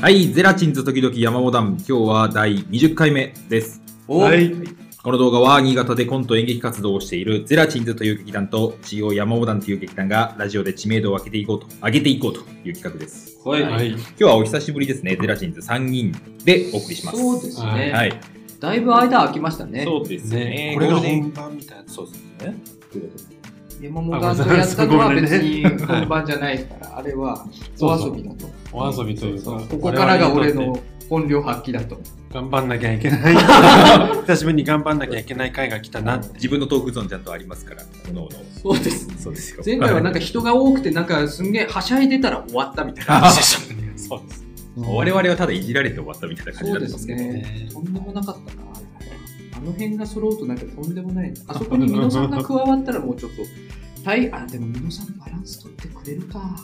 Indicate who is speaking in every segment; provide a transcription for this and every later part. Speaker 1: はい、ゼラチンズ時々山モダン、今日は第20回目です。
Speaker 2: お
Speaker 3: はい。
Speaker 1: この動画は新潟でコント演劇活動をしているゼラチンズという劇団と GO 山モダンという劇団がラジオで知名度を上げていこうと、上げていこうという企画です。
Speaker 2: はい。
Speaker 3: はい。
Speaker 1: 今日はお久しぶりですね、ゼラチンズ3人でお送りします。
Speaker 2: そうですね、。
Speaker 1: はいい。
Speaker 2: だいぶ間空きましたね。
Speaker 1: そうですね。
Speaker 3: これが
Speaker 1: ゴールデン
Speaker 3: 本番みたいな。
Speaker 1: そうですね。
Speaker 2: 山本さんとやったのは別に本番じゃないから、あれは
Speaker 3: そ
Speaker 2: お
Speaker 3: うそう
Speaker 2: 遊びだと。
Speaker 3: お遊びというか。
Speaker 2: ここからが俺
Speaker 3: 我々に
Speaker 2: の
Speaker 3: とって。
Speaker 2: 本領発揮だと。
Speaker 3: 頑張んなきゃいけない。 久しぶりに頑張んなきゃいけない回が来たなって。
Speaker 1: 自分のトークゾーンちゃんとありますから、各々
Speaker 2: そうです。
Speaker 1: そうですよ。
Speaker 2: 前回はなんか人が多くて、なんかすんげえはしゃいでたら終わったみたいな。
Speaker 3: そうです。
Speaker 1: 我々はただいじられて終わったみたいな感じ
Speaker 2: そ
Speaker 1: だ
Speaker 2: う
Speaker 1: ったんで
Speaker 2: で
Speaker 1: す
Speaker 2: す
Speaker 1: けど。
Speaker 2: ね。とんでもなかったな。あの辺が揃うとなんかとんでもない。あそこに美濃さんが加わったらもうちょっと。大あ、でも美濃さんバランス取ってくれるか。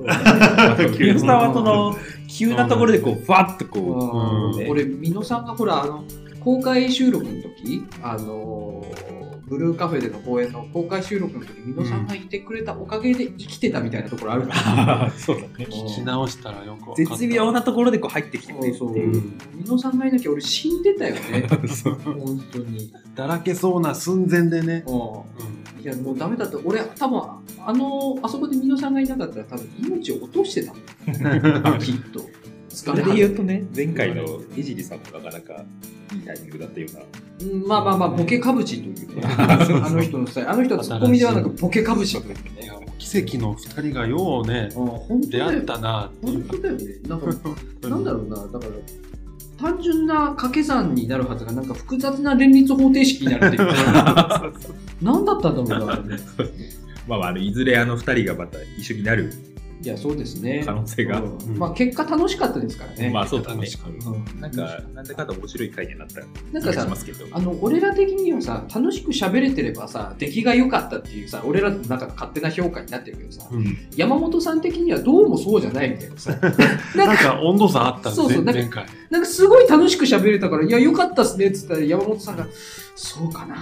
Speaker 1: ユースターはその急なところでこうふわっとこ
Speaker 2: あ
Speaker 1: う
Speaker 2: ー
Speaker 1: ん
Speaker 2: 俺、美濃さんがほら、あの、公開収録の時、あのーブルーカフェでの公演の公開収録の時、美濃さんがいてくれたおかげで生きてたみたいなところあるから。
Speaker 1: うそうだね
Speaker 3: 聞き直したらよくわかった
Speaker 1: 絶妙なところでこう入ってきてくれるって
Speaker 3: う
Speaker 1: いうん
Speaker 2: 美濃さんがいなきゃ俺死んでたよね。
Speaker 1: そう
Speaker 2: 本当に。
Speaker 3: だらけそうな寸前でね。
Speaker 2: う
Speaker 3: うん
Speaker 2: んいや、もうダメだって、俺、多分あのーあそこで美濃さんがいなかったら、多分命を落としてたもん、きっと。
Speaker 1: そ
Speaker 2: 疲
Speaker 1: れ
Speaker 2: れ
Speaker 1: で
Speaker 2: 果
Speaker 1: 言う
Speaker 2: て
Speaker 1: とね前回の江尻さんもなかなかいいタイミングだったよう
Speaker 2: うんまあまあまあ、ボケかぶちという ねあの人のスタイル。あの人はツッコミではなく、ボケかぶちというね。
Speaker 3: 奇跡の二人がようね、
Speaker 2: あ本当
Speaker 3: 出
Speaker 2: だ
Speaker 3: 会
Speaker 2: よ
Speaker 3: ったなってい
Speaker 2: 本
Speaker 3: う
Speaker 2: 当だよね。なんか、なんだ
Speaker 3: ろ
Speaker 2: ろうな、だから、単純な掛け算になるはずが、なんか複雑な連立方程式になるってい うか、なんだったんだろうな、あれね。
Speaker 1: なまあまああのいずれあの二人がまた一緒になる
Speaker 2: いや、そうですね
Speaker 1: 可。能性が
Speaker 2: うんまあ、結果楽しかったですからね。
Speaker 1: まあそうだね
Speaker 3: 楽しかっ
Speaker 2: うん
Speaker 1: なんかなんだかんだ面白い回になった
Speaker 2: な
Speaker 1: 気
Speaker 2: んか
Speaker 1: がし
Speaker 2: さ
Speaker 1: ま、すけど
Speaker 2: あの俺ら的にはさ、楽しく喋れてればさ、出来が良かったっていうさ、俺らの中の勝手な評価になってるけどさ、
Speaker 3: うん
Speaker 2: 山本さん的にはどうもそうじゃないみたいなさ、な
Speaker 3: なんん
Speaker 2: か、
Speaker 3: か温度差あったん
Speaker 2: そうそうなんか
Speaker 3: 前回。
Speaker 2: なんかすごい楽しく喋れたから、いや、良かったっすねって言ったら、山本さんが、そうかな、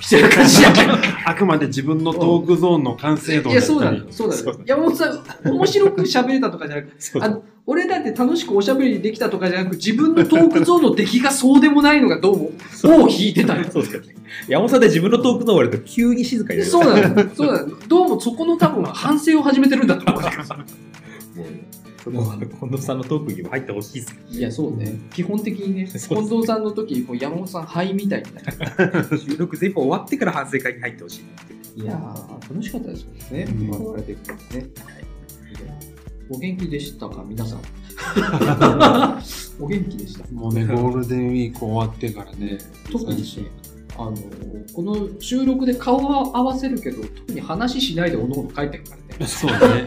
Speaker 2: みたいな感じだっ た
Speaker 3: あくまで自分のトークゾーンの完成度
Speaker 2: いや、
Speaker 3: だったり
Speaker 2: そうなの、そうな
Speaker 1: そう
Speaker 2: の。山本さん、面白く喋れたとかじゃなくて、
Speaker 1: そう
Speaker 2: あの俺だって楽しくおしゃべりできたとかじゃなく、自分のトークゾーンの出来がそうでもないのがどうも、を引い てたよ。
Speaker 1: そうですね山本さんで自分のトークの終わると急に静かになる
Speaker 2: そうなの、そうなの。どうもそこの多分反省を始めてるんだと思うんだけどさ。
Speaker 1: もうそこは近藤さんのトークにも入ってほしいですけど
Speaker 2: いや、そうね。基本的にね、
Speaker 1: そう
Speaker 2: 近藤さんの時、もう山本さん灰みたいになる。
Speaker 1: 収録全部終わってから反省会に入ってほしいなって
Speaker 2: いやー、楽しかったですよね。
Speaker 3: うん
Speaker 2: 我々的にはね。お元気でしたか、皆 さん。お元気でした。
Speaker 3: もうね、ゴールデンウィーク終わってからね、
Speaker 2: 特にねあのこの収録で顔は合わせるけど特に話しないでおのおの帰ってくからね
Speaker 3: そうね。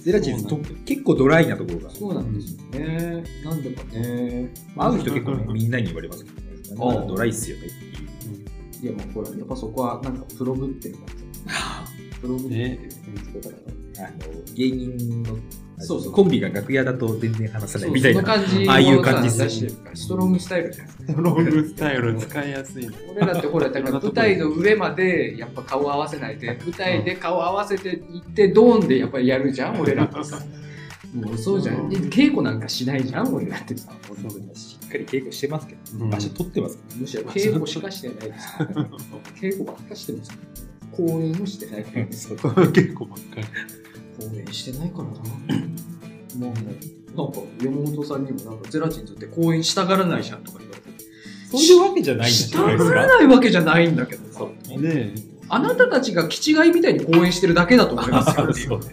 Speaker 1: ゼラチンズと結構ドライなところが
Speaker 2: そうなんですよね、なんだかね
Speaker 1: まあ会う人結構ね、みんなに言われますけどね、なんかドライっすよねっていう。
Speaker 2: いやもうほらやっぱそこはなんかプロぶってる からさプロぶってるってことだから
Speaker 1: あの芸人の
Speaker 2: そうそう
Speaker 1: コンビが楽屋だと全然話さ
Speaker 2: そ
Speaker 1: ないみ
Speaker 2: う
Speaker 1: た
Speaker 2: そ
Speaker 1: い
Speaker 2: の
Speaker 1: な。
Speaker 2: 感じ
Speaker 1: ああいう感じっす
Speaker 2: を
Speaker 1: ね
Speaker 2: さ出してるからストロングスタイルじゃない
Speaker 3: ロングスタイル使いやすいね。
Speaker 2: 俺らってほらだから舞台の上までやっぱ顔合わせないで舞台で顔合わせていってドーンでやっぱりやるじゃん俺らってさもうそうじゃんで稽古なんかしないじゃん俺らってさ
Speaker 1: しっかり稽古してますけど、
Speaker 3: うん
Speaker 1: 場所取ってますけ
Speaker 2: むしろ稽古しかしてないですから稽古ばっかしてますから講演もしてないから
Speaker 1: ど、そう
Speaker 3: 結構ばっかり。
Speaker 2: 講演してないからなもうなんか山本さんにもなんかゼラチンズって講演したがらないじゃんとか言われて
Speaker 1: いうわけじゃないん
Speaker 2: し
Speaker 1: じ
Speaker 2: た
Speaker 1: ゃないで
Speaker 2: が
Speaker 1: す
Speaker 2: ら
Speaker 1: か。
Speaker 2: ないわけじゃないんだけどさ
Speaker 1: そうね。
Speaker 3: ね
Speaker 2: あなたたちが気違いみたいに講演してるだけだと思いますよってい う
Speaker 1: そうね。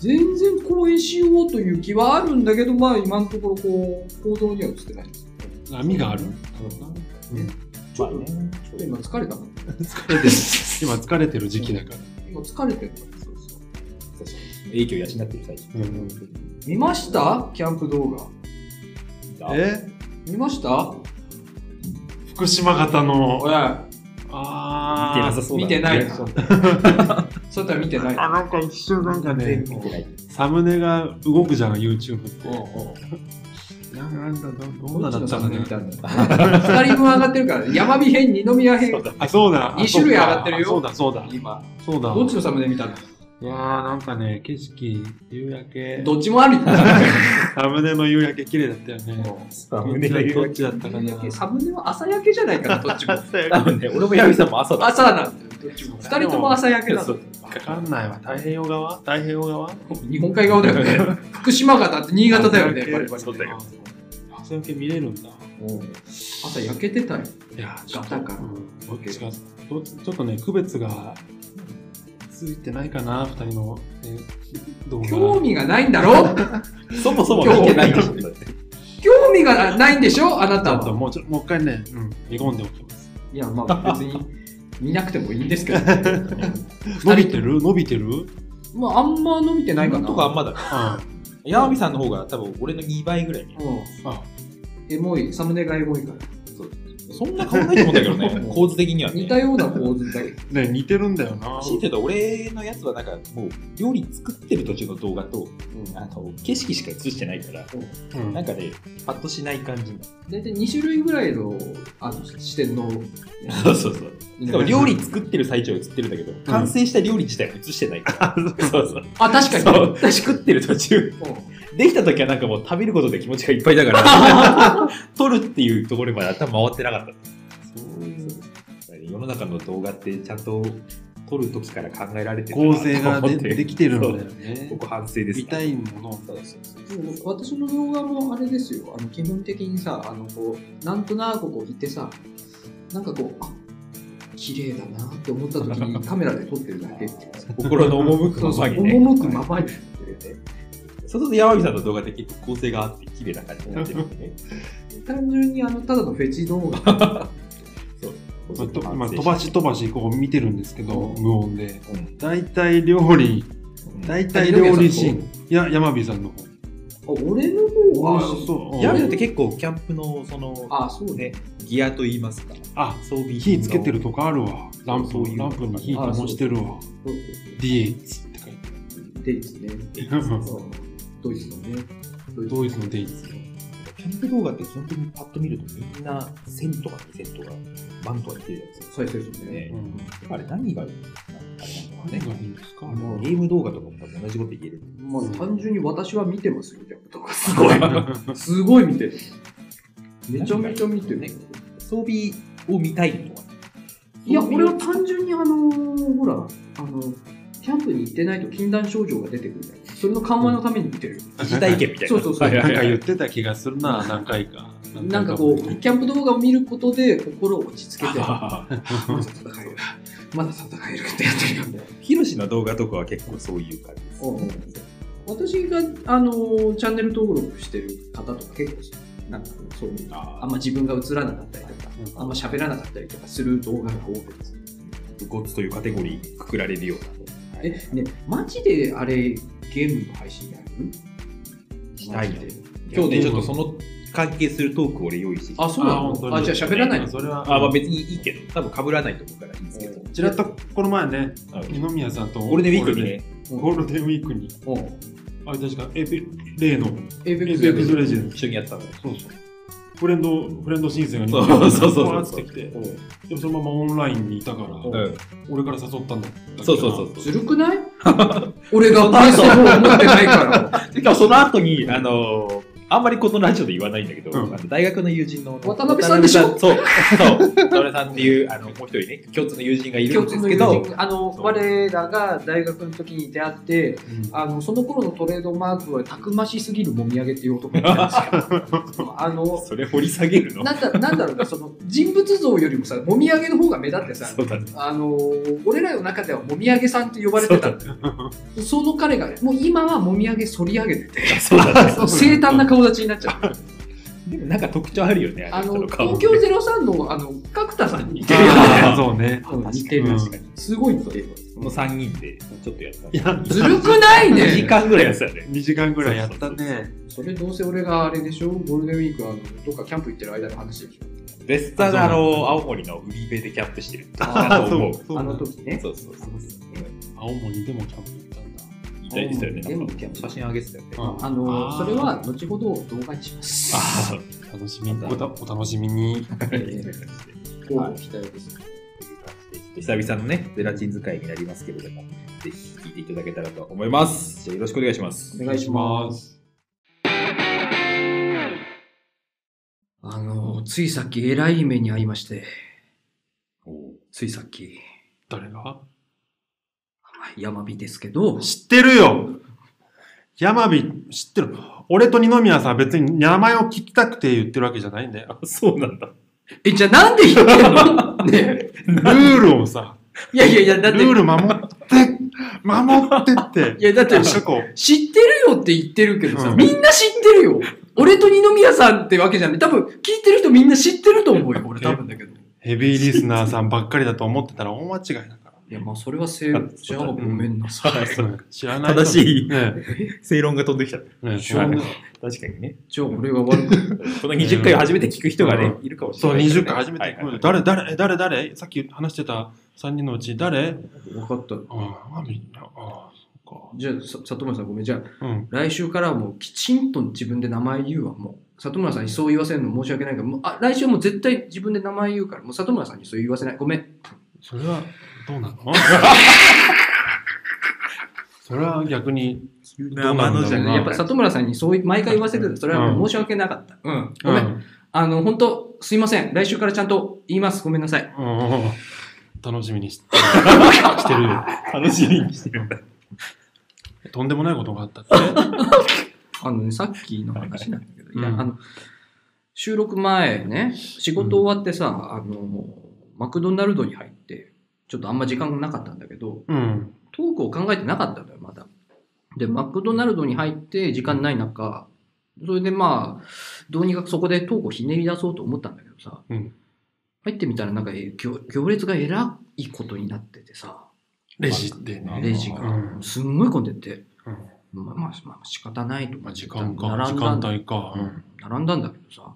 Speaker 2: 全然講演しようという気はあるんだけどまあ今のところこう行動には移ってないんですよ
Speaker 3: 波がある。
Speaker 2: ねち
Speaker 1: ま
Speaker 2: ょ
Speaker 1: あ
Speaker 2: っと
Speaker 1: ね
Speaker 2: ちょっと今疲れたもん
Speaker 3: 疲れてる。今疲れてる時期だか
Speaker 2: 今疲れてるから
Speaker 1: 影響養ってる最中。
Speaker 3: うん
Speaker 2: 見ましたキャンプ動画
Speaker 3: ら。え
Speaker 2: 見ました
Speaker 3: 福島型の。
Speaker 2: や
Speaker 3: あ
Speaker 1: 見て
Speaker 3: あ
Speaker 1: なさそうだ
Speaker 2: 見てないな
Speaker 1: ね。
Speaker 2: そうだったら見てない
Speaker 3: あ、なんか一瞬なんかね
Speaker 1: 全、然見てない。
Speaker 3: サムネが動くじゃん、YouTube って。
Speaker 2: おうおう
Speaker 3: なんかなんだ、どどん
Speaker 2: ど
Speaker 3: な
Speaker 2: っ
Speaker 3: だ
Speaker 2: ち
Speaker 3: っ
Speaker 2: の
Speaker 3: た
Speaker 2: サ
Speaker 3: ん
Speaker 2: ム
Speaker 3: だ
Speaker 2: ネ
Speaker 3: よ
Speaker 2: 見たんだ2人分上がってるから山火編二宮編
Speaker 3: あ、そうだ。
Speaker 2: 二種類上がってるよ
Speaker 3: あそうだ、そうだ。
Speaker 2: 今
Speaker 3: そうだ。
Speaker 2: どっちのサムネ見たんだ
Speaker 3: いやー、なんかね、景色、夕焼け、
Speaker 2: どっちもあるよ。
Speaker 3: サムネの夕焼け綺麗だったよね。
Speaker 1: 多分ね、
Speaker 3: どっちだったか
Speaker 2: 夕焼
Speaker 3: な
Speaker 2: け。サムネは朝焼けじゃないから、どっちも。
Speaker 1: 多分ね、俺も矢部さんも朝だ。
Speaker 2: 朝なんだよ、どっちも。二人とも朝焼けな
Speaker 1: そ
Speaker 2: の
Speaker 1: う。
Speaker 3: わかんないわ。太平洋側太平洋側
Speaker 2: 日本海側だよ ね。福島がだって新潟だよね、やっぱり。
Speaker 1: そうだよ
Speaker 3: 朝焼け見れるんだ。
Speaker 2: 朝焼けてたよ。
Speaker 3: いやー、ちょっと、
Speaker 2: ガタガタ
Speaker 3: うんどっちがどっちちょっとね、区別がついてないかな、二人の、ね、動画。
Speaker 2: 興味がないんだろ
Speaker 1: そもそも見てないでしょ。
Speaker 2: 興味がないんでしょあなた
Speaker 3: だと
Speaker 2: は。
Speaker 3: もうちょもう一回ね、うん、見込んでおきます。
Speaker 2: いや、まあ別に見なくてもいいんですけ ど。
Speaker 3: 伸びてる伸びてるうん。
Speaker 2: まああんま伸びてないか
Speaker 1: 今
Speaker 2: な。
Speaker 1: のとかあんまだ。
Speaker 3: あ、
Speaker 1: 矢部さんの方が多分俺の2倍ぐらいね。
Speaker 2: うんエモい、サムネがエモいから。
Speaker 1: そんな変わんないと思うんだけどね、構図的にはね。
Speaker 2: 似たような構図だけど。
Speaker 3: ね、似てるんだよな。
Speaker 1: 強いて言うと俺のやつはなんかもう料理作ってる途中の動画とあの景色しか映してないから
Speaker 3: うん
Speaker 1: なんかねパッとしない感じ
Speaker 2: 大体2種類ぐらいのあの視点の。
Speaker 1: そうそうそうしかも料理作ってる最中は映ってるんだけど完成した料理自体は映してないから、そうそう
Speaker 2: あ、確かに。
Speaker 1: そう作ってる途中
Speaker 2: うん
Speaker 1: できた時はなんかもう食べることで気持ちがいっぱいだから 撮るっていうところまで頭回ってなかったそういう世の中の動画ってちゃんと撮る時から考えられてる
Speaker 3: 構
Speaker 1: なと
Speaker 3: 成が
Speaker 1: 思
Speaker 3: で
Speaker 1: って
Speaker 3: できてるんだよね
Speaker 1: こ。こ反省です
Speaker 3: 見たいもの。
Speaker 1: そうそうそう
Speaker 2: 私の動画もあれですよあの基本的にさあのこうなんとなくこういてさなんかこうあ綺麗だなって思った時にカメラで撮ってるだけっていうさ
Speaker 1: 心の赴く
Speaker 2: そう
Speaker 1: ま
Speaker 2: そう
Speaker 1: まにね。
Speaker 2: 赴くままに
Speaker 1: そうすると山美さんの動画って結構構成があって綺麗な感じになってるよね。
Speaker 2: 単純にあのただのフェチ動画
Speaker 3: まあとまあ飛ばし飛ばしこう見てるんですけど、
Speaker 2: うん
Speaker 3: 無音で。
Speaker 1: うん。
Speaker 3: 大体料理、大体料理シーン。いや、山火さんの方。
Speaker 2: 俺の方は
Speaker 3: 美味しそう
Speaker 1: 山美さんって結構キャンプのその
Speaker 2: あそうね
Speaker 1: ねギアといいますか
Speaker 3: あ、
Speaker 1: 装備
Speaker 3: 火
Speaker 1: 品
Speaker 3: つけてるとかあるわ。ランプ、ランプに火灯してるわ。DH って書いて
Speaker 2: デイツね
Speaker 3: あ
Speaker 2: う
Speaker 3: る。
Speaker 2: んドイツのね
Speaker 3: ドイツの DH。
Speaker 1: キャンプ動画って基本的にパッと見るとみんな1000とか2000とか万とか言ってるやつ
Speaker 2: そうそうそうね
Speaker 1: ね
Speaker 3: う。ん
Speaker 1: あれ何があれなんだ
Speaker 3: 何
Speaker 1: ろう
Speaker 3: が
Speaker 1: ね
Speaker 3: いいんですか
Speaker 1: もうゲーム動画とかも多分同じこと言える。
Speaker 2: まあ単純に私は見てますよやっぱ動画すごい すごい見てる。めちゃめちゃ見てる。
Speaker 1: ね装備を見たいとか。
Speaker 2: いや、俺は単純にあのーほら、あのキャンプに行ってないと禁断症状が出てくるんだよ。それの緩和のために見てる。
Speaker 1: 自治体意見みたいな。
Speaker 2: そうそうそう
Speaker 1: はいは
Speaker 3: ないん
Speaker 1: は
Speaker 3: か
Speaker 1: い
Speaker 3: 言ってた気がするな、何回か。
Speaker 2: なんかこう、キャンプ動画を見ることで心を落ち着けて、まだ戦える、まだ戦えるってやってるよね。
Speaker 1: ヒロシの動画とかは結構そういう感じです。
Speaker 2: うんうん私が、あのーチャンネル登録してる方とか結構なんかそういうあんま自分が映らなかったりとか、
Speaker 3: うん
Speaker 2: あんま喋らなかったりとかする動画が多くて。
Speaker 1: ゴッツというカテゴリーにくくられるような。
Speaker 2: え、ね、マジであれ、ゲームの配信やる
Speaker 1: したい
Speaker 2: マ
Speaker 1: ね
Speaker 2: ジで
Speaker 1: 今日ね、ちょっとその関係するトークを俺用意してきた
Speaker 2: あ、そうな
Speaker 3: あ本当
Speaker 2: の
Speaker 3: に
Speaker 2: あじゃあ喋らないの
Speaker 3: それは、
Speaker 1: あ、まあ別にいいけど、多分被らないと思うからいいんですけど。
Speaker 3: ちらっとこの前ね、二宮さんと
Speaker 1: ゴールデンウィークにね、
Speaker 3: ゴールデンウィークに、
Speaker 2: うん。
Speaker 3: あれ確かエペ例の
Speaker 2: エイペ
Speaker 3: エ
Speaker 2: ッ
Speaker 3: ペ
Speaker 2: クス
Speaker 3: ックスレジェンド。
Speaker 1: 一緒にやってたの。
Speaker 3: そうそう。フレンド、フレンド申請が
Speaker 1: そう
Speaker 3: 人
Speaker 1: そうそうそう
Speaker 3: わーってきて、でもそのままオンラインにいたから、
Speaker 1: うん。
Speaker 3: 俺から誘ったんだったけど
Speaker 1: そうそうそう。
Speaker 2: ずるくない 俺が大した方持ってないから。
Speaker 1: しかもその後に、あのー、あんまりこのラジオで言わないんだけど、
Speaker 3: うん
Speaker 1: あの大学の友人の
Speaker 2: 渡辺さんでしょ
Speaker 1: 渡辺さんそう、そう、渡辺さんっていう、あの、もう一人ね、共通の友人 がいるんですけど
Speaker 2: 共通の友、人あの、
Speaker 1: そう
Speaker 2: 我らが大学の時に出会って、
Speaker 3: うん。
Speaker 2: あの、その頃のトレードマークはたくましすぎるもみあげっていう男なんで すよ。あの、
Speaker 1: それ掘り下げるの
Speaker 2: なんだなんだろうな、その人物像よりもさ、もみあげの方が目立ってさ、
Speaker 1: そうだね。
Speaker 2: あの俺らの中ではもみあげさんって呼ばれてたんだよその彼がもう今はもみあげ反り上げてて
Speaker 1: そうだね。
Speaker 3: そう
Speaker 2: 生誕な顔立ちになっちゃう
Speaker 1: でもなんか特徴あるよね、
Speaker 2: あ
Speaker 1: 人
Speaker 2: の東京03のあの角田さんに似てるよね
Speaker 3: あーそうね。
Speaker 2: うん似てる
Speaker 3: うん
Speaker 2: 確かにすごい似てる
Speaker 1: この3人でちょっとやった。
Speaker 3: いや、
Speaker 2: ずるくない
Speaker 1: 2時
Speaker 2: ね
Speaker 1: 間ぐらいやってたよね。
Speaker 3: 2時間ぐらいやったね。
Speaker 2: それどうせ俺があれでしょゴールデンウィークあのどっかキャンプ行ってる間の話でし
Speaker 1: 絶対あの、青森の海辺でキャンプしてるだ
Speaker 3: あ
Speaker 1: と
Speaker 3: そ
Speaker 1: 思う
Speaker 3: う。そ
Speaker 2: ょ
Speaker 3: う
Speaker 2: あの時ね
Speaker 1: そうそうそう。
Speaker 3: 青森でもキャンプ行ったんだ。
Speaker 1: 言いたいでしたよね。
Speaker 2: 青
Speaker 1: な
Speaker 2: 森
Speaker 1: んか写真あげてたよね。
Speaker 2: あの
Speaker 3: あー
Speaker 2: それは後ほど動画にします
Speaker 1: ああ、
Speaker 3: 楽しみおたお楽しみに。。
Speaker 2: えー乞うご期待です
Speaker 1: 久々のね、ゼラチン使いになりますけれども、ぜひ聞いていただけたらと思います。じゃあよろしくお願いします。
Speaker 2: お願いしますあの、ついさっき、えらい目に遭いまして、
Speaker 1: おう
Speaker 2: ついさっき、
Speaker 3: 誰が
Speaker 2: 山火ですけど、
Speaker 3: 知ってるよ山火知ってる俺と二宮さんは別に名前を聞きたくて言ってるわけじゃないんだよ。そうなんだ。
Speaker 2: え、じゃあなんで言ってんの ねえ
Speaker 3: ルールをさ、
Speaker 2: いやいやいや、だっ
Speaker 3: ル
Speaker 2: て、
Speaker 3: ール守って、守ってって。
Speaker 2: いや、だって、
Speaker 3: なんかこう
Speaker 2: 知ってるよって言ってるけどさ、
Speaker 3: うん
Speaker 2: みんな知ってるよ。俺と二宮さんってわけじゃない。多分、聞いてる人みんな知ってると思うよ。俺多分だけど。い
Speaker 3: ヘビーリスナーさんばっかりだと思ってたら大間違いだか
Speaker 2: や、まあ、それは正義。 じゃあ、ごめんなさい。
Speaker 3: ら。知らない人。
Speaker 1: 正しい
Speaker 3: ね
Speaker 1: 正論が飛んできちゃった。
Speaker 3: えねえ
Speaker 2: しょうがない
Speaker 1: 確かにね。
Speaker 2: じゃあ、俺が悪く。
Speaker 1: この20回を初めて聞く人がね、いるかもしれ
Speaker 3: そう、
Speaker 1: ないからね、
Speaker 3: 20回初めて
Speaker 1: はいはい
Speaker 3: 聞く。誰、誰、え誰、誰さっき話してた3人のうち誰
Speaker 2: 分かった。
Speaker 3: ああ、みんな。ああ、そ
Speaker 2: じゃあ、さ里村さんごめん。じゃあ、
Speaker 3: っか。うん。
Speaker 2: 来週からはもうきちんと自分で名前言うわ。もう、里村さんにそう言わせるの申し訳ないから、もうあ来週はもう絶対自分で名前言うから、もう里村さんにそう言わせない。ごめん。
Speaker 3: それは、どうなのそれは逆に、
Speaker 1: 生のじゃな
Speaker 3: どうなんだろうな
Speaker 1: や
Speaker 2: や
Speaker 1: っ
Speaker 2: っ
Speaker 1: ぱ
Speaker 2: ぱ
Speaker 1: さ
Speaker 2: 里村さんにそう毎回言わせてた。それはもう申し訳なかった。うん。ごめん。
Speaker 3: うん
Speaker 2: あの、本当すいません。来週からちゃんと言います。ごめんなさい。
Speaker 3: うんうんうん楽しみにししてるよ。
Speaker 1: 楽しみにしてるんだ。
Speaker 3: とんでもないことがあったって。
Speaker 2: あのね、さっきの話なんだけど、いや、
Speaker 3: うん
Speaker 2: あの、収録前ね、仕事終わってさ、あの、マクドナルドに入って、ちょっとあんま時間がなかったんだけど、
Speaker 3: うん。
Speaker 2: トークを考えてなかったんだよ、まだ。で、マクドナルドに入って時間ない中、それでまあ、どうにかそこでトークをひねり出そうと思ったんだけどさ、
Speaker 3: うん
Speaker 2: 入ってみたらなんかえ行行列がえらいことになっててさ、
Speaker 3: レジってね。
Speaker 2: レジが
Speaker 3: うん。
Speaker 2: すんごい混んでて、
Speaker 3: うん
Speaker 2: まあまあ、まあ、仕方ないと思っ
Speaker 3: まあ、
Speaker 2: て
Speaker 3: 時間か。
Speaker 2: 並
Speaker 3: 時
Speaker 2: んだ
Speaker 3: 間
Speaker 2: んだ
Speaker 3: 帯か。うん
Speaker 2: 並んだんだけどさ。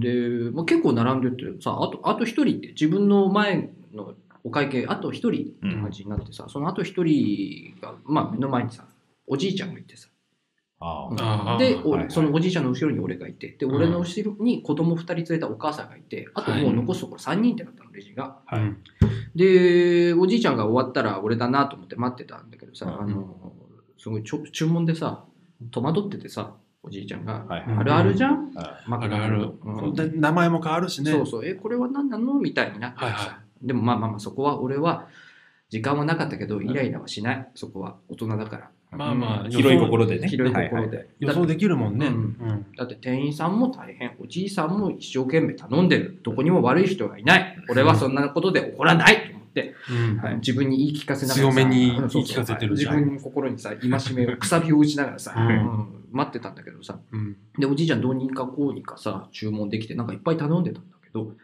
Speaker 2: で、まあ、結構並んでてさ、あと、あと一人って自分の前のお会計、あと一人って感じになってさ、そのあと一人が、まあ目の前にさ、おじいちゃんがいてさ。
Speaker 1: あ
Speaker 2: うん
Speaker 1: ー
Speaker 3: あー
Speaker 2: で、
Speaker 3: はい
Speaker 2: お
Speaker 1: はい
Speaker 2: そのおじいちゃんの後ろに俺がいて、で、
Speaker 3: うん
Speaker 2: 俺の後ろに子供二人連れたお母さんがいて、あともう残すところ3人ってなったの、レジが。
Speaker 1: はい
Speaker 3: うん
Speaker 2: で、おじいちゃんが終わったら俺だなと思って待ってたんだけどさ、
Speaker 1: うん
Speaker 2: あの、すごいちょ注文でさ、戸惑っててさ、おじいちゃんが、
Speaker 1: はいはい
Speaker 2: あるあるじゃん、
Speaker 1: あ
Speaker 2: マ
Speaker 3: あ
Speaker 2: ク
Speaker 3: る
Speaker 2: ドナ
Speaker 3: あ
Speaker 2: ル
Speaker 3: る
Speaker 2: ド。うん
Speaker 3: そうで名前も変わるしね。
Speaker 2: そうそう、え、これは何なのみたいになってさ、
Speaker 3: はいは
Speaker 2: でもまあまあまあ、そこは俺は、時間はなかったけど、イライラはしない、そこは大人だから。
Speaker 3: まあまあ、
Speaker 1: 広い
Speaker 3: 予想
Speaker 1: 心でね。
Speaker 2: 広い心で。
Speaker 1: はいはい
Speaker 3: 予想できるもんね。
Speaker 2: うん
Speaker 3: うん
Speaker 2: だって店員さんも大変、おじいさんも一生懸命頼んでる、どこにも悪い人がいない、俺はそんなことで怒らないと思って、
Speaker 3: うん
Speaker 2: はい、自分に言い聞かせながらさ
Speaker 3: 強めに
Speaker 2: うんそうそう
Speaker 3: 言い聞かせてるじゃん
Speaker 2: 自分の心にさ戒めをくさびを打ちながらさ、
Speaker 3: うん
Speaker 2: うん待ってたんだけどさ
Speaker 3: うん
Speaker 2: でおじいちゃんどうにかこうにかさ注文できてなんかいっぱい頼んでたんだけど
Speaker 3: うん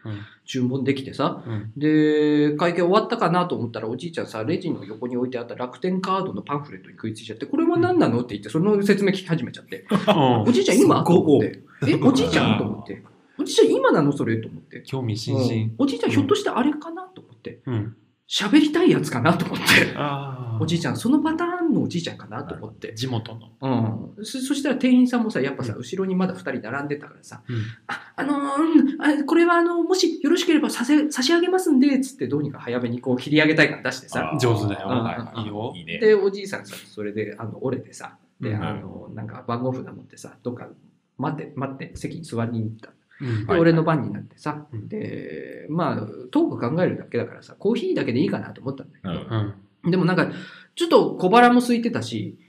Speaker 2: 注文できてさ
Speaker 3: うん
Speaker 2: で会計終わったかなと思ったらおじいちゃんさレジの横に置いてあった楽天カードのパンフレットに食いついちゃってこれは何なのって言ってその説明聞き始めちゃっておじいちゃん今
Speaker 1: そこと
Speaker 2: 思ってえおじいちゃんと思っておじいちゃん今なのそれと思って
Speaker 3: 興味津
Speaker 2: う
Speaker 3: 々
Speaker 2: ん。おじいちゃんひょっとしてあれかなと思って
Speaker 3: うん
Speaker 2: 喋りたいやつかなと思って
Speaker 3: ああ
Speaker 2: おじいちゃん、そのパターンのおじいちゃんかなと思って。
Speaker 3: 地元の。
Speaker 2: うん、そそしたら店員さんもさ、やっぱさ、後ろにまだ2人並んでたからさ、あ、あのーうんあこれはあの、もしよろしければさせ差し上げますんで、つってどうにか早めにこう切り上げたいから出して
Speaker 1: あ
Speaker 2: さ、
Speaker 3: 上手だよ
Speaker 1: うん
Speaker 2: うん
Speaker 3: いいよ
Speaker 1: いいね。
Speaker 2: で、おじいさんさ、それであの折れてさ、で、
Speaker 3: うん
Speaker 2: あの、なんか番号札持ってさ、どっか待って、待って、席に座りに行った。
Speaker 3: うん
Speaker 2: で、
Speaker 1: はい
Speaker 2: 俺の番になってさ、
Speaker 3: うん
Speaker 2: で、まあ、トーク考えるだけだからさ、コーヒーだけでいいかなと思ったんだけど、
Speaker 1: うん
Speaker 3: うん
Speaker 2: でもなんか、ちょっと小腹も空いてたし、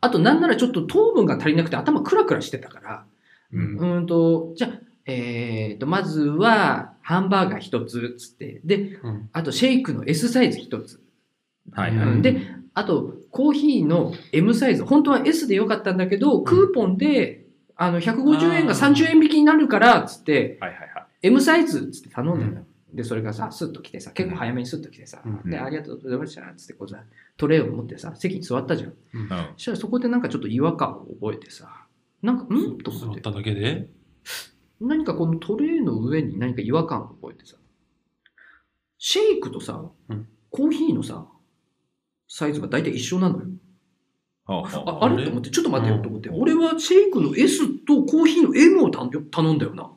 Speaker 2: あとなんならちょっと糖分が足りなくて頭クラクラしてたから、
Speaker 3: うん
Speaker 2: うーんと、じゃあ、えーと、まずは、ハンバーガー一つ、つって、で、
Speaker 3: うん
Speaker 2: あとシェイクの S サイズ一つ、
Speaker 1: はいは
Speaker 2: う
Speaker 1: い。
Speaker 2: んで、あと、コーヒーの M サイズ、本当は S でよかったんだけど、クーポンで、あの、150円が30円引きになるから、つって、
Speaker 1: はいはいはい。
Speaker 2: M サイズ、つって頼んだのよ。で、それがさ、スッと来てさ、結構早めにスッと来てさ、
Speaker 3: うん
Speaker 2: で、ありがとうございました、つってこうさ、トレイを持ってさ、席に座ったじゃん。
Speaker 1: うん
Speaker 2: そしたらそこでなんかちょっと違和感を覚えてさ、なんか、んと
Speaker 3: 座
Speaker 2: 思っ
Speaker 3: ってた、だけで
Speaker 2: 何かこのトレイの上に何か違和感を覚えてさ、シェイクとさ、
Speaker 3: うん
Speaker 2: コーヒーのさ、サイズが大体一緒なのよ。
Speaker 1: あ
Speaker 2: あ
Speaker 1: あ
Speaker 2: あ
Speaker 1: あ
Speaker 2: れ
Speaker 3: あれ
Speaker 2: と思って、ちょっと待ってよと思って、
Speaker 1: うん
Speaker 2: 俺はシェイクの S とコーヒーの M を頼ん頼んだよな、と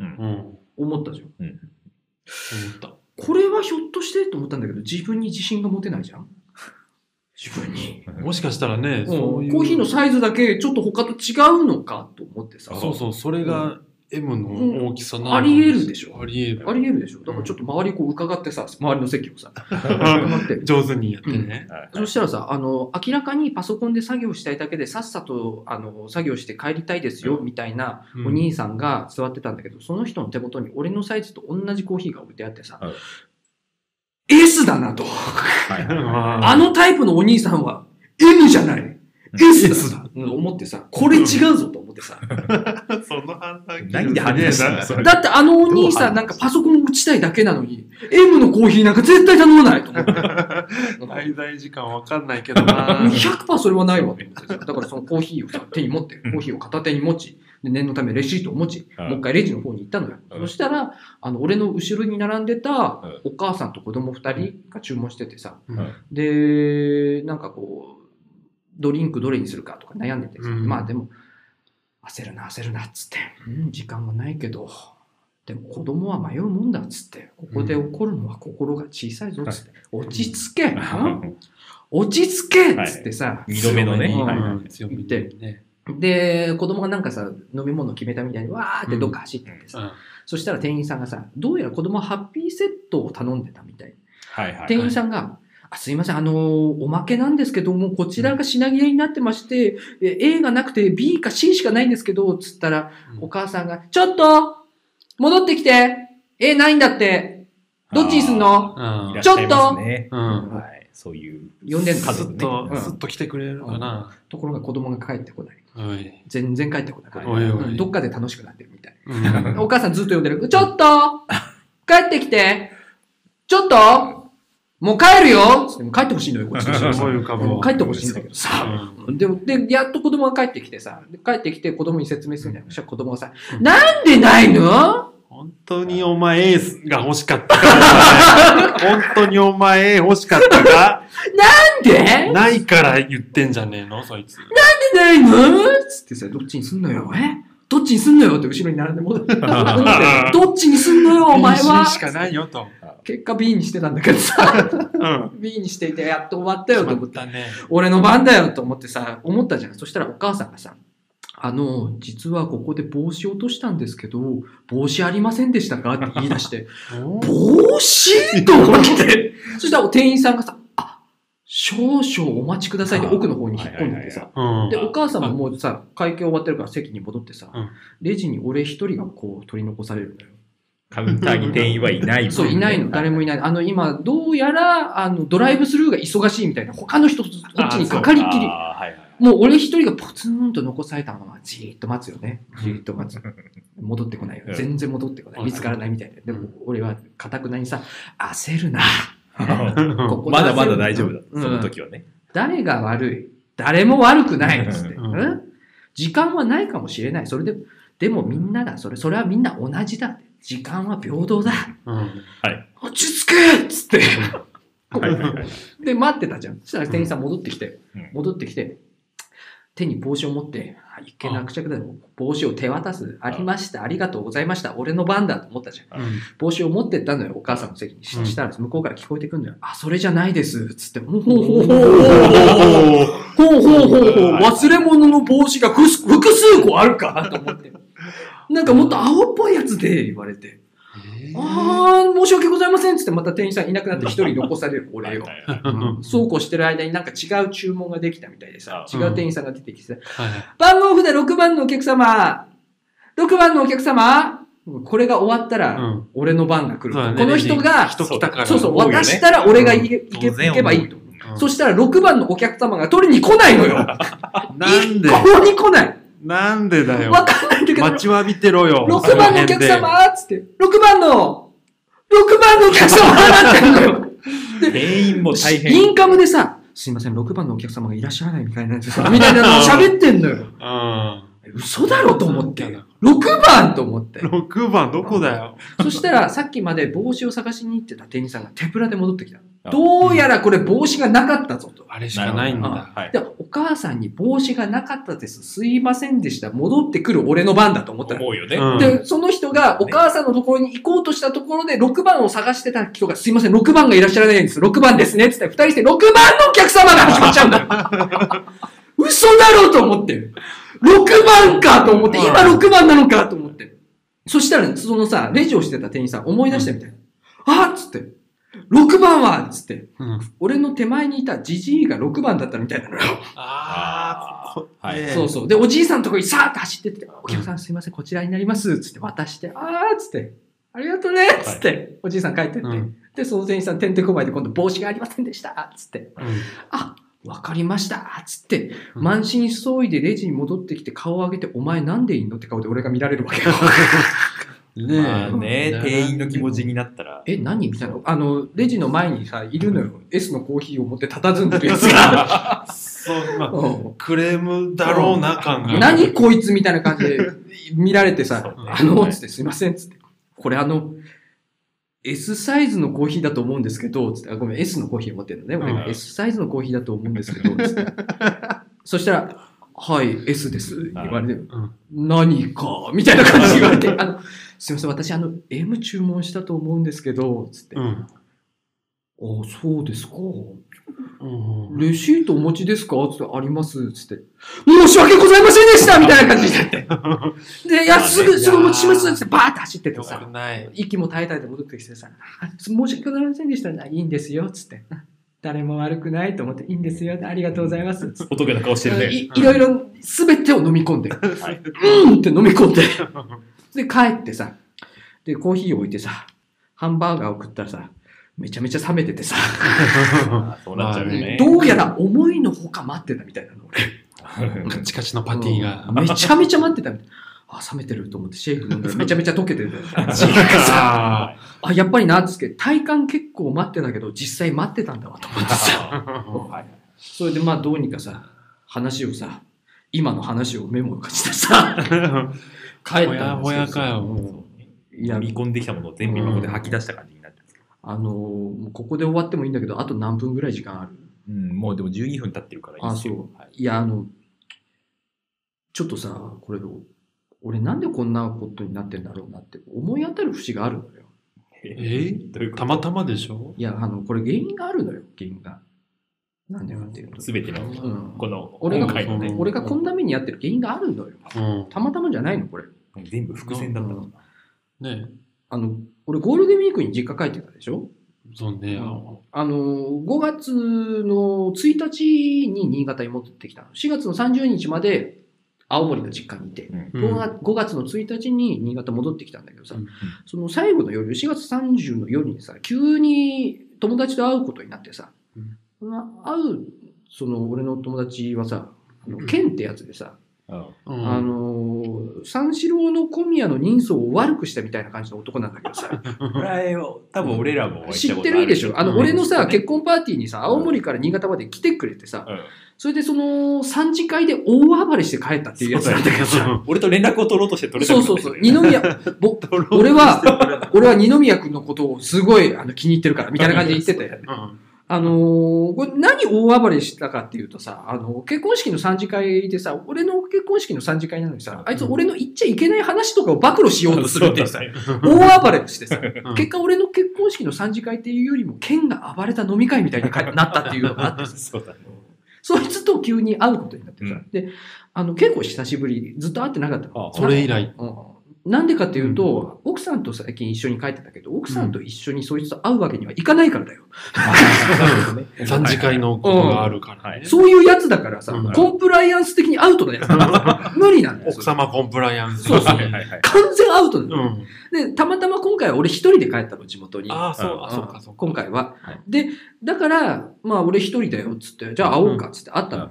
Speaker 3: うん思
Speaker 2: 思ったじゃん。
Speaker 3: った。
Speaker 2: これはひょっとしてと思ったんだけど、自分に自信が持てないじゃん。に。
Speaker 3: もしかしたらね、
Speaker 2: も
Speaker 3: そう
Speaker 2: う
Speaker 3: いう
Speaker 2: コーヒーのサイズだけちょっと他と違うのかと思ってさ。
Speaker 3: そうそう、それが M の大きさなの、
Speaker 2: うんあり得るでしょ
Speaker 3: あり得る。
Speaker 2: ありえるでしょ。だからちょっと周りこう伺ってさ、周りの席をさ、
Speaker 3: うん
Speaker 2: 伺って。
Speaker 3: 上手にやってね。
Speaker 1: はい
Speaker 2: そしたらさ、あの、明らかにパソコンで作業したいだけで、さっさと、あの、作業して帰りたいですよ、みたいな
Speaker 3: うん
Speaker 2: お兄さんが座ってたんだけど、その人の手元に俺のサイズと同じコーヒーが置いてあってさ、
Speaker 1: はい
Speaker 2: S だなと。
Speaker 1: はいはい
Speaker 3: まあ
Speaker 2: あのタイプのお兄さんは M じゃない。S だと思ってさ、これ違うぞと思ってさ。
Speaker 3: その判断
Speaker 1: 何で話したのそれ
Speaker 2: だってあのお兄さんなんかパソコン打ちたいだけなのに、M のコーヒーなんか絶対頼まないと思って。
Speaker 3: 滞在時間わかんないけど な。
Speaker 2: 100%それはないわと思ってさだからそのコーヒーをさ手に持って、コーヒーを片手に持ち、で念のためレシートを持ち、
Speaker 1: うん
Speaker 2: もう一回レジの方に行ったのよ。
Speaker 1: うん
Speaker 2: そしたら、あの、俺の後ろに並んでた
Speaker 1: ん
Speaker 2: お母さんと子供二人が注文しててさ、
Speaker 3: うん
Speaker 2: で、なんかこう、ドリンクどれにするかとか悩んでてさ、
Speaker 3: うん
Speaker 2: まあでも、焦るな焦るなっつって、うん、時間がないけど、でも子供は迷うもんだっつって、ここで怒るのは心が小さいぞっつって、落ち着け、うん落ち着けっつってさ、
Speaker 1: 二度目のね
Speaker 2: うん
Speaker 1: はいはい
Speaker 3: 強みね。
Speaker 2: で、子供がなんかさ、飲み物決めたみたいにわーってどっか走ってってさ、そしたら店員さんがさ、どうやら子供はハッピーセットを頼んでたみたい。
Speaker 1: はいはい
Speaker 2: 店員さんが、あすいません、あのーおまけなんですけども、こちらが品切れになってまして、え A がなくて B か C しかないんですけど、つったら、
Speaker 3: うん
Speaker 2: お母さんが、ちょっと戻ってきて !A ないんだってどっちにすんの
Speaker 3: うん
Speaker 1: いらっしゃいますね
Speaker 3: うん。
Speaker 1: はい、そういう。
Speaker 2: 呼んでんの
Speaker 1: 家
Speaker 3: ず
Speaker 1: 族
Speaker 3: っ
Speaker 1: ね
Speaker 3: と
Speaker 2: う、ん
Speaker 3: ずっと来てくれるのかな。
Speaker 2: ところが子供が帰ってこない。
Speaker 3: おい。
Speaker 2: 全然帰ってこな。
Speaker 1: はいい
Speaker 3: おいお
Speaker 2: うん
Speaker 3: い。
Speaker 2: どっかで楽しくなってるみたい。
Speaker 3: うん
Speaker 2: お母さんずっと呼んでる。ちょっと帰ってきてちょっともう帰るよつってもう帰ってほしいのよ、こっちとしては
Speaker 3: すごい浮かぶ
Speaker 2: もう
Speaker 3: わ。
Speaker 2: 帰ってほしいんだけどさ。で、で、やっと子供が帰ってきてさ、で帰ってきて子供に説明するんだよ。そしたら子供がさ、
Speaker 3: うん
Speaker 2: なんでないの
Speaker 3: 本当にお前 A が欲しかったからね 本当にお前 A 欲しかったか
Speaker 2: なんでなんで
Speaker 3: ないから言ってんじゃねえのそいつ。
Speaker 2: ないのつってさ、どっちにすんのよ、えどっちにすんのよって後ろに並んで 戻って、どっちにすんのよ、 お 前
Speaker 3: BC しか
Speaker 2: は。
Speaker 3: ないよと。
Speaker 2: 結果 B にしてたんだけどさ、
Speaker 3: うん。
Speaker 2: B にしていてやっと終わったよと思って。
Speaker 3: ね。
Speaker 2: 俺の番だよと思ってさ、思ったじゃん。そしたらお母さんがさ、あの、実はここで帽子落としたんですけど、帽子ありませんでしたかって言い出して、帽子と思って。そしたら店員さんがさ、あ、少々お待ちくださいって奥の方に引っ込んでてさ、
Speaker 3: うん
Speaker 2: で、お母さんももうさ、会計終わってるから席に戻ってさ、
Speaker 3: うん
Speaker 2: レジに俺一人がこう取り残されるんだよ。
Speaker 1: カウンターに店員はいないもんね
Speaker 2: そう、いないの、誰もいない。あの、今、どうやら、あの、ドライブスルーが忙しいみたいな、他の人、こっちにかかりっきり。
Speaker 1: あーはいはい
Speaker 2: もう俺一人がポツンと残されたままじーっと待つよね。じーっと待つ。戻ってこないよ
Speaker 1: う。ん
Speaker 2: 全然戻ってこない。
Speaker 3: うん
Speaker 2: 見つからないみたいで。でも俺はかたくなにさ、焦るな。
Speaker 3: うん
Speaker 2: ここで焦る
Speaker 1: ま
Speaker 2: な
Speaker 1: だまだ大丈夫だ、その
Speaker 2: うん
Speaker 1: 時はね。
Speaker 2: 誰が悪い誰も悪くないっつって。
Speaker 3: うん
Speaker 2: うん時間はないかもしれない。それで、でもみんなだ。それ、それはみんな同じだ。時間は平等だ。
Speaker 3: うん
Speaker 2: 落ち着けっつって。
Speaker 1: はいはいはい
Speaker 2: で、待ってたじゃん。そしたら店員さん戻ってきて、
Speaker 1: うん
Speaker 2: 戻ってきて、手に帽子を持って、あいけなくちゃくだよ。帽子を手渡す。ありました。ありがとうございました。俺の番だと思ったじゃん。帽子を持ってったのよ、お母さんの席に。し
Speaker 3: うん
Speaker 2: したら向こうから聞こえてくるのよ。あ、それじゃないです。つって、ほうほうほうほうほうほうほうほうほう忘れ物の帽子が複数複数個あるかと思って。なんかもっと青っぽいやつで、言われて。ああ、申し訳ございません。つって、また店員さんいなくなって一人残される俺を
Speaker 1: は。いはいはい
Speaker 3: うん
Speaker 2: そうこうしてる間になんか違う注文ができたみたいでさ、違
Speaker 3: うん
Speaker 2: う店員さんが出てきてさ、
Speaker 3: はい
Speaker 2: 番号札6番のお客様 !6 番のお客様これが終わった
Speaker 3: う
Speaker 2: ら
Speaker 3: ん、
Speaker 2: 俺の番が来る。
Speaker 3: そうだね
Speaker 2: この人が、
Speaker 3: 人来たから。
Speaker 2: そうそう、
Speaker 1: 多いよね
Speaker 2: 渡したら俺がいけ,いけ、
Speaker 1: 当然
Speaker 2: いけばいいと。
Speaker 3: うん
Speaker 2: そしたら6番のお客様が取りに来ないのよ
Speaker 3: なんで
Speaker 2: ここに来ない
Speaker 3: なんでだよ。
Speaker 2: わかんないんだけど、
Speaker 3: 待ちわびてろよ。
Speaker 2: 6番のお客様つって、6番の、6番のお客様なってんのよ
Speaker 1: 店員も大
Speaker 2: イ
Speaker 1: 変。
Speaker 2: ンカムでさ、すいません、6番のお客様がいらっしゃらないみたいなんですよみたいなのを喋ってんのよ。
Speaker 3: う
Speaker 2: 嘘だろと思って
Speaker 3: なんだ。
Speaker 2: 6番と思って。
Speaker 3: ん。6番どこだよ。
Speaker 2: そしたら、さっきまで帽子を探しに行ってた店員さんが手ぶらで戻ってきた
Speaker 1: あ。
Speaker 2: どうやらこれ帽子がなかったぞと。
Speaker 3: あれしかないん
Speaker 2: なる
Speaker 3: だ。
Speaker 1: はい
Speaker 2: で、お母さんに帽子がなかったです。すいませんでした。戻ってくる俺の番だと思ったの
Speaker 1: 思うよね。
Speaker 3: うん
Speaker 2: で、その人がお母さんのところに行こうとしたところで、6番を探してた人が、すいません、6番がいらっしゃらないんです。6番ですね。つって、2人して、6番のお客様が始まっちゃうんだ。 ソだろうと思って。6番かと思って、今6番なのかと思って。そしたら、そのさ、レジをしてた店員さん思い出したみたいな。あっつって。6番はっつって。
Speaker 3: うん
Speaker 2: 俺の手前にいたじじいが6番だったみたいなのよ。
Speaker 3: あーここ
Speaker 1: はい
Speaker 3: ねえ
Speaker 2: そうそう。で、おじいさんのとこにさーっと走ってって、お客さんすいません、こちらになります。つって渡して、あーっつって、ありがとうねっつって、おじいさん帰ってって。
Speaker 3: うん
Speaker 2: で、その店員さん、てんてこまいで今度帽子がありませんでした。つって、
Speaker 3: うん
Speaker 2: あわかりました。つって、
Speaker 3: うん
Speaker 2: 満身創痍でレジに戻ってきて顔を上げて、お前なんでいんのって顔で俺が見られるわけ よ。
Speaker 3: ねえ
Speaker 1: まあね、店員の気持ちになったら。
Speaker 2: え、何みたいな。あの、レジの前にさ、いるのよ。S のコーヒーを持って佇んでるやつ が。
Speaker 3: そう、まあ、
Speaker 2: うん
Speaker 3: クレームだろうな感が。
Speaker 2: 何こいつみたいな感じで見られてさ、
Speaker 1: そうね
Speaker 2: あの、つって、すいません、つって。これあの、S サイズのコーヒーだと思うんですけど、つって、あごめん、S のコーヒー持ってるのね、俺が
Speaker 1: うん
Speaker 2: S サイズのコーヒーだと思うんですけど、つって。そしたら、はい、S です、言われて、
Speaker 3: ん
Speaker 2: 何か、みたいな感じで言われて、あの、すいません、私、あの、M 注文したと思うんですけど、つって、
Speaker 3: う
Speaker 2: あ、
Speaker 3: ん。
Speaker 2: そうですか。
Speaker 3: うん
Speaker 2: レシートお持ちですかつって、あります。つって、申し訳ございませんでしたみたいな感じにな って。で、いや、すぐ、すぐお持ちしますっつって、バーって走ってって
Speaker 3: よく
Speaker 2: さ、
Speaker 3: ない。
Speaker 2: 息も耐え耐えて戻ってきてさ、あ申し訳ございませんでした。いいんですよ。つって、誰も悪くないと思って、いいんですよ。ありがとうございます。つって
Speaker 1: お得な顔してるね。
Speaker 2: いいろいろ、すべてを飲み込んで、
Speaker 1: はい
Speaker 2: うんって飲み込んで、で、帰ってさ、で、コーヒーを置いてさ、ハンバーガーを食ったらさ、めちゃめちゃ冷めててさ、
Speaker 1: あそうなっちゃうよね。
Speaker 2: どうやら思いのほか待ってたみたいなの、俺。
Speaker 3: カチカチのパティが。
Speaker 2: うんめちゃめちゃ待ってたみたいあ、冷めてると思って、シェイク飲んだらめちゃめちゃ溶け てて。
Speaker 3: あ
Speaker 2: あ、やっぱりな、っつって、体感結構待ってたけど、実際待ってたんだわ、と思ってさ。
Speaker 3: ー
Speaker 1: はい
Speaker 2: それでまあ、どうにかさ、話をさ、今の話をメモをしてさ、帰ったんですけど
Speaker 3: ほやほやかよ、も
Speaker 2: いや
Speaker 1: 飲、み込んできたものを全部今ここで吐き出した感じになってますけど
Speaker 2: あのーもうここで終わってもいいんだけど、あと何分ぐらい時間ある
Speaker 1: うん、もうでも12分経ってるからいいですよ。はい
Speaker 2: いや、あの、ちょっとさ、これ、俺なんでこんなことになってんだろうなって思い当たる節があるのよ。
Speaker 3: う。え
Speaker 1: どういうこ
Speaker 3: た
Speaker 1: と
Speaker 3: またまでしょ
Speaker 2: いや、あの、これ原因があるのよ、原因が。なんでかっていうと。
Speaker 1: すべての、
Speaker 2: うん
Speaker 1: この、
Speaker 2: 俺が
Speaker 1: 今回のね、
Speaker 2: 俺がこんな目にやってる原因があるのよ。
Speaker 3: うん。
Speaker 2: たまたまじゃないの、これ。
Speaker 1: 全部伏線だったもんな。
Speaker 3: ね
Speaker 2: あの、俺ゴールデンウィークに実家帰ってたでしょ
Speaker 3: そうね。
Speaker 2: あの、5月の1日に新潟に戻ってきたの。4月の30日まで青森の実家にいて。
Speaker 1: うん
Speaker 3: うん
Speaker 2: 5月 ,5 月の1日に新潟戻ってきたんだけどさ、
Speaker 3: うん
Speaker 2: その最後の夜、4月30の夜にさ、急に友達と会うことになってさ、
Speaker 3: うん
Speaker 2: その会う、その俺の友達はさ、あの
Speaker 3: うん
Speaker 2: ケンってやつで
Speaker 1: う
Speaker 2: さ、
Speaker 1: ん
Speaker 3: うん
Speaker 2: あのー三四郎の小宮の人相を悪くしたみたいな感じの男なんだけどさ、
Speaker 1: これは多分俺らも
Speaker 2: 知ってるでしょ。あの、
Speaker 3: うん
Speaker 2: 俺のさ、
Speaker 1: 結
Speaker 2: 結婚パーティーにさ、青森から新潟まで来てくれてさ、
Speaker 1: 構
Speaker 2: それでその3次会で大暴れして帰ったっていうやつなんだけどさ、
Speaker 1: 俺と連絡を取ろうとして取れなく
Speaker 2: そう
Speaker 1: なっ
Speaker 2: そ
Speaker 1: たよ
Speaker 2: うそう
Speaker 1: ね。。
Speaker 2: 二宮、 ぼ俺は、俺は二宮君のことをすごいあの気に入ってるから、みたいな感じで言ってて。あのーこれ何大暴れしたかっていうとさ、あの、結婚式の三次会でさ、俺の結婚式の三次会なのにさ、あいつ俺の言っちゃいけない話とかを暴露しようとするっていうさ、大暴れしてさ、結果俺の結婚式の三次会っていうよりも、剣が暴れた飲み会みたいになったっていうのがあ ってさ、
Speaker 1: そうだね。
Speaker 2: そいつと急に会うことになってさ、
Speaker 1: うん
Speaker 2: で、あの、結構久しぶり、ずっと会ってなかったの
Speaker 1: ああ
Speaker 3: それ以来。
Speaker 2: うんなんでかっていうと、奥さんと最近一緒に帰ってたけど、奥さんと一緒にそいつと会うわけにはいかないからだよ。
Speaker 3: 三次会のことがあるから。
Speaker 1: はい。
Speaker 2: そういうやつだからさ、
Speaker 3: うん
Speaker 2: コンプライアンス的にアウト なやつなんだよ無理なんだよ。
Speaker 3: 奥様コンプライアンス。
Speaker 2: そうそう
Speaker 1: はいはいはい。
Speaker 2: 完全アウトな
Speaker 3: う
Speaker 2: の、
Speaker 3: ん。
Speaker 2: で、たまたま今回は俺一人で帰ったの、地元に。
Speaker 3: ああ、そう、
Speaker 1: うん
Speaker 3: あ、そうか、そうか。
Speaker 2: 今回は、
Speaker 1: はい
Speaker 2: で、だから、まあ俺一人だよ、つって、じゃあ会おうか、つって会ったの。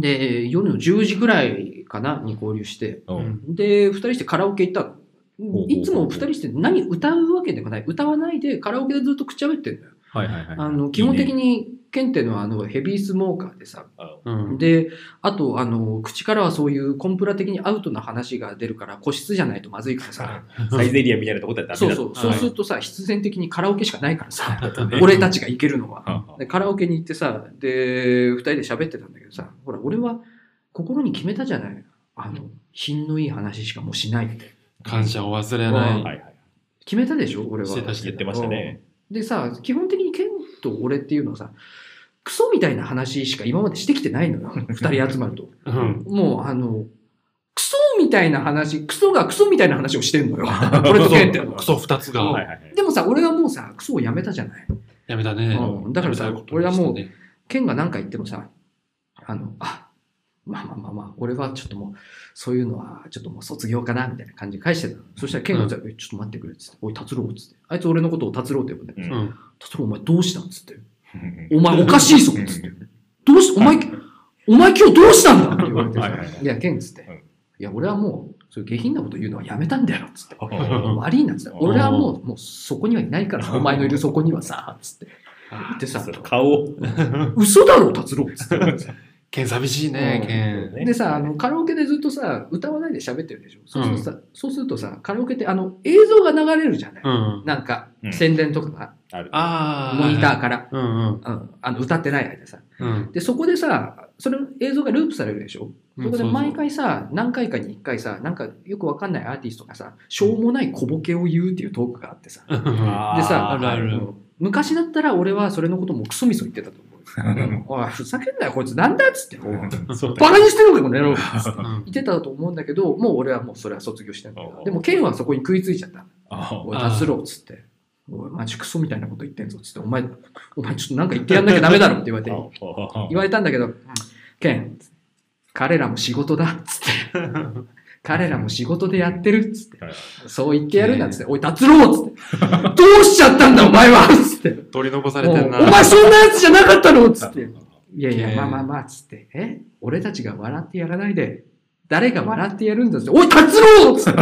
Speaker 2: で、夜の10時ぐらいかな、に合流して。
Speaker 1: う
Speaker 3: うんん。
Speaker 2: で、二人してカラオケ行ったの
Speaker 1: ほうほう。
Speaker 2: いつも二人して何歌うわけでもない。歌わないでカラオケでずっと口喋ってんだよ。
Speaker 1: はいはいはい。
Speaker 2: あの、基本的
Speaker 1: に。
Speaker 2: に、ケンっていうのはあのヘビースモーカーでさ。
Speaker 3: うん。
Speaker 2: で、あと、あの、口からはそういうコンプラ的にアウトな話が出るから、個室じゃないとまずいからさ。
Speaker 1: サイゼリアみたいなとこだったらダ
Speaker 2: そ
Speaker 1: メ
Speaker 2: う
Speaker 1: だ
Speaker 2: そ
Speaker 1: と。
Speaker 2: う。そうするとさ、必然的にカラオケしかないからさ。
Speaker 1: ね
Speaker 2: 俺たちが行けるのは。
Speaker 1: は
Speaker 2: でカラオケに行ってさ、で、二人で喋ってたんだけどさ、ほら、俺は心に決めたじゃない。あの、品のいい話しかもうしないって。
Speaker 3: 感謝を忘れ
Speaker 1: あ
Speaker 3: な
Speaker 1: はい
Speaker 3: い。
Speaker 1: はい。
Speaker 2: 決めたでしょ俺は
Speaker 3: してたし
Speaker 1: 言ってましたね。
Speaker 2: でさ基本的にケンと俺っていうのはさクソみたいな話しか今までしてきてないのよ。二人集まると。
Speaker 3: うん。
Speaker 2: もう、あの、クソみたいな話、クソがクソみたいな話をしてんのよ。俺とケンって。
Speaker 3: クソ二つ
Speaker 1: はい
Speaker 3: が
Speaker 1: はいはい
Speaker 2: でもさ、俺はもうさ、クソをやめたじゃない。
Speaker 3: やめたね。
Speaker 2: うんだからさ
Speaker 3: やめたことにしたね
Speaker 2: ケンが何か言ってもさ、あの、あ、まあまあまあまあ、俺はちょっともう、そういうのは、ちょっともう卒業かな、みたいな感じで返してたの。そしたらケンがさ、えちょっと待ってくれ、つって。おい、達郎、つって。あいつ俺のことを達郎って呼ぶんだけど
Speaker 1: う
Speaker 2: さ、
Speaker 3: うん。
Speaker 2: 達郎お前どうしたんつって。
Speaker 1: うん
Speaker 2: お前おかしいぞ、つって。どうし、お前、
Speaker 1: はい
Speaker 2: お前今日どうしたんだって言われてさ
Speaker 1: はいはいはい
Speaker 2: いや、ケンっつって、
Speaker 1: うん
Speaker 2: いや、俺はもう、そういう下品なこと言うのはやめたんだよ、つって。
Speaker 1: うん
Speaker 2: 悪いな、つって。
Speaker 1: うん
Speaker 2: 俺はもう、もうそこにはいないから、お前のいるそこにはさ、つって。でさ、
Speaker 1: 顔を
Speaker 2: 嘘だろ、達郎、つ って。
Speaker 3: ケン寂しいね
Speaker 2: う、ん
Speaker 3: ケン。
Speaker 1: ね
Speaker 2: でさ、あの、カラオケでずっとさ、歌わないで喋ってるでしょ。そうするとさ、そうするとさ、カラオケって、あの、映像が流れるじゃない。
Speaker 3: うん。
Speaker 2: なんか
Speaker 1: う、ん
Speaker 2: 宣伝とかが、
Speaker 1: ある
Speaker 3: あ
Speaker 2: モニター
Speaker 3: か。
Speaker 2: から、
Speaker 3: うんう
Speaker 2: う
Speaker 3: ん
Speaker 2: ん、あの歌ってない間さ。
Speaker 3: うん。
Speaker 2: で、そこでさ、それ映像がループされるでしょ、
Speaker 3: うん
Speaker 2: そこで
Speaker 3: そうそう
Speaker 2: 毎回さ、何回かに1回さ、なんかよくわかんないアーティストがさ、しょうもない小ボケを言うっていうトークがあってさ。
Speaker 3: うん
Speaker 2: でさ、
Speaker 1: あ
Speaker 3: るある
Speaker 2: の昔だったら俺はそれのこともクソみそ言ってたと思う。
Speaker 1: うん
Speaker 2: おい、ふざけんなよ、こいつなんだっつって。おい
Speaker 1: そうだ
Speaker 2: バカにしてるのか、この野郎。
Speaker 3: うん
Speaker 2: 言ってたと思うんだけど、もう俺はもうそれは卒業してんだ
Speaker 1: おう
Speaker 2: でも、ケンはそこに食いついちゃった。
Speaker 1: あ
Speaker 2: おい、達郎っつって。おい、マジクソみたいなこと言ってんぞっつって。お前、お前ちょっとなんか言ってやんなきゃダメだろって言われて。言われたんだけど、ケン、彼らも仕事だっつって、 彼らも仕事でやってるっつって、そう言ってやるんだっつって、おい、達郎っつ って、どうしちゃったんだお前はっつって、
Speaker 3: 取り残され
Speaker 2: も
Speaker 3: て
Speaker 2: うん
Speaker 3: な。
Speaker 2: お前そんなやつじゃなかったのっつって、
Speaker 1: う
Speaker 2: いやい
Speaker 3: ね
Speaker 2: や、
Speaker 3: え
Speaker 2: まあまあまあっつって、え俺たちが笑ってやらないで、誰が笑ってやるんだっつって、おい、達郎っ つって、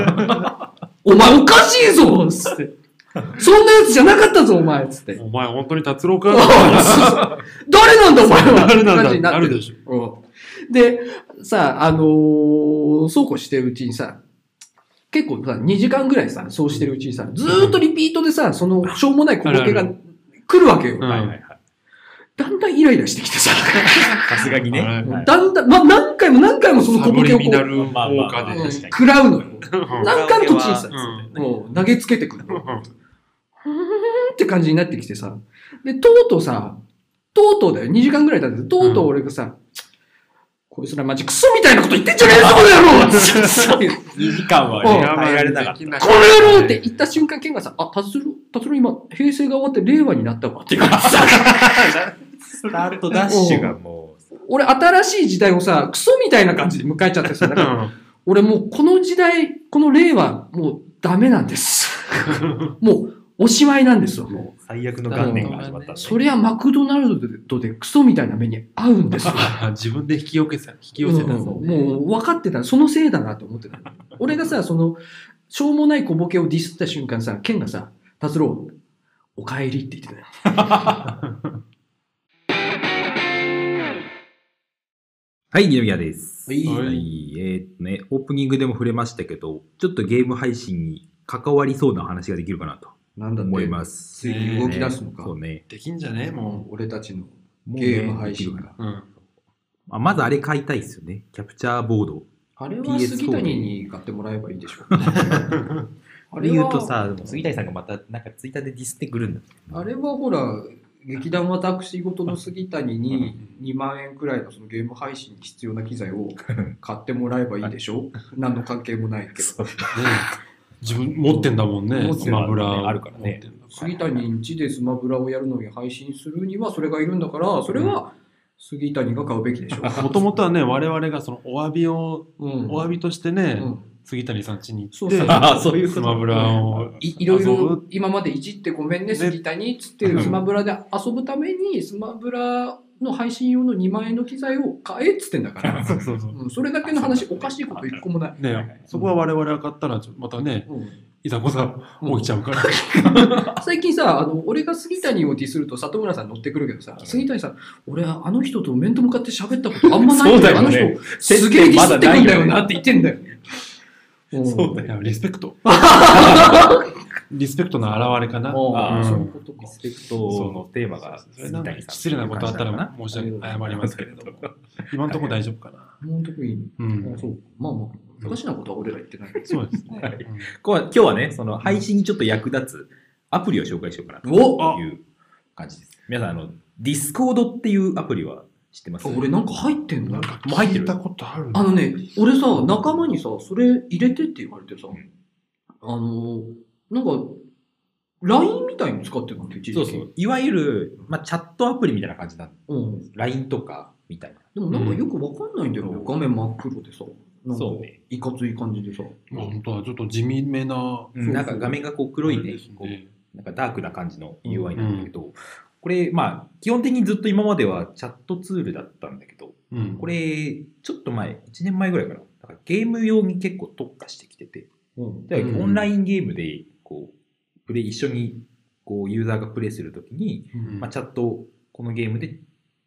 Speaker 2: お前おかしいぞっつって、そんなやつじゃなかったぞお前っつって、
Speaker 3: お前本当に達郎か
Speaker 2: 誰なんだお前は
Speaker 3: 誰
Speaker 2: って感じ
Speaker 3: なん
Speaker 2: に
Speaker 3: だ
Speaker 2: な
Speaker 3: あ
Speaker 2: って
Speaker 3: る
Speaker 2: る
Speaker 3: でしょ。
Speaker 2: うんで、さ、あのーそうこうしてるうちにさ、結構さ、2時間ぐらいさ、そうしてるうちにさ、ずーっとリピートでさ、その、しょうもない小ボケが
Speaker 3: あるあ
Speaker 2: 来るわけよ。
Speaker 3: うん
Speaker 1: はいはいはい
Speaker 2: だんだんイライラしてきてさ、
Speaker 1: さすがにね。
Speaker 3: はい
Speaker 1: はい
Speaker 2: だんだん、ま、何回も何回もその
Speaker 3: サ
Speaker 2: 小
Speaker 3: ブ
Speaker 2: ボケ
Speaker 3: リ
Speaker 2: をこ
Speaker 3: ミ
Speaker 2: う、
Speaker 3: ナル効
Speaker 1: まあまあ
Speaker 3: 果
Speaker 1: まあ
Speaker 3: で。
Speaker 1: 確かに
Speaker 2: 食らうのよ。何回も途中にさ、
Speaker 3: うん
Speaker 2: もう投げつけてくる。ふーんって感じになってきてさ、で、とうとうさ、とうとうだよ、2時間ぐらい経って、とうとう俺がさ、こいつらマジクソみたいなこと言ってんじゃねえぞ、この野郎
Speaker 1: 2時間は
Speaker 2: うん
Speaker 1: ね耐えられなかった。
Speaker 2: この野郎って言った瞬間、ケンがさ、あ、達郎、達郎今、平成が終わって令和になったわって言われてさ、
Speaker 1: スタートダッシュがもう、
Speaker 2: 俺新しい時代をさ、クソみたいな感じで迎えちゃってさ、だから俺もうこの時代、この令和、もうダメなん です。もう、おしまいなんですよ、もう。
Speaker 1: 最悪の元年が始まったんで。
Speaker 2: そりゃマクドナルドでクソみたいな目に遭うんです よ。
Speaker 3: 自分で引き寄せた、引き寄せたぞ。
Speaker 2: うんもう分かってた。そのせいだなって思ってた。俺がさ、その、しょうもない小ボケをディスった瞬間さ、ケンがさ、達郎、おかえりって言ってたよ。
Speaker 1: はい、二宮です。
Speaker 2: はい
Speaker 1: はい。えーっとね、オープニングでも触れましたけど、ちょっとゲーム配信に関わりそうな話ができるかなと
Speaker 2: なんだ
Speaker 1: 思います。
Speaker 2: ついに動き出すのか
Speaker 1: ねそうね。
Speaker 3: できんじゃねえも
Speaker 2: 俺たちの
Speaker 1: もうね
Speaker 2: ゲーム配信が。
Speaker 3: う。うん。
Speaker 1: あまずあれ買いたいっすよね。キャプチャーボード。
Speaker 2: あれは
Speaker 1: PS4
Speaker 2: 杉谷に買ってもらえばいいでしょう。あ
Speaker 1: あ
Speaker 2: れ
Speaker 1: れ言うと
Speaker 2: は、
Speaker 1: さ、でも杉谷さんがまた、なんかツイッターでディスってくるんだ。
Speaker 2: あれはほら、劇団私事の杉谷に2万円くらいのそのゲーム配信に必要な機 材を買ってもらえばいいでしょ何の関係もないけど。
Speaker 1: そう
Speaker 3: 自分持ってんだもんね。
Speaker 2: 持って
Speaker 3: ス
Speaker 2: んだ
Speaker 3: マブラ。
Speaker 1: あるからね
Speaker 3: 持ってんだから
Speaker 2: 杉谷んちでスマブラをやるのに配信するにはそれがいるんだから、それは杉谷が買うべきでし ょ。
Speaker 3: もともとはね、我々がそのお詫びを、
Speaker 2: うん
Speaker 3: お詫びとしてね
Speaker 2: う、ん
Speaker 3: 杉谷さん家に行
Speaker 2: そ
Speaker 3: っ
Speaker 2: うそう
Speaker 3: て、
Speaker 1: あそういうこと
Speaker 3: スマブラを。
Speaker 2: いいろい
Speaker 3: 遊
Speaker 2: ろ
Speaker 3: ぶ
Speaker 2: 今までいじってごめんね、
Speaker 3: ね
Speaker 2: 杉谷っつってスマブラで遊ぶためにスマブラの配信用の2万円の機材を買えっつってんだ から、
Speaker 3: そうそうそう。
Speaker 2: うんそれだけの話おかしいこと一個もない。
Speaker 3: ね、そこは我々が買ったら、ちょまたね、
Speaker 2: うん
Speaker 3: いざこざ起きちゃうから。
Speaker 2: 最近さあの俺が杉谷をディスると里村さん乗ってくるけどさ、
Speaker 1: うん
Speaker 2: 杉谷さん俺あの人と面と向かって喋ったことあんまないんだよ
Speaker 1: そうだよね
Speaker 2: あの人すげえディスってくんだよなって言ってんだよ、うん
Speaker 1: そうだ
Speaker 3: い
Speaker 1: よ。
Speaker 3: やリスペク ト。リスペクトの表れかな。
Speaker 2: あ
Speaker 3: う
Speaker 2: あ
Speaker 3: ん
Speaker 2: そういうことか
Speaker 1: リスペクトのテーマが
Speaker 3: それなんか失礼なことあったら申し訳ない謝りますけれ ども。今のところ大丈夫かな。
Speaker 2: 本当にいい、
Speaker 3: う
Speaker 2: あ
Speaker 3: ん。
Speaker 2: そうまあまあおかしなことは俺ら言ってない
Speaker 3: そうですね。
Speaker 1: はいこう今日はね、その配信にちょっと役立つアプリを紹介しようかな
Speaker 2: お
Speaker 1: という感じです。皆さん、あの、ディスコードっていうアプリは知ってます
Speaker 2: 俺なんか入ってんの
Speaker 3: なんか
Speaker 1: もう入って
Speaker 3: 聞
Speaker 1: る
Speaker 3: いたことある
Speaker 2: あのね、俺さ、仲間にさ、それ入れてって言われてさ、
Speaker 1: うん
Speaker 2: あの、なんか、LINE みたいに使ってたんだよ、一時期
Speaker 1: そうそう。いわゆる、まあ、チャットアプリみたいな感じなの。
Speaker 2: うん。
Speaker 1: LINE とかみたいな。
Speaker 2: でもなんかよくわかんないんだよね、
Speaker 1: うん
Speaker 2: 画面真っ黒でさ。なんか
Speaker 1: そうね
Speaker 2: いかつい感じでさ。
Speaker 3: 本当はちょっと地味めな
Speaker 2: そう
Speaker 1: なんか画面がこう黒い
Speaker 3: あれ
Speaker 1: ね
Speaker 3: です、
Speaker 1: こうなんかダークな感じの UI
Speaker 2: うん
Speaker 1: なんだけど、これ、まあ、基本的にずっと今まではチャットツールだったんだけど、
Speaker 3: うん
Speaker 1: これ、ちょっと前、1年前ぐらいかな。だからゲーム用に結構特化してきてて、
Speaker 2: うん。
Speaker 1: 例えば
Speaker 3: うん
Speaker 1: オンラインゲームで、こう、プレイ、一緒に、こう、ユーザーがプレイするときに、
Speaker 3: うん
Speaker 1: まあ、チャット、このゲームで、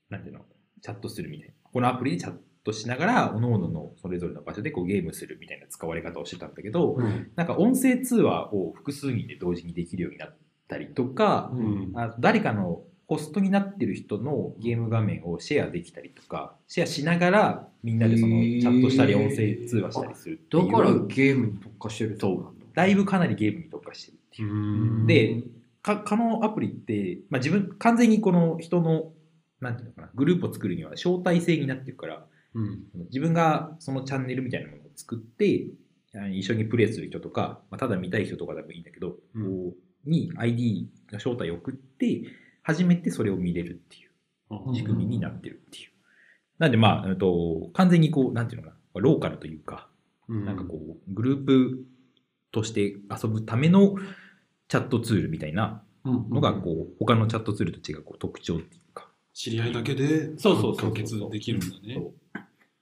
Speaker 1: なんていうの、チャットするみたいな。このアプリでチャットしながら、各々のそれぞれの場所でこうゲームするみたいな使われ方をしてたんだけど、
Speaker 3: うん
Speaker 1: なんか音声通話を複数人で同時にできるようになったりとか、
Speaker 3: うん
Speaker 1: あと誰かのホストになってる人のゲーム画面をシェアできたりとか、シェアしながらみんなでその
Speaker 2: へ
Speaker 1: チ
Speaker 2: ー
Speaker 1: ャットしたり音声通話したりするってい
Speaker 2: だ
Speaker 1: う。
Speaker 2: からゲームに特化してるってことなんだ。
Speaker 1: だいぶかなりゲームに特化してるっていう。
Speaker 3: うん
Speaker 1: で、か、このアプリって、まあ、自分、完全にこの人の、なんていうのかな、グループを作るには招待制になってるから、
Speaker 3: うん
Speaker 1: 自分がそのチャンネルみたいなものを作って、あ一緒にプレイする人とか、まあ、ただ見たい人とかでもいいんだけど、
Speaker 3: うん
Speaker 1: こうに ID の招待を送って、初めてそれを見れるっていう。
Speaker 2: うん
Speaker 1: 仕組みになってるっていう。なんでまあ、えっと、完全にこう、なんていうのかな、ローカルというか、
Speaker 3: うん
Speaker 1: なんかこう、グループとして遊ぶためのチャットツールみたいな
Speaker 2: うん
Speaker 1: のが、こう、他のチャットツールと違うこう特徴っていうか。
Speaker 3: 知り合いだけで
Speaker 1: そうそうそうそう
Speaker 3: 完結できるんだね。
Speaker 1: そう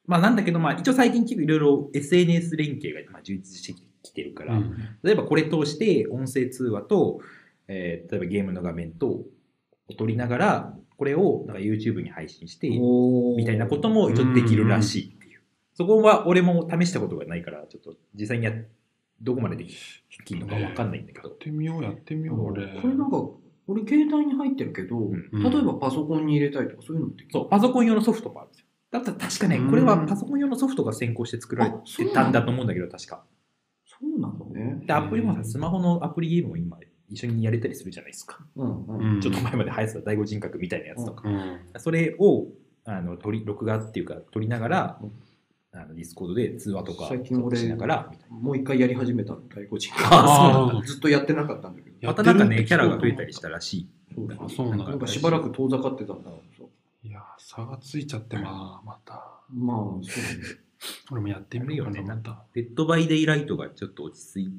Speaker 1: まあなんだけど、まあ一応最近結構いろいろ SNS 連携がまあ充実してきてるから、
Speaker 3: うん
Speaker 1: 例えばこれ通して音声通話と、えー例えばゲームの画面とを取りながら、これをなんか YouTube に配信して、みたいなことも一応できるらしいっていう。そこは俺も試したことがないから、ちょっと実際にやどこまでできるのかわかんないんだけ
Speaker 3: や
Speaker 1: ど。
Speaker 3: ってみようやってみよう
Speaker 2: こ
Speaker 3: 俺
Speaker 2: れなんか、俺携帯に入ってるけど、
Speaker 1: うん
Speaker 3: うん
Speaker 2: 例えばパソコンに入れたりとかそういうのもできる。
Speaker 1: そう、パソコン用のソフトもあるんですよ。だったら確かね
Speaker 3: う、ん
Speaker 1: これはパソコン用のソフトが先行して作られてたんだと思うんだけど、確か。
Speaker 2: そうなのね。
Speaker 1: で、アプリも
Speaker 3: う
Speaker 1: さ、
Speaker 3: ん
Speaker 1: スマホのアプリゲームも今、一緒にやれたりするじゃないですか。
Speaker 2: うんうん。
Speaker 3: うん
Speaker 1: ちょっと前まで流行ってた第五人格みたいなやつとか。
Speaker 3: うん
Speaker 1: それを、あの、撮り、録画っていうか、撮りながら
Speaker 2: うん、
Speaker 1: あのディスコードで通話とか
Speaker 2: 最近俺
Speaker 1: しながら、みたい
Speaker 2: もう一回やり始めたの、太鼓人
Speaker 1: あそう
Speaker 3: なん だ
Speaker 2: ずっとやってなかったんだけど。
Speaker 1: な。またなんかね、キャラが増えたりしたらしい。
Speaker 2: そう
Speaker 3: あそうなんだ
Speaker 2: なんかしばらく遠ざかってたんだろう。
Speaker 3: いや差がついちゃってまあまた
Speaker 2: まあ、そう
Speaker 3: 俺もやってみようかなまた
Speaker 1: デッドバイデイライトがちょっと落ち着い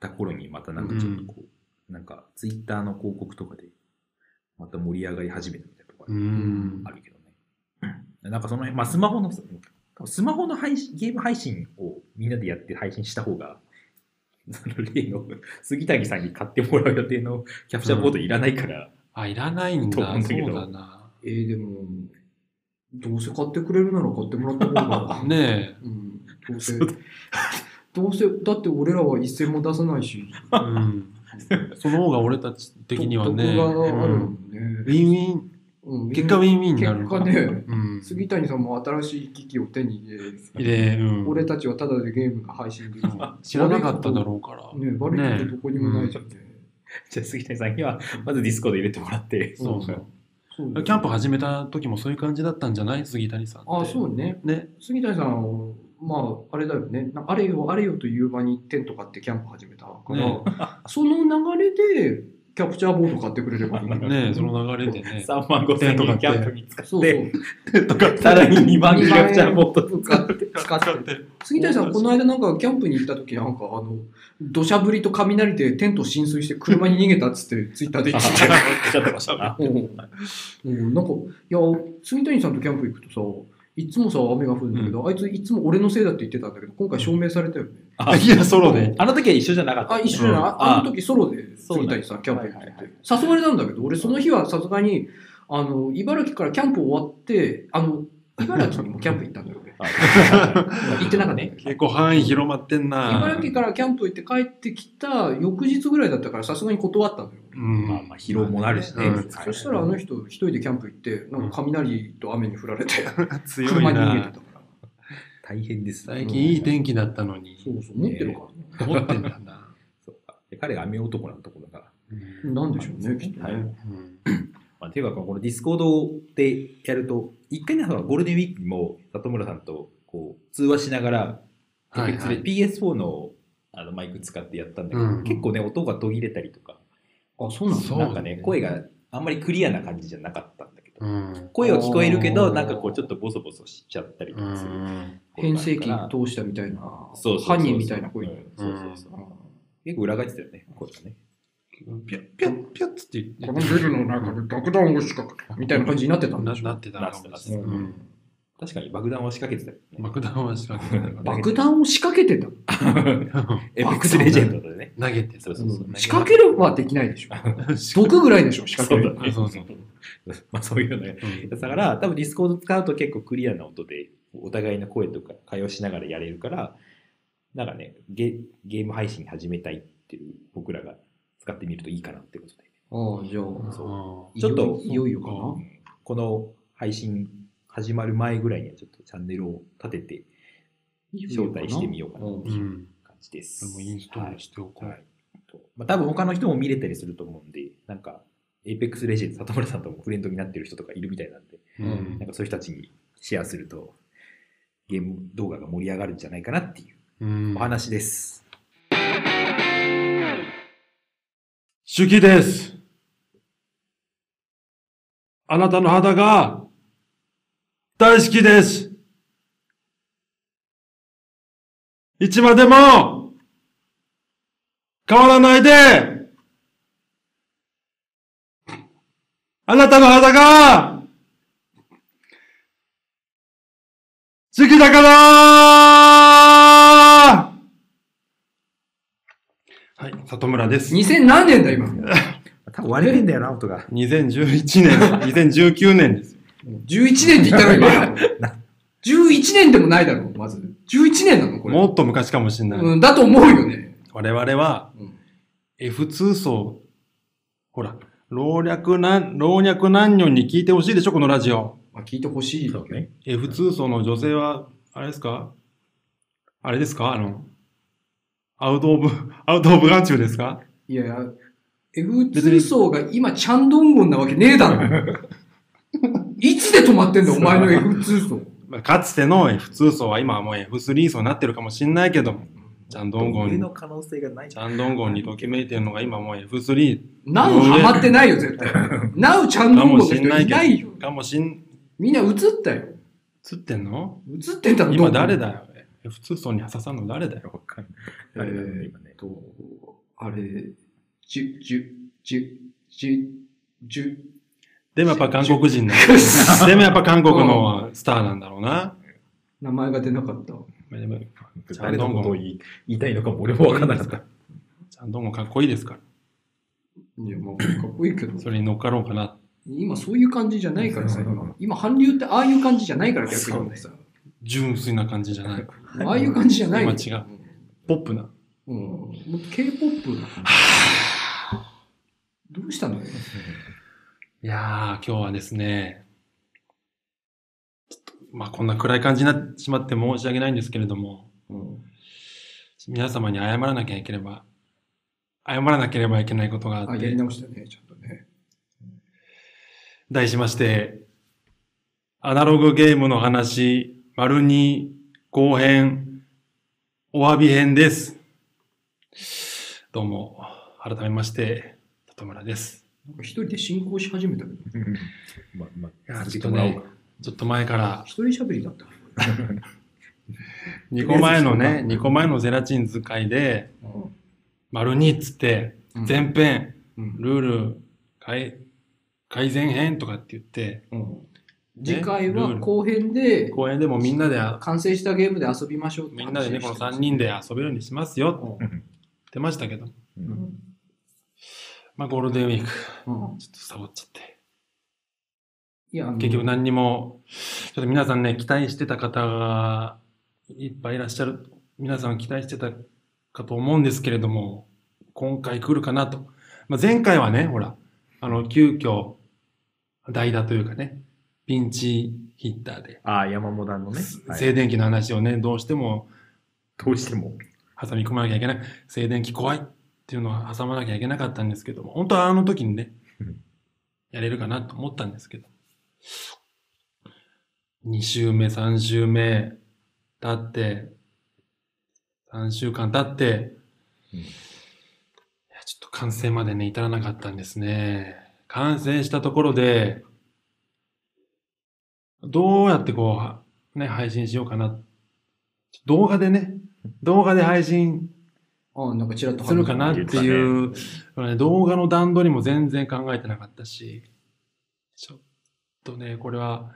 Speaker 1: た頃に、またなんかちょっとこう、なんかツイッターの広告とかで、また盛り上がり始めたみたいなとこ
Speaker 3: う
Speaker 1: ろ
Speaker 3: ん
Speaker 1: があるけどね。なんかその辺、まあスマホの、スマホの配信ゲーム配信をみんなでやって配信した方が、その例の杉谷さんに買ってもらう予定のキャプチャーボードいらないから、
Speaker 3: あいらないん
Speaker 1: と思うん
Speaker 3: だ
Speaker 1: だ
Speaker 3: そ
Speaker 1: けど
Speaker 3: うだな。
Speaker 2: えー、でも、どうせ買ってくれるなら買ってもらった方が
Speaker 3: ね
Speaker 2: うん、どうせ。 どうせ、だって俺らは一銭も出さないし。
Speaker 3: えうん その方が俺たち的にはね
Speaker 2: 得がある
Speaker 3: う
Speaker 2: も
Speaker 3: ん
Speaker 2: んね。
Speaker 3: ウィンウィン
Speaker 2: うん
Speaker 3: 結果ウィンウィンになるのかな
Speaker 2: 結果ね
Speaker 3: うん
Speaker 2: 杉谷さんも新しい機器を手に入れ、
Speaker 3: でうん
Speaker 2: 俺たちはただでゲームが配信できる。
Speaker 3: 知らなかっただろうから
Speaker 2: ね悪いことどこにもないじゃんね。
Speaker 1: じゃあ杉谷さんにはまずディスコード入れてもらって、
Speaker 3: そう
Speaker 2: そそうだよ
Speaker 3: キャンプ始めた時もそういう感じだったんじゃない杉谷さんって
Speaker 2: あそうね。
Speaker 3: ね
Speaker 2: 杉谷さんは、まあ、あれだよね。なあれよ、あれよという間にテント買ってキャンプ始めたから、
Speaker 3: ね
Speaker 2: その流れでキャプチャーボード買ってくれればいいんだよ
Speaker 3: ねえその流れでね
Speaker 1: 3万5千円キャンプに使
Speaker 2: そう
Speaker 1: っ
Speaker 2: そう
Speaker 1: て、とか、さらに2万キャプチャーボード
Speaker 2: 使って使って杉谷さんこの間なんかキャンプに行った時なんかあの土砂降りと雷でテント浸水して車に逃げたっつってツイッターで言ってた
Speaker 1: ちょっとましたな。
Speaker 2: うんうん、なんか、いや、住谷さんとキャンプ行くとさ、いつもさ、雨が降るんだけど、あいついつも俺のせいだって言ってたんだけど、今回証明されたよね。
Speaker 1: あ
Speaker 3: いやソロで
Speaker 1: あの時は一緒じゃなかった。
Speaker 2: あ、一緒じゃない、
Speaker 3: うん
Speaker 2: ああの時ソロで
Speaker 1: そうなん
Speaker 2: 住
Speaker 1: だ
Speaker 2: 谷さん、キャンプ行っ
Speaker 1: は
Speaker 2: て
Speaker 1: いはいはい
Speaker 2: て。誘われたんだけど、俺その日はさすがに、あの、茨城からキャンプ終わって、あの、茨城にもキャンプ行ったん だよ、俺。行ってなかったね。
Speaker 3: 結構範囲広まってんな
Speaker 2: 茨城からキャンプ行って帰ってきた翌日ぐらいだったから、さすがに断ったんだよ。
Speaker 3: うん
Speaker 1: まあまあ、疲労もなるしね。
Speaker 3: うん
Speaker 2: そしたらあの人、一人でキャンプ行って、なんか雷と雨に降られて、
Speaker 3: 強
Speaker 2: 車
Speaker 3: い
Speaker 2: に逃げて
Speaker 3: な
Speaker 2: たから。
Speaker 1: 大変ですね。
Speaker 3: 最近いい天気だったのに
Speaker 2: そうそう、持ってるからね。
Speaker 3: 持ってんだな
Speaker 1: そうかで彼が雨男なんところだから。
Speaker 3: うん
Speaker 2: なんでしょうね、きっと
Speaker 1: はい
Speaker 2: ね。
Speaker 3: うん
Speaker 1: ままあ、ていうか、このディスコードでやると、一回ね、そのゴールデンウィークにも、里村さんとこう通話しながら、
Speaker 2: はいはい
Speaker 1: 結局それ PS4 のあのマイク使ってやったんだけど、
Speaker 3: うん
Speaker 1: 結構ね、音が途切れたりとか、
Speaker 2: あ、そうなんだ。
Speaker 3: そう
Speaker 1: なんかね、声があんまりクリアな感じじゃなかったんだけど、
Speaker 3: うん。
Speaker 1: 声は聞こえるけ
Speaker 2: あ
Speaker 1: ど、
Speaker 2: ー
Speaker 1: なんかこう、ちょっとボソボソしちゃったりと
Speaker 3: う
Speaker 1: かする。
Speaker 3: ん。
Speaker 2: 変声期
Speaker 1: と、
Speaker 2: 通したみたいな、
Speaker 1: そうそうそう
Speaker 2: 犯人みたいな声
Speaker 1: う
Speaker 2: に。
Speaker 1: んそうそうそう
Speaker 2: あ
Speaker 1: 結構裏返ってたよね、声がね。
Speaker 3: ピャッピャッピャッつって
Speaker 2: ー
Speaker 3: 言
Speaker 2: こ
Speaker 3: っ
Speaker 2: のビルの中で爆弾を仕掛けたみたいな感じになってた
Speaker 3: て
Speaker 2: ん
Speaker 3: な
Speaker 2: でし
Speaker 3: な
Speaker 2: ょ。
Speaker 3: ってたな
Speaker 1: なってた
Speaker 2: う
Speaker 3: うんん
Speaker 1: 確かに爆弾を仕掛けてたよね。
Speaker 3: 爆弾は仕掛けてた
Speaker 2: 爆弾を仕掛けてた。
Speaker 1: エペックスレジェンドでね。
Speaker 3: 投げて
Speaker 1: そうそうそう。
Speaker 2: 仕掛けるはできないでしょ。
Speaker 3: 毒
Speaker 2: 毒ぐらいでしょ、仕掛ける。
Speaker 1: そうだね
Speaker 3: そうそう。
Speaker 1: まあそういうのね。だから、多分ディスコード使うと結構クリアな音で、お互いの声とか会話しながらやれるから、なんかね、ゲゲーム配信始めたいっていう僕らが使ってみるといいかなってことで。
Speaker 2: ああ、じゃあ、
Speaker 1: そう
Speaker 3: そ
Speaker 1: ちょっと
Speaker 2: いよいよか
Speaker 3: う
Speaker 1: うんこの配信始まる前ぐらいにはちょっとチャンネルを立てて
Speaker 2: な。
Speaker 1: 招待してみようかな
Speaker 2: うん
Speaker 1: って
Speaker 3: う。う。
Speaker 1: いうん感じです。
Speaker 3: でもインストールしておこ
Speaker 1: は
Speaker 3: う。
Speaker 1: い。とまあ、多分他の人も見れたりすると思うんで、なんか、エイペックスレジェンド、里村さんともフレンドになってる人とかいるみたいなんで、
Speaker 3: う
Speaker 2: うん
Speaker 1: なんかそういう人たちにシェアすると、ゲーム動画が盛り上がるんじゃないかなっていう
Speaker 3: うん
Speaker 1: お話です。
Speaker 3: 手記です。あなたの肌が大好きです。いつまでも変わらないであなたの肌が好きだからはい、里村です。
Speaker 2: 2000何年だ、今。も
Speaker 1: 多分割れてんだよな、音が。
Speaker 3: 2011年、2019年ですよ。
Speaker 2: う11年って言ったの、今。11年でもないだろう、まず。11年なの、これ。
Speaker 3: もっと昔かもしれない。
Speaker 2: うん、だと思うよね。
Speaker 3: 我々は
Speaker 2: うん
Speaker 3: F2 層、ほら、老若男、老若男女に聞いてほしいでしょ、このラジオ。
Speaker 2: まあ、聞いてほしい。
Speaker 1: そうね。
Speaker 3: F2 層の女性は、あれですかあれですかあの、アウトオブ、アウトオブ眼中ですか
Speaker 2: いやいや、F2 層が今、チャンドンゴンなわけねえだろ。 いつで止まってんだよ、お前の F2 層。
Speaker 3: まあかつての F2 層は今はもう F3 層になってるかもしれないけども、ちゃんどんご
Speaker 1: 上
Speaker 3: ん
Speaker 1: の可能性がない
Speaker 3: ちゃんどんごんにときめいてるのが今もう F3
Speaker 2: なおハマってないよ、 絶対。なおチャンド
Speaker 3: か
Speaker 2: ンゴン
Speaker 3: も
Speaker 2: の
Speaker 3: し
Speaker 2: 人
Speaker 3: れ
Speaker 2: い
Speaker 3: ないけど、
Speaker 2: ないよ。
Speaker 3: かもしん、
Speaker 2: みんな映ったよ。
Speaker 3: 映ってんの
Speaker 2: 映ってんだろ、
Speaker 3: 今誰
Speaker 2: だ
Speaker 3: だよ ?F2 層に刺さんの誰だよ
Speaker 1: わかんない。あれだね、今ね。
Speaker 2: と、あれ、じゅ、じゅ、じゅ、じゅ、じ ゅ、
Speaker 3: でもやっぱ韓国人なんだよでもやっぱ韓国のスターなんだろうな。
Speaker 2: 名前が出なかった。
Speaker 3: でもちゃん
Speaker 1: 誰
Speaker 3: ど
Speaker 1: の
Speaker 3: ん
Speaker 1: ことを
Speaker 3: ごん、ち
Speaker 1: 言い言いたいのかも俺もわからなかった。
Speaker 3: ゃんどんごんかっこいいですから。
Speaker 2: いや、まあ、かっこいいけど。
Speaker 3: それに乗っかろうかな。
Speaker 2: 今そういう感じじゃないからさ、今。今、韓流ってああいう感じじゃないから、逆にさ。
Speaker 3: 純粋な感じじゃない。
Speaker 2: ああいう感じじゃないよ。
Speaker 3: 今違うポップな。
Speaker 2: うん。もっと K-POP などうしたのよ。
Speaker 3: いやー、今日はですね、ちょっとまあこんな暗い感じになってしまって申し訳ないんですけれども、
Speaker 2: うん
Speaker 3: 皆様に謝らなきゃいければ、謝らなければいけないことがあ
Speaker 2: あ、
Speaker 3: っ
Speaker 2: やり
Speaker 3: て、
Speaker 2: 直したね、ちゃんとね。
Speaker 3: 題しまして、アナログゲームの話、丸2後編、お詫び編です。どうも、改めまして、里村です。
Speaker 2: なんか一人で進行し始めたけど、
Speaker 1: まあま
Speaker 3: い
Speaker 1: あ、
Speaker 3: や
Speaker 1: 続けてもらおうか。
Speaker 3: ちょっと前から、
Speaker 2: 一人喋りだった。
Speaker 3: 2個前の
Speaker 2: とりあえ
Speaker 3: ね
Speaker 2: ず、
Speaker 3: 2個前のゼラチン使いで、丸2っつって、
Speaker 2: うん
Speaker 3: 前編、
Speaker 2: うん
Speaker 3: ルール改、改善編とかって言って、
Speaker 2: うん
Speaker 3: ね
Speaker 2: 次回
Speaker 3: ルー
Speaker 2: は
Speaker 3: ル
Speaker 2: 後編で、
Speaker 3: 公演でもみんなで、
Speaker 2: 完成したゲームで遊びましょうって
Speaker 3: み
Speaker 2: 話
Speaker 3: んなでね、この
Speaker 2: をしてます
Speaker 3: 3人で遊べるようにしますよって言
Speaker 1: う
Speaker 3: ってましたけど、
Speaker 2: うんん
Speaker 3: まあゴールデンウィーク、
Speaker 2: うん
Speaker 3: ちょっとサボっちゃって。
Speaker 2: いや、あの
Speaker 3: 結局何にも、ちょっと皆さんね、期待してた方がいっぱいいらっしゃる、皆さん期待してたかと思うんですけれども、今回来るかなと。まあ、前回はね、ほら、あの、急遽、代打というかね、ピンチヒッターで、
Speaker 1: ああ、山本さんのね。
Speaker 3: す
Speaker 1: はい
Speaker 3: 静電気の話をね、どうしても
Speaker 1: どうしても。
Speaker 3: 挟み込まなきゃいけない、静電気怖いっていうのを挟まなきゃいけなかったんですけども、本当はあの時にね
Speaker 1: うん、
Speaker 3: やれるかなと思ったんですけど、2週目、3週目、経って、3週間経って、
Speaker 1: うん
Speaker 3: いやちょっと完成までね、至らなかったんですね。完成したところで、どうやってこう、ね、配信しようかな。動画でね、動画で配信
Speaker 2: あなんかちらっと
Speaker 3: するかなっていう、ね動画の段取りも全然考えてなかったし、ちょっとね、これは、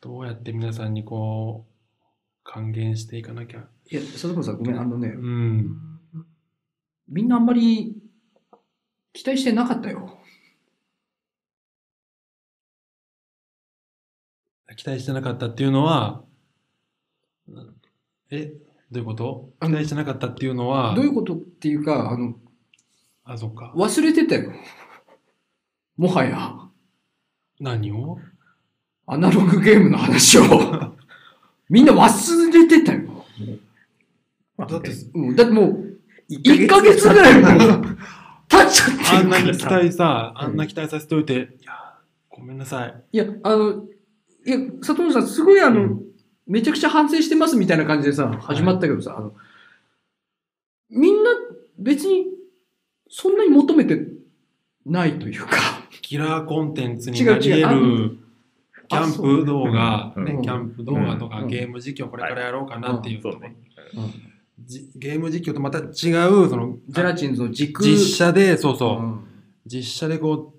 Speaker 3: どうやって皆さんにこう、還元していかなきゃ。
Speaker 2: いや、佐藤さん、ごめん、あのね
Speaker 3: う、ん。
Speaker 2: みんなあんまり期待してなかったよ。
Speaker 3: 期待してなかったっていうのは、え、どういうこと期待してなかったっていうのは
Speaker 2: どう、いうことっていうか、あの、
Speaker 3: あ、そっか。
Speaker 2: 忘れてたよ。もはや、
Speaker 3: 何を
Speaker 2: アナログゲームの話を。みんな忘れてたよ。
Speaker 1: まあ
Speaker 3: だって
Speaker 2: うん、だってもう、1
Speaker 1: 1
Speaker 2: ヶ月ぐらいもう経っちゃってるから
Speaker 3: あんなに期待さ、
Speaker 2: うん
Speaker 3: あんな期待させておいて、いや、ごめんなさい。
Speaker 2: いや、あの、いや、佐藤さん、すごいあの、
Speaker 3: うん
Speaker 2: めちゃくちゃ反省してますみたいな感じでさ、始まったけどさ、あの、みんな別にそんなに求めてないというか、
Speaker 3: キラーコンテンツに
Speaker 2: 違う
Speaker 3: なり得る、
Speaker 2: 違うあ
Speaker 3: キャンプ動画、
Speaker 1: うん
Speaker 3: ね
Speaker 2: うん
Speaker 3: キャンプ動画とか、
Speaker 2: うん
Speaker 3: ゲーム実況これからやろうかなっていうところ、
Speaker 2: うん
Speaker 3: じゲーム実況とまた違う、その、
Speaker 2: ゼラチンズの軸
Speaker 3: 実写で、そうそ
Speaker 2: う
Speaker 3: う、
Speaker 2: ん
Speaker 3: 実写でこう、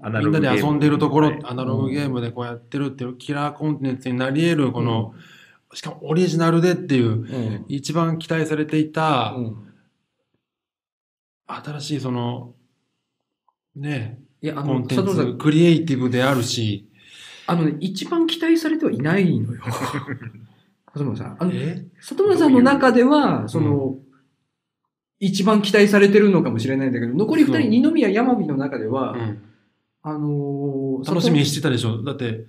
Speaker 1: アナ
Speaker 3: み
Speaker 1: ロ
Speaker 3: ん
Speaker 1: グ
Speaker 3: な
Speaker 1: ゲーム
Speaker 3: で遊んでるところ、
Speaker 1: はい
Speaker 3: アナログゲームでこうやってるっていうキラーコンテンツになり得る、この、しかもオリジナルでっていう、
Speaker 2: うん
Speaker 3: 一番期待されていた、
Speaker 2: うん
Speaker 3: 新しいその、ね、
Speaker 2: いや、あ
Speaker 3: コ
Speaker 2: の、
Speaker 3: ンテ
Speaker 2: 佐
Speaker 3: ン
Speaker 2: 藤さ
Speaker 3: ツ、
Speaker 2: ん、
Speaker 3: クリエイティブであるし、
Speaker 2: あのね、一番期待されてはいない のよ。佐藤さん、あの、
Speaker 3: え
Speaker 2: 里村さんの中では、その、一番期待されてるのかもしれないんだけど、残り二
Speaker 3: うん
Speaker 2: 人、二宮山美の中では、
Speaker 3: うん
Speaker 2: あのー、
Speaker 3: 楽しみにしてたでしょだって、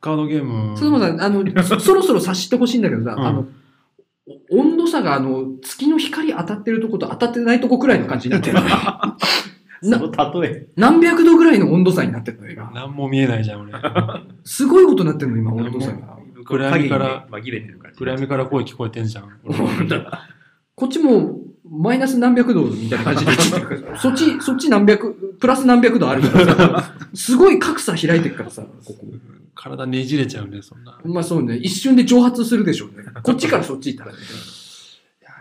Speaker 3: カードゲーム。
Speaker 2: 里村さん、あの、 そそろそろ察してほしいんだけどさ、
Speaker 3: うん
Speaker 2: あの、お温度差が、あの、月の光当たってるとこと当たってないとこくらいの感じになってる。 な
Speaker 1: の例え。
Speaker 2: 何百度ぐらいの温度差になってるのよ、今。
Speaker 3: 何も見えないじゃん、 俺。
Speaker 2: すごいことになってるの、今、温度差が。
Speaker 3: 暗闇から
Speaker 1: 影にね紛れてる感じ。
Speaker 3: 暗闇から声聞こえてんじゃん。
Speaker 2: こっちも、マイナス何百度みたいな感じでちってるから、 そっち、そっち何百、プラス何百度あるからさ、すごい格差開いてるからさ、ここ。
Speaker 3: 体ねじれちゃうね、そんな。
Speaker 2: まあそうね、一瞬で蒸発するでしょうね。こっちからそっち行ったらね。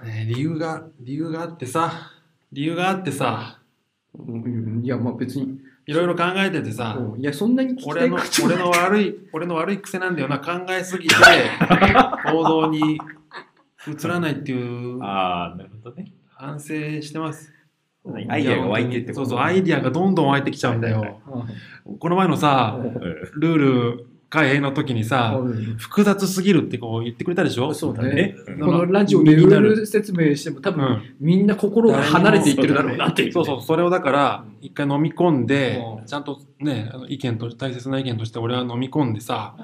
Speaker 3: いやね、理由が、理由があってさ、理由があってさ、
Speaker 2: うんいや、まあ別に、
Speaker 3: いろいろ考えててさ、
Speaker 2: うんいや、そんなに期
Speaker 3: 俺
Speaker 2: 待
Speaker 3: の
Speaker 2: かち、
Speaker 3: 俺の悪い、俺の悪い癖なんだよな、考えすぎ て、行動に移らないっていう
Speaker 1: ああ、なるほどね。
Speaker 3: 反省してます。
Speaker 1: アイデアが湧いてってこと
Speaker 3: そうそう、アイデアがどんどん湧いてきちゃうんだ
Speaker 1: はいは
Speaker 3: よ。この前のさ、
Speaker 2: う
Speaker 3: ルール改変の時にさ、
Speaker 2: ん
Speaker 3: 複雑すぎるってこう言ってくれたでしょ
Speaker 2: そうだ
Speaker 1: うん
Speaker 2: ね。
Speaker 1: ね。
Speaker 2: このラジオで
Speaker 3: 気
Speaker 2: ル
Speaker 3: にな
Speaker 2: ー
Speaker 3: る
Speaker 2: ル説明しても多
Speaker 3: う
Speaker 2: 分
Speaker 3: ん。
Speaker 2: みんな心が離れていってるだろうなっていう。
Speaker 3: そうそう、それをだから、一回飲み込んで
Speaker 2: う、ん
Speaker 3: ちゃんとね、あの意見と、大切な意見として俺は飲み込んでさ、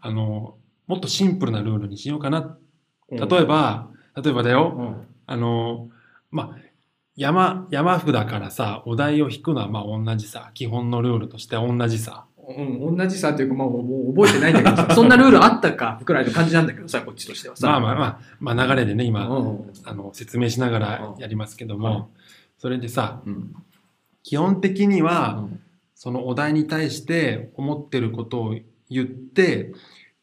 Speaker 3: あの、もっとシンプルなルールにしようかな。
Speaker 2: うん
Speaker 3: 例えば、例えばだよ、
Speaker 2: うん
Speaker 3: あの、まあ、山、山札からさ、お題を引くのはまあ同じさ、基本のルールとしては同じさ。
Speaker 2: うん、同じさというか、まあ、もう覚えてないんだけどさ、 そんなルールあったか、くらいの感じなんだけどさ、こっちとしてはさ。
Speaker 3: まあまあまあ、まあ流れでね、今、
Speaker 2: うん
Speaker 3: あの、説明しながらやりますけども、それでさ、
Speaker 2: うん
Speaker 3: 基本的に
Speaker 2: う
Speaker 3: は、
Speaker 2: ん
Speaker 3: そのお題に対して思ってることを言って、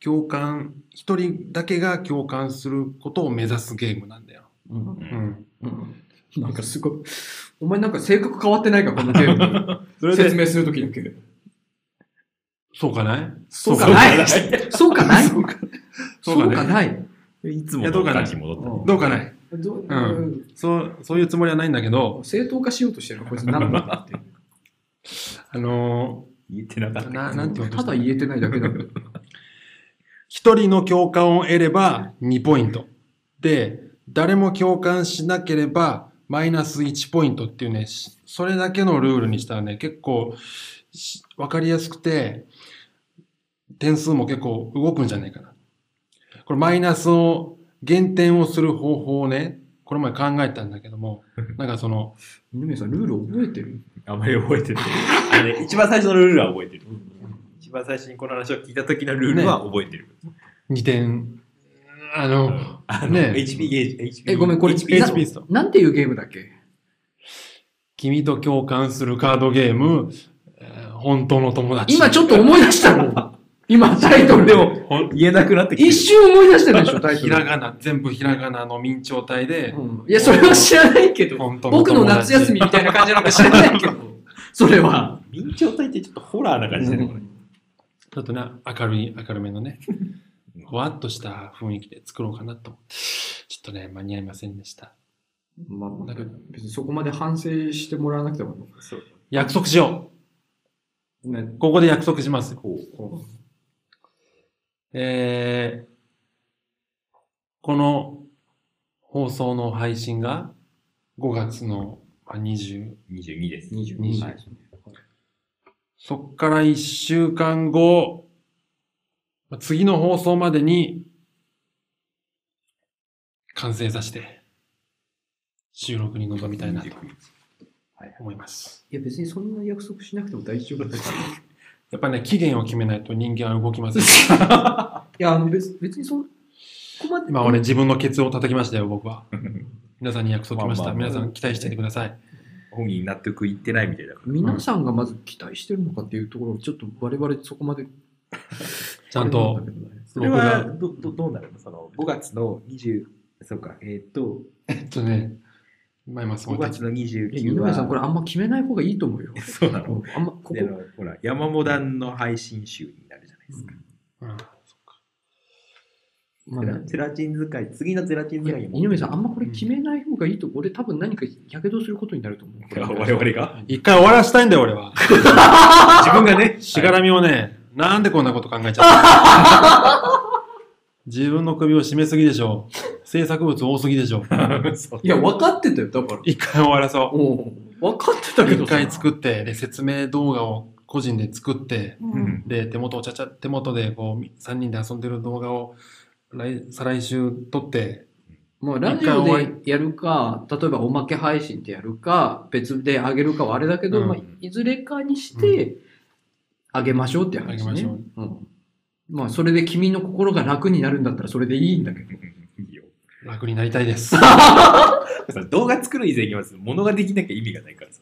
Speaker 3: 共感、一人だけが共感することを目指すゲームなんだよ。
Speaker 2: うん
Speaker 3: うん。
Speaker 2: うんなんかすごい、お前なんか性格変わってないか、このゲー
Speaker 3: そ
Speaker 2: ム。
Speaker 3: れ
Speaker 2: 説
Speaker 3: で、
Speaker 2: 明するときだけ。
Speaker 3: そうかない
Speaker 2: そうかないそうかない そうか
Speaker 3: そうか
Speaker 2: な
Speaker 3: ない
Speaker 1: いつもの感じに戻ったね。
Speaker 3: どうかない
Speaker 2: どう
Speaker 3: うんそう、そういうつもりはないんだけど、
Speaker 2: 正当化しようとしてるのこいつ何なんだっていう。
Speaker 3: あの
Speaker 1: 言ってなかった
Speaker 3: ー。な、なんて言おうと
Speaker 2: た
Speaker 3: した
Speaker 2: だ言えてないだけだけど。
Speaker 3: 一人の共感を得れば2ポイント。で、誰も共感しなければマイナス1ポイントっていうね、しそれだけのルールにしたらね、結構しわかりやすくて、点数も結構動くんじゃないかな。これマイナスを、減点をする方法をね、この前考えたんだけども、なんかその、
Speaker 2: 二宮さん、ルール覚えてる
Speaker 1: あまり覚えてないあのね。一番最初のルールは覚えてる。一番最初にこの話を聞いた時のルールは覚えてる。
Speaker 3: 2点、あの、
Speaker 1: あの
Speaker 3: ねえ
Speaker 1: HP ゲージ、HP
Speaker 2: え、ごめん、これ、
Speaker 1: HP
Speaker 2: な
Speaker 3: HP ですよ
Speaker 2: なんていうゲームだっけ
Speaker 3: 君と共感するカードゲーム、えー本当の友達。
Speaker 2: 今ちょっと思い出したの。 今、タイトル
Speaker 1: で
Speaker 2: で
Speaker 1: も
Speaker 2: も。、
Speaker 1: ほん言えなくなってきて
Speaker 2: 一瞬思い出してるでしょ、タイト
Speaker 3: ひ
Speaker 2: ル。
Speaker 3: らがな、全部ひらがなの明朝体で、
Speaker 2: うんいや、それは知らないけど、
Speaker 3: 本当の
Speaker 2: 僕の
Speaker 3: 友
Speaker 2: 夏
Speaker 3: 達
Speaker 2: 休みみたいな感じなんか知らないけど、 それは。
Speaker 1: 明朝体ってちょっとホラーな感じだね、これ。
Speaker 3: ちょっとね、明るい、明るめのね、ふわっとした雰囲気で作ろうかなと思って、ちょっとね、間に合いませんでした。
Speaker 2: まあ、な
Speaker 3: な
Speaker 2: ん
Speaker 3: んか
Speaker 2: か別にそこまで反省してもらわなくても。
Speaker 1: そう
Speaker 3: 約束しよ
Speaker 2: ね
Speaker 3: うここで約束しますよ。
Speaker 2: こう
Speaker 3: えー、この放送の配信が5月のまあ20、
Speaker 1: 22です。
Speaker 2: 22
Speaker 3: はい
Speaker 2: ですね
Speaker 3: そっから1週間後、まあ次の放送までに完成させて収録に臨みたいなと思います。
Speaker 2: いや、別にそんな約束しなくても大丈夫 です。
Speaker 3: やっぱね、期限を決めないと人間は動きません。
Speaker 2: いや、あの別別にそこまで。
Speaker 3: 今俺自分のケツを叩きましたよ、僕は。皆さんに約束しました。
Speaker 1: まあまあ
Speaker 3: 皆さん期待しててください。
Speaker 1: 本人納得いってないみたいだから。
Speaker 2: 皆さんがまず期待してるのかっていうところをちょっと我々そこまで
Speaker 3: ちゃんと。
Speaker 1: それはどどどうなるのその ?5 月の20、そうか、えーっと、
Speaker 3: えっとね、マイマス
Speaker 1: 5月の
Speaker 2: え
Speaker 1: 29
Speaker 2: 井
Speaker 1: は、。
Speaker 2: 上さんこれあんま決めない方がいいと思うよ
Speaker 1: そうなの
Speaker 2: あんまここ
Speaker 1: であのほら、山モダンの配信集になるじゃないですか。
Speaker 3: うん
Speaker 2: まあ
Speaker 1: ゼラゼラチン使い、次のゼラチン
Speaker 2: い
Speaker 1: 使
Speaker 2: や
Speaker 1: いに
Speaker 2: 井上さんあんまこれ決めない方がいいと俺多分何かやけどすることになると思う。
Speaker 1: いや我々が
Speaker 3: 一回終わらしたいんだよ、俺は。
Speaker 1: 自分がね、
Speaker 3: しがらみをね、なんでこんなこと考えちゃったの自分の首を絞めすぎでしょ。制作物多すぎでしょ。
Speaker 1: そう
Speaker 2: いや分かってたよだから。
Speaker 3: 一回終わらそ
Speaker 2: おう分かってた
Speaker 3: う。
Speaker 2: けど
Speaker 3: 一回作って、で、説明動画を個人で作って、
Speaker 1: う
Speaker 2: うん
Speaker 1: ん
Speaker 3: で、手元をちゃちゃ、手元でこう、3人で遊んでる動画を、来、再来週撮って、
Speaker 2: まあ、ラジオでやるか、例えばおまけ配信でやるか、別であげるかはあれだけど、
Speaker 3: うん
Speaker 2: まあ、いずれかにして、あげましょうっていう話、ね。
Speaker 3: あげましょう
Speaker 2: うんまあ、それで君の心が楽になるんだったらそれでいいんだけど。
Speaker 1: いいよ。
Speaker 3: 楽になりたいです。
Speaker 1: さ動画作る以前にまず物ができなきゃ意味がないからさ。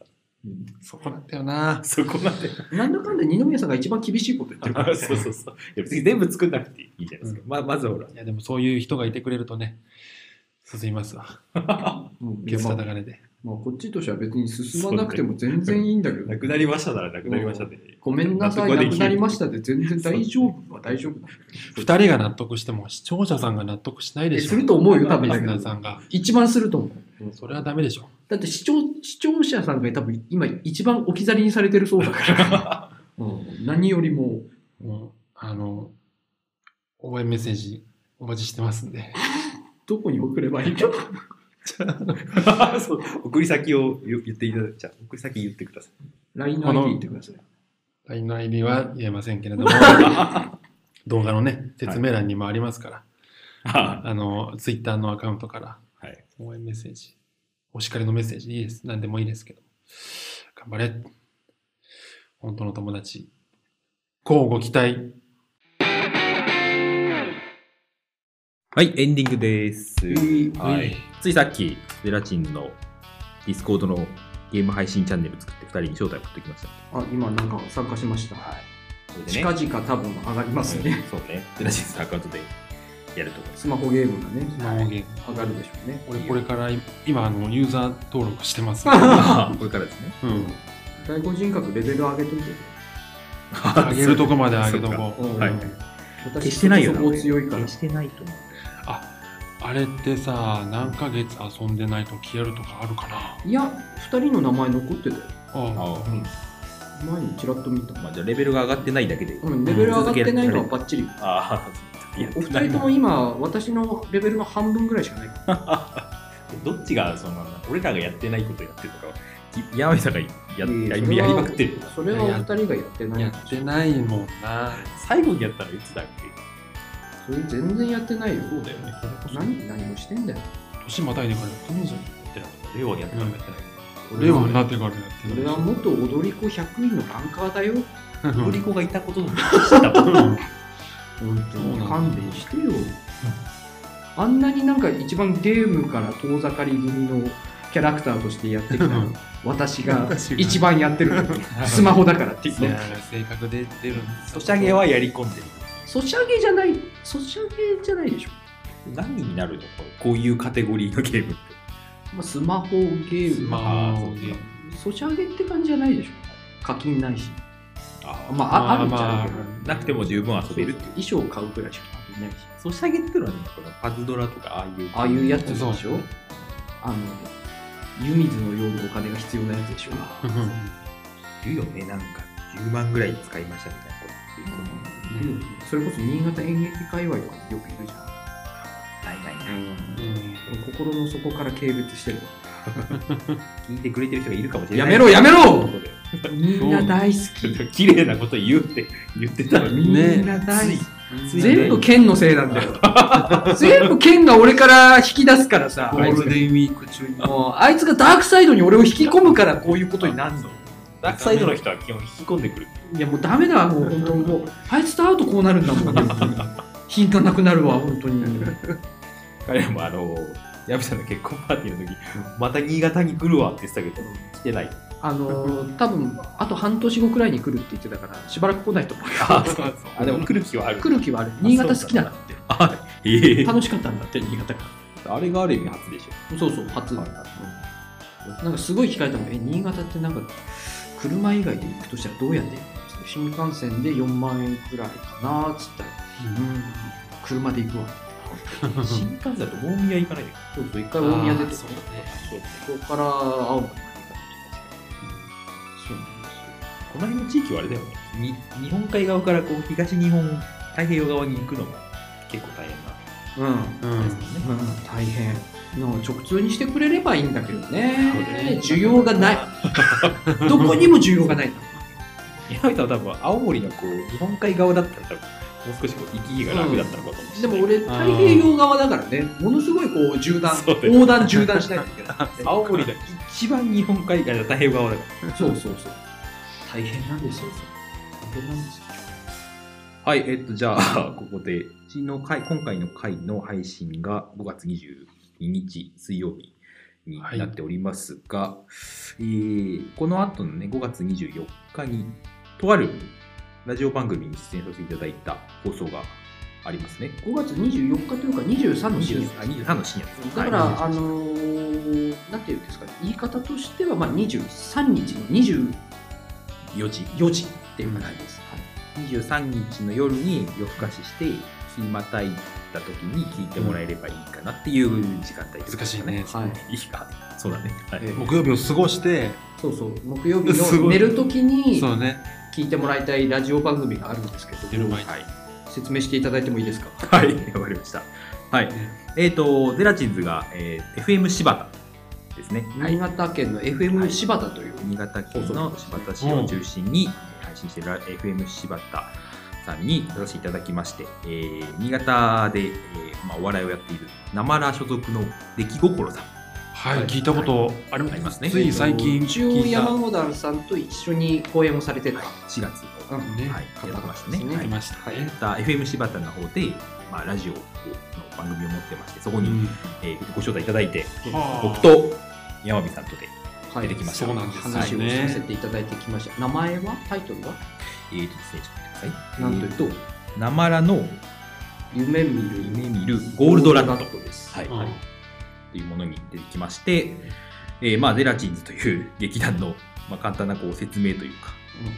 Speaker 3: そこなんだよな。
Speaker 1: そこまで。
Speaker 2: なんだかんだ二宮さんが一番厳しいこと言ってるから、
Speaker 1: あ そうそうそう。いや別に全部作んなくていいじゃないですか。
Speaker 3: う
Speaker 1: ままずはほら、
Speaker 3: いや、でもそういう人がいてくれるとね、進みますわ。
Speaker 2: うんい
Speaker 3: ケ
Speaker 2: や
Speaker 3: ツ
Speaker 2: まあ
Speaker 3: 叩かれて。
Speaker 2: まあ、こっちとしては別に進まなくても全然いいんだけど。
Speaker 1: なくなりましたならなくなりましたで、
Speaker 2: ごめんなさい、
Speaker 1: 納得はで
Speaker 2: な
Speaker 1: きる
Speaker 2: くなりましたって全然大丈夫は大丈夫だ。
Speaker 3: 二人が納得しても視聴者さんが納得しないで
Speaker 2: え
Speaker 3: しょ。
Speaker 2: すると思うよ、多分
Speaker 3: リ
Speaker 2: だ
Speaker 3: ス
Speaker 2: け
Speaker 3: ナ
Speaker 2: ど
Speaker 3: ー。さんが。
Speaker 2: 一番すると思う。
Speaker 3: それはダメでしょ。
Speaker 2: だって視聴視聴者さんが多分今一番置き去りにされてるそうだから、 うん、何よりも
Speaker 3: もうあの、応援メッセージお待ちしてますんで。
Speaker 2: どこに送ればいいか
Speaker 1: そう送り先を言言っていただいちゃう送り先言ってくださ
Speaker 2: LINE の ID 言ってください。
Speaker 3: LINE の ID は言えません けれども、動画のね、説明欄にもありますから、
Speaker 1: い。
Speaker 3: あの、Twitter のアカウントから
Speaker 1: はい。
Speaker 3: 応援メッセージ、お叱りのメッセージ、いいです。何でもいいですけど。頑張れ。本当の友達。こうご期待。
Speaker 1: はい、エンディングです。
Speaker 3: は
Speaker 1: はいい、ついさっき、ゼラチンのディスコードのゲーム配信チャンネル作って2人に招待送ってきました。
Speaker 2: あ今なんか参加しました。
Speaker 1: それでね
Speaker 2: 近々多分上がりますね。
Speaker 1: うんそうね。ゼラチンのアカウントでやると思います。
Speaker 2: スマホゲームがね、
Speaker 3: スマホゲーム。
Speaker 2: 上がるでしょうね。
Speaker 3: 俺これから今あのユーザー登録してま す、
Speaker 1: これからですね。
Speaker 3: うん、
Speaker 2: 外国人格レベル上げといて。
Speaker 3: 上げるとこまで上げと
Speaker 1: そっ
Speaker 3: こ
Speaker 1: か
Speaker 3: う、
Speaker 2: うん
Speaker 1: はい
Speaker 2: 私
Speaker 1: 消してないよな
Speaker 2: そこ強いから
Speaker 1: 消。してないと思う。
Speaker 3: あれってさ何ヶ月遊んでないと消えるとかあるかない
Speaker 2: や、2人の名前残ってたよ。
Speaker 3: あ
Speaker 1: あ
Speaker 2: 前にちらっと見た
Speaker 1: あ、。まあ、じゃあレベルが上がってないだけで。
Speaker 2: うん、レベル上がってないのはバッチリ。
Speaker 1: ああ、
Speaker 2: お二人とも今、私のレベルの半分ぐらいしかない。
Speaker 1: どっちがそのなんだ俺らがやってないことやってるとかき山口さんがやや
Speaker 2: い
Speaker 1: や
Speaker 2: やそれ
Speaker 1: や
Speaker 2: は
Speaker 1: りまくってる
Speaker 2: それはお二人がやってない
Speaker 3: やってないもんな
Speaker 1: 最後にやったのいつだっけ
Speaker 2: それ全然やってないよ
Speaker 1: よね
Speaker 2: 何何をしてんだよ
Speaker 3: 年またいでからやってないじゃん。
Speaker 1: ってなった。令和にやってからもやってない。
Speaker 3: 令和になってからやってない。
Speaker 2: 俺は元踊り子100位のランカーだよ。
Speaker 1: 踊り子がいたことも知ったこともない。
Speaker 2: 本当
Speaker 3: そう
Speaker 2: に
Speaker 3: なん
Speaker 2: 勘
Speaker 3: だ
Speaker 2: 弁してよ。あんなになんか一番ゲームから遠ざかり気味のキャラクターとしてやってきた
Speaker 3: うん
Speaker 2: 私が
Speaker 3: 私が
Speaker 2: 一番やってる スマホだからっていう
Speaker 3: いや
Speaker 2: ね。
Speaker 3: ー性格で出るんです
Speaker 1: ソ
Speaker 3: よ
Speaker 1: シャゲはやり込んでる。
Speaker 2: ソシャゲじゃない、ソシャゲじゃないでしょ。
Speaker 1: 何になるのこれこういうカテゴリーのゲームって。
Speaker 2: まあ、スマホゲーム。
Speaker 3: まあそうね
Speaker 2: ソシャゲって感じじゃないでしょ。課金ないし。
Speaker 1: あ
Speaker 2: まあ、ああるっちゃ
Speaker 3: まあ
Speaker 2: あるけど、
Speaker 1: なくても十分遊べるっていう。
Speaker 2: 衣装を買うくらいしか課金ないし。
Speaker 1: ソシャゲってのはね、このパズドラとかああいう。
Speaker 2: ああいうやつでしょ。あの、湯水のようなお金が必要なやつでしょ。
Speaker 1: いるよね、なんか10万ぐらい使いましたみたいなこと言って
Speaker 2: いるよねそれこそ新潟演劇界隈とかによくいるじゃ
Speaker 1: ないないない。
Speaker 2: ん。心の底から軽蔑してる。
Speaker 1: 聞いてくれてる人がいるかもしれな
Speaker 2: や
Speaker 1: い。
Speaker 2: めろやめろみんな大好
Speaker 1: ちょっと
Speaker 2: き。
Speaker 1: 綺麗なこと言うって言ってたのに。
Speaker 2: みんな大好き。
Speaker 1: つい
Speaker 2: 全部剣のせいなんだよ。全部剣が俺から引き出すからさ。
Speaker 3: ゴールデンウィーク中に。
Speaker 2: もうあいつがダークサイドに俺を引き込むからこういうことになるの。
Speaker 1: ダークサイドの人は基本引き込んでくる。
Speaker 2: いやもうダメだ、もう本当にもう。あいつと会うとこうなるんだもん。品がなくなるわ、本当に。
Speaker 1: 彼らもあの、ヤブさんの結婚パーティーの時、また新潟に来るわって言ってたけど、来てない。
Speaker 2: あのー、多分あと半年後くらいに来るって言ってたから、しばらく来ないと思うよ。
Speaker 1: あ、そうそう。あ、でも来る気はある。
Speaker 2: 来る気はある。新潟好きなんだって。
Speaker 1: あ、ええ
Speaker 2: 楽しかったんだって、新潟が。
Speaker 1: あれがある意味初でし
Speaker 2: そうそう、初。
Speaker 1: ょ。
Speaker 2: なんかすごい聞かれたもん、え、新潟ってなんか、車以外で行くとしたらどうやって行くのつって新幹線で4万円くらいかなっつったら、うん、車で行くわ。
Speaker 1: 新幹線だと大宮行かないで。
Speaker 2: そうそう、一回大宮出て、
Speaker 3: あーそうね
Speaker 2: そうそこから青森まで行かなきゃいけない。そうなんですよ。
Speaker 1: この辺の地域はあれだよね。に日本海側からこう東日本太平洋側に行くのも結構大変な
Speaker 2: うん、
Speaker 3: うん
Speaker 1: ですよね。
Speaker 2: うん、大変の直通にしてくれればいいんだけど
Speaker 1: そうだ
Speaker 2: ね
Speaker 1: ね
Speaker 2: 需要 がないどこにも需要がない
Speaker 1: 柳田は多分青森のこう日本海側だったら多分もう少しこう行き来が楽だったのかもし
Speaker 2: で
Speaker 1: れない、
Speaker 2: も俺太平洋側だからねものすごいこう縦断
Speaker 1: そうだよ
Speaker 2: 横断縦断しないといけない
Speaker 1: 青森が一番日本海側太平洋側だか
Speaker 2: そうそうそう大変なんですよ大変なんですよ
Speaker 1: らはいえっとじゃあ ここでうちの回今回の回の配信が5月22日水曜日になっておりますが、えーこの後のね5月24日にとあるラジオ番組に出演させていただいた放送がありますね
Speaker 2: 5月24日というか23の深夜
Speaker 1: 23 23の深夜です
Speaker 2: だから、
Speaker 1: はい
Speaker 2: あのーなんていうんですかね言い方としては、まあ、23日の24
Speaker 1: 4時
Speaker 2: 時っていう感じです、はい
Speaker 1: 23日の夜に夜更かしして日またいだ時に聞いてもらえればいいかなっていう時間帯とか
Speaker 3: 難しいね。
Speaker 2: はい
Speaker 1: いいかそうだね、はい
Speaker 2: ええ
Speaker 3: 木曜日を過ごして、
Speaker 2: そうそう木曜日
Speaker 3: す
Speaker 2: の
Speaker 3: ごい
Speaker 2: 寝るときに
Speaker 3: そうね。
Speaker 2: 聞いてもらいたいラジオ番組があるんですけ
Speaker 3: 出
Speaker 2: ど
Speaker 3: る
Speaker 2: も
Speaker 3: 前に。
Speaker 2: 説明していただいてもいいですか
Speaker 1: はい わかりましたはいえっ、とゼラチンズが、えー FM 柴田ですね、
Speaker 2: 新潟県の
Speaker 1: は
Speaker 2: FM
Speaker 1: い
Speaker 2: 柴田という
Speaker 1: 新潟県の柴田市を中心に配信している FM 柴田さんに出させていただきまして、えー新潟で、えーまあ、お笑いをやっているなまら所属の出来心さん
Speaker 3: はい、聞いたことあり
Speaker 1: ありますね
Speaker 3: つい最近
Speaker 2: 中
Speaker 3: 聞
Speaker 2: 央
Speaker 3: いた。
Speaker 2: 山田さんと一緒に講演をされてた、
Speaker 1: 4月
Speaker 2: うん
Speaker 3: ね
Speaker 1: はい、
Speaker 2: 方
Speaker 1: やって
Speaker 2: 々
Speaker 1: ま
Speaker 2: ですすね
Speaker 1: ね。は
Speaker 3: 聞
Speaker 1: い
Speaker 3: きましたね。
Speaker 1: また FM 柴田の方で、まあ、ラジオの番組を持ってまして、そこに、えーご招待いただいて、
Speaker 3: はあ
Speaker 1: 僕と山美さんとで、
Speaker 2: はい
Speaker 1: 出てきました
Speaker 3: そうなんですよね
Speaker 2: 話をさせていただいてきました名前はタイトルは
Speaker 1: えーとですね、ちょっと待ってください。
Speaker 2: なんというと
Speaker 1: えーと、なまらの
Speaker 2: 夢見る
Speaker 1: 夢見るゴールドラット
Speaker 2: です
Speaker 1: はい
Speaker 3: うん
Speaker 1: はいというものに出てきまして、えーまあ、ゼラチンズという劇団の、まあ、簡単なこう説明というか、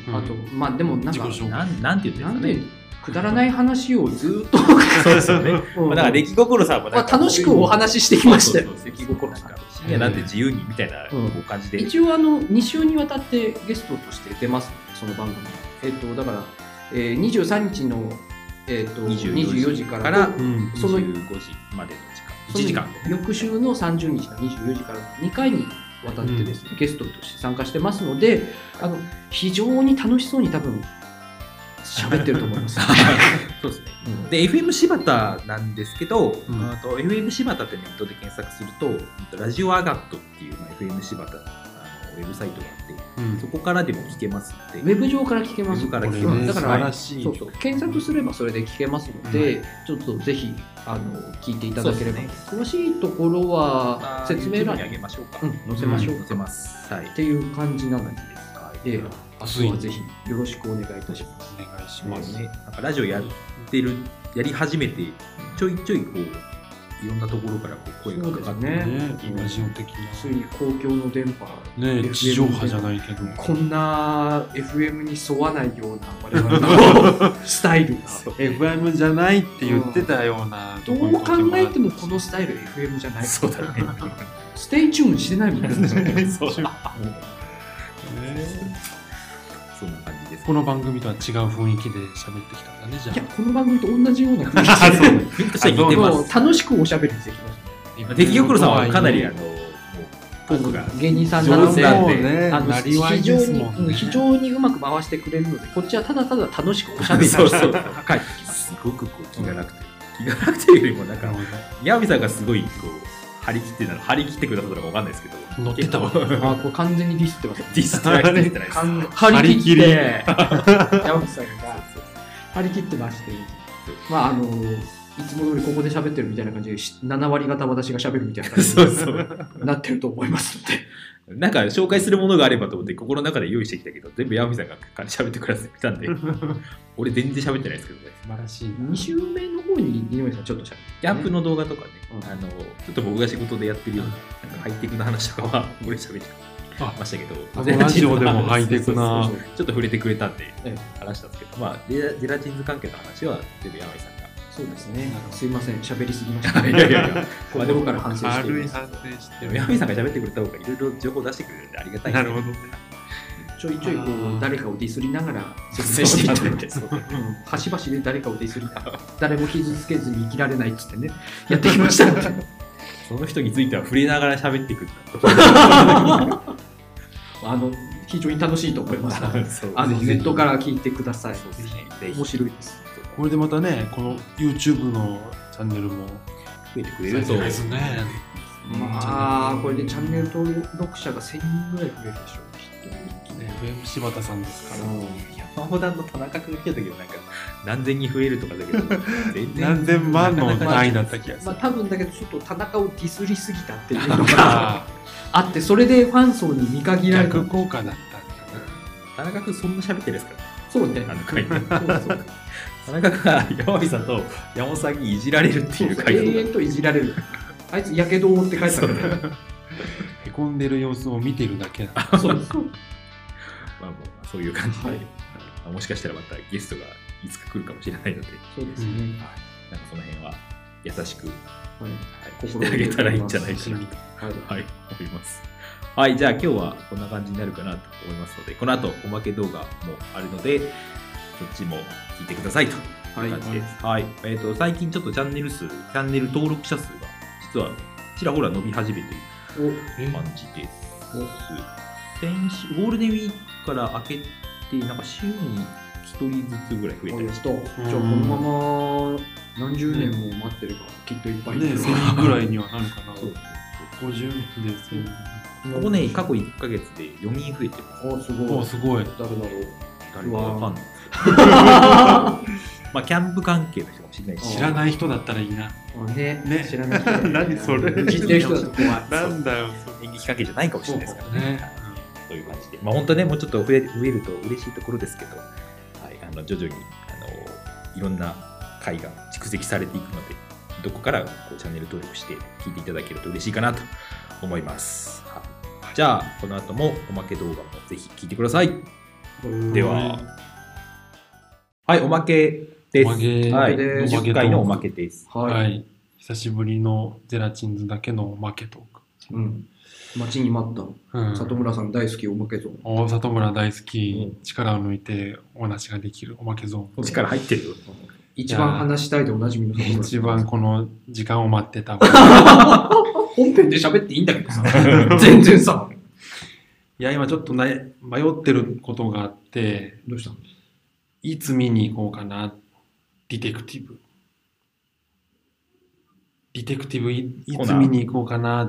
Speaker 2: うんあとまあでもなん
Speaker 3: 自己
Speaker 2: か
Speaker 3: 紹介。
Speaker 1: なんなんて言
Speaker 2: な
Speaker 1: うん
Speaker 2: ん
Speaker 1: で
Speaker 2: ですくだらない話をずー っと、
Speaker 1: かね。そうですよ ね。
Speaker 2: うん
Speaker 1: まあ、だから、出来心さんも
Speaker 2: ま
Speaker 1: な
Speaker 2: あ
Speaker 1: んかこう
Speaker 2: 楽しくお話ししてきましたよ
Speaker 1: そうそうそう出来心さん。深夜なんて自由にみたいなこう感じで。
Speaker 2: 一応あの2週にわたってゲストとして出ますその番組えっ、とだから、えー、23日の、えっと24
Speaker 1: 24時
Speaker 2: 時か
Speaker 1: からら
Speaker 3: うん。
Speaker 2: その
Speaker 1: 25時までの時間
Speaker 2: その
Speaker 1: 1時間。
Speaker 2: 翌週の30日の24時から2回にわたってですね、ゲストとして参加してますのであの非常に楽しそうに多分喋ってると思います
Speaker 1: そうですね。
Speaker 2: うん
Speaker 1: で、FM 柴田なんですけど、
Speaker 2: ん
Speaker 1: あと FM 柴田ってネットで検索すると、うんとラジオアガットっていう、まあ、FM 柴田のあのウェブサイトがあって、そこからでも聞けますって。
Speaker 2: ウェブ上から聞けま
Speaker 1: ウ
Speaker 2: す
Speaker 1: ェブから聞け
Speaker 3: こ
Speaker 1: ます
Speaker 2: うん
Speaker 3: れね
Speaker 2: だ
Speaker 3: 素
Speaker 2: から
Speaker 3: 晴らしい。
Speaker 2: そうそう検索すればそれで聞けますので、ちょっとぜひあの聞いていただければ、
Speaker 1: そうで
Speaker 2: 詳しいところは説明欄
Speaker 1: に
Speaker 2: に
Speaker 1: あげましょうか。
Speaker 2: うん載せましょうか、
Speaker 1: 載せます。はい
Speaker 2: っ。ていう感じなので、はいええ明日はぜひよろしくお願いいたします。
Speaker 3: お願いし
Speaker 1: ま
Speaker 3: ま
Speaker 1: あ
Speaker 3: す。
Speaker 1: ね、なんかラジオやってる、やり始めて、ちょいちょいこう、いろんなところからこう声がかかってくる
Speaker 2: そうです
Speaker 3: ね、ラジオ的
Speaker 2: ついに公共の電波、
Speaker 3: な。ね、
Speaker 2: FM
Speaker 3: 地上波じゃないけど。
Speaker 2: こんな FM に沿わないような我々のスタイルが。
Speaker 3: FM じゃないって言ってたような
Speaker 2: ど
Speaker 3: とこ
Speaker 2: う
Speaker 3: に
Speaker 2: 考
Speaker 3: 時もあ
Speaker 2: え
Speaker 3: る
Speaker 2: てもこのスタイル FM じゃない。
Speaker 1: そうだね。
Speaker 2: ステイチューンしてないもんね。
Speaker 1: そう
Speaker 3: ね
Speaker 1: そんな感じです。
Speaker 3: この番組とは違う雰囲気で喋ってきたんだねじゃ
Speaker 2: いや、
Speaker 3: あ
Speaker 2: この番組と同じような雰囲
Speaker 1: あ、そう。
Speaker 2: 気
Speaker 1: 雰囲気としては似て
Speaker 2: で、
Speaker 1: ま
Speaker 2: もう
Speaker 1: す。
Speaker 2: 楽しくおしゃべりできます。
Speaker 3: 今
Speaker 1: 出来心さんはかなり、あの、もう、トークが。
Speaker 2: 芸人さんな
Speaker 1: 上
Speaker 2: の
Speaker 1: 手
Speaker 2: で
Speaker 1: な、ん
Speaker 3: そう
Speaker 1: で。
Speaker 3: ね
Speaker 2: あの
Speaker 3: なりわい
Speaker 2: 非常
Speaker 3: です
Speaker 2: に
Speaker 3: もん
Speaker 2: うん
Speaker 3: ね
Speaker 2: 非常にうまく回してくれるので、こっちはただただ楽しくおしゃべり
Speaker 1: そうそうう。帰ってきます。すごくこう、気が楽という。気が楽というよりも、なんか、ヤミさんがすごい、こう、張り切ってたの、張り切ってくださったのかわかんないですけど。
Speaker 3: 乗ってたわ
Speaker 1: 結構
Speaker 2: あ、これ完全にディスってます。
Speaker 1: ディストラクトじゃないです
Speaker 2: 完
Speaker 1: か。
Speaker 2: 張り切っ
Speaker 3: 張り切り
Speaker 2: て、山口さんが張り切ってまして、まああの、いつも通りここで喋ってるみたいな感じで、し7割方私が喋るみたいな感じ
Speaker 1: そうそう。
Speaker 2: になってると思いますので、
Speaker 1: なんか紹介するものがあればと思って心の中で用意してきたけど、全部ヤミさんが喋ってくださった んで、俺全然喋ってないですけどね。
Speaker 3: 素晴らしいな
Speaker 2: 2週目の方に井上さんちょっと喋って、
Speaker 1: ギャップの動画とかね、
Speaker 2: うん
Speaker 1: あの、ちょっと僕が仕事でやってるような、なんかハイテクな話とかは、俺喋って
Speaker 3: あ
Speaker 1: ましたけど、
Speaker 3: あの ラジオでもハイテクな
Speaker 1: そうそうそうちょっと触れてくれたんで
Speaker 2: ええ、
Speaker 1: 話したんですけど、まあ、ゼラゼラチンズ関係の話は、全部ヤミさんが。
Speaker 2: そうですね、すいません、喋りすぎまし
Speaker 1: い
Speaker 2: た。
Speaker 1: やいやいや、
Speaker 2: ここから反省してい
Speaker 3: 軽
Speaker 2: ま
Speaker 3: い
Speaker 2: す
Speaker 3: 反省して
Speaker 1: でもヤミさんが喋ってくれた方がいろいろ情報出してくれるんでありがたい
Speaker 3: なるほどね
Speaker 2: ちょいちょいこ
Speaker 3: あ
Speaker 2: う
Speaker 3: ー
Speaker 2: 誰かをディスりながら説
Speaker 1: 説
Speaker 2: 明
Speaker 1: 明
Speaker 2: し
Speaker 1: してて
Speaker 2: い
Speaker 1: い
Speaker 2: た
Speaker 1: た
Speaker 2: だ
Speaker 1: だ
Speaker 2: い
Speaker 1: い
Speaker 2: て
Speaker 1: て、
Speaker 2: 端々で誰かをディスりながら、誰も傷つけずに生きられないっつってね、やってきましたので。
Speaker 1: その人については触れながら喋ってくるんだと。
Speaker 2: あの非常に楽しいと思いますの で。
Speaker 1: そう
Speaker 2: あのネットから聞いてください。
Speaker 1: そうですね
Speaker 2: 面白いです。
Speaker 3: これでまたねこの YouTube のチャンネルも
Speaker 1: 増えてくれ
Speaker 3: 再
Speaker 1: ると。
Speaker 3: 開するね
Speaker 2: まあ、これでチャンネル登録者が1000人ぐらい増えるでしょう。きっと一気に
Speaker 3: FM 柴田さんですから
Speaker 1: 山本の田中君が来た時はなんか何千人増えるとかだ けど、全然
Speaker 3: 何千万の
Speaker 1: なかなか
Speaker 3: 単位だった気がす
Speaker 2: まあ
Speaker 3: る
Speaker 2: 多分だけどちょっと田中をディスりすぎたっていうのが
Speaker 3: あ
Speaker 2: あってそれでファン層に見限られた
Speaker 3: 逆効果だったんだな
Speaker 1: 田中君そんな喋ってるんですか
Speaker 2: そうね
Speaker 1: ら、あの回。
Speaker 2: そうそう
Speaker 1: 田中君が山美さんと山本さんにいじられるっていう回
Speaker 2: 永
Speaker 1: 答
Speaker 2: 遠といじられるあいつやけどを負って帰ったからね
Speaker 3: へこんでる様子を見てるだけだ
Speaker 2: そうです
Speaker 1: まあもうそういう感じで、
Speaker 2: はい
Speaker 1: まあもしかしたらまたゲストがいつか来るかもしれないので、
Speaker 2: そうですね、
Speaker 1: なんかその辺は優しく、は
Speaker 2: はい
Speaker 1: い、してあげたらいいんじゃない
Speaker 3: 楽し
Speaker 1: かな
Speaker 3: み
Speaker 1: と。はい、思います。はい、じゃあ今日はこんな感じになるかなと思いますので、この後おまけ動画もあるので、そっちも聞いてくださいという感じです。はい、えっ、と、最近ちょっとチャンネル数、チャンネル登録者数が、実はちらほら伸び始めてる
Speaker 3: え
Speaker 1: 感じです。先週、ゴールデンウィークから明けて、なんか週に1人ずつぐらい増え
Speaker 2: お
Speaker 1: た
Speaker 2: お
Speaker 1: り
Speaker 2: や
Speaker 1: し
Speaker 2: っとじゃあこのまま何十年も待ってればきっといっぱいい
Speaker 3: ね
Speaker 2: る
Speaker 3: 1000ぐ らいにはなるかな
Speaker 1: そう
Speaker 3: 50人で1000
Speaker 1: ここね、過去1ヶ月で4人増えてます。
Speaker 2: おす
Speaker 3: 人
Speaker 2: ご
Speaker 3: お
Speaker 2: い
Speaker 3: すごい
Speaker 2: 誰だろう
Speaker 1: 誰かわかんないですけど。まあ、キャンプ関係の人かもしれないし。
Speaker 3: 知らない人だったらいいな
Speaker 2: あね
Speaker 3: ね
Speaker 2: 知らない人だね
Speaker 3: 何それ
Speaker 2: 知ってる人だと怖い
Speaker 3: なんだよ
Speaker 1: 演劇関係じゃないかもしれないですからね。
Speaker 3: ね
Speaker 1: という感じで、まあ、本当はね、もうちょっと増え増えると嬉しいところですけど、はい、あの徐々にあのいろんな回が蓄積されていくので、どこからこうチャンネル登録して聞いていただけると嬉しいかなと思います。はいじゃあ、この後もおまけ動画もぜひ聞いてください。では、はい、おまけです。
Speaker 3: おまけ
Speaker 1: はい、
Speaker 2: です
Speaker 1: 20回のおまけです。
Speaker 2: は、
Speaker 3: はいい久しぶりのゼラチンズだけのおまけト
Speaker 2: うん、待ちに待っ
Speaker 3: ーク、う
Speaker 2: た
Speaker 3: ん、
Speaker 2: 里村さん大好きおまけゾーン
Speaker 3: お里村大好き、
Speaker 1: う
Speaker 3: 力を抜いてお話ができるおまけゾーン
Speaker 1: 力入ってる。
Speaker 2: 一番話したいでおなじみの里村さ
Speaker 3: 一
Speaker 2: ん
Speaker 3: 番この時間を待ってた
Speaker 2: 本編で喋っていいんだけどさ全然さ
Speaker 3: いや今ちょっとね迷ってることがあって
Speaker 2: どうしたの
Speaker 3: いつ見に行こうかなっディテクティブ。ディテクティブいい
Speaker 1: コナ
Speaker 3: つ
Speaker 1: ン
Speaker 3: 見に行こうかな。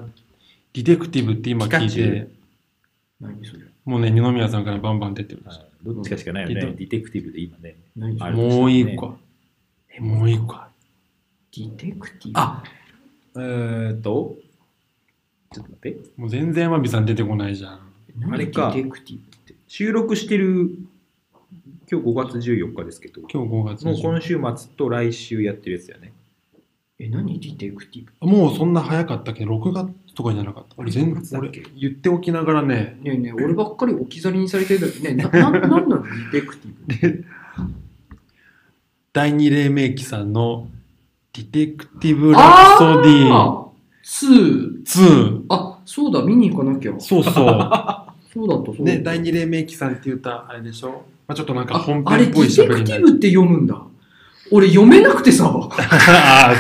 Speaker 3: ディテクティブって今聞い
Speaker 1: ピカチュ
Speaker 3: て、
Speaker 2: 何それ
Speaker 3: もうね、二宮さんからバンバン出てるんですよ。
Speaker 1: どっちかしかないよね。
Speaker 3: うん
Speaker 1: ディテクティブで今ね。
Speaker 2: 何そ
Speaker 1: あ
Speaker 2: れ
Speaker 1: るんですよね
Speaker 3: もう一個。もう一個。
Speaker 2: ディテクティブ
Speaker 3: あ
Speaker 1: えーっと、ちょっと待って。
Speaker 3: もう全然天海さん出てこないじゃん。
Speaker 2: 何
Speaker 1: あれか
Speaker 2: ディテクティブって。
Speaker 1: 収録してる、今日5月14日ですけど、
Speaker 3: 今日5月
Speaker 1: もう
Speaker 3: 20
Speaker 1: 今週末と来週やってるやつだよね。
Speaker 2: え、何ディテクティブ
Speaker 3: もうそんな早かったっけど、6月とかじゃなかった。俺全
Speaker 1: 6月だっ
Speaker 3: 俺
Speaker 1: け
Speaker 3: 言っておきながらね、
Speaker 2: ねえねえ、俺ばっかり置き去りにされてるだねえ、な、 な、なんなのディテクティブ。
Speaker 3: 第二黎明期さんのディテクティブ・ラプソディ
Speaker 2: あスー。
Speaker 3: 2。
Speaker 2: あ、そうだ、見に行かなきゃ。
Speaker 3: そうそう。
Speaker 2: そうだった、そうだ
Speaker 3: ね、
Speaker 2: った。
Speaker 3: 第二黎明期さんって言ったあれでしょ、まあ、ちょっとなんか
Speaker 2: あ
Speaker 3: 本
Speaker 2: あれ、デ
Speaker 3: 編っぽい
Speaker 2: ィテ
Speaker 3: 喋り
Speaker 2: ク
Speaker 3: に
Speaker 2: テ
Speaker 3: な
Speaker 2: ィ
Speaker 3: る。
Speaker 2: ブって読むんだ。俺読めなくてさ。
Speaker 3: ああ、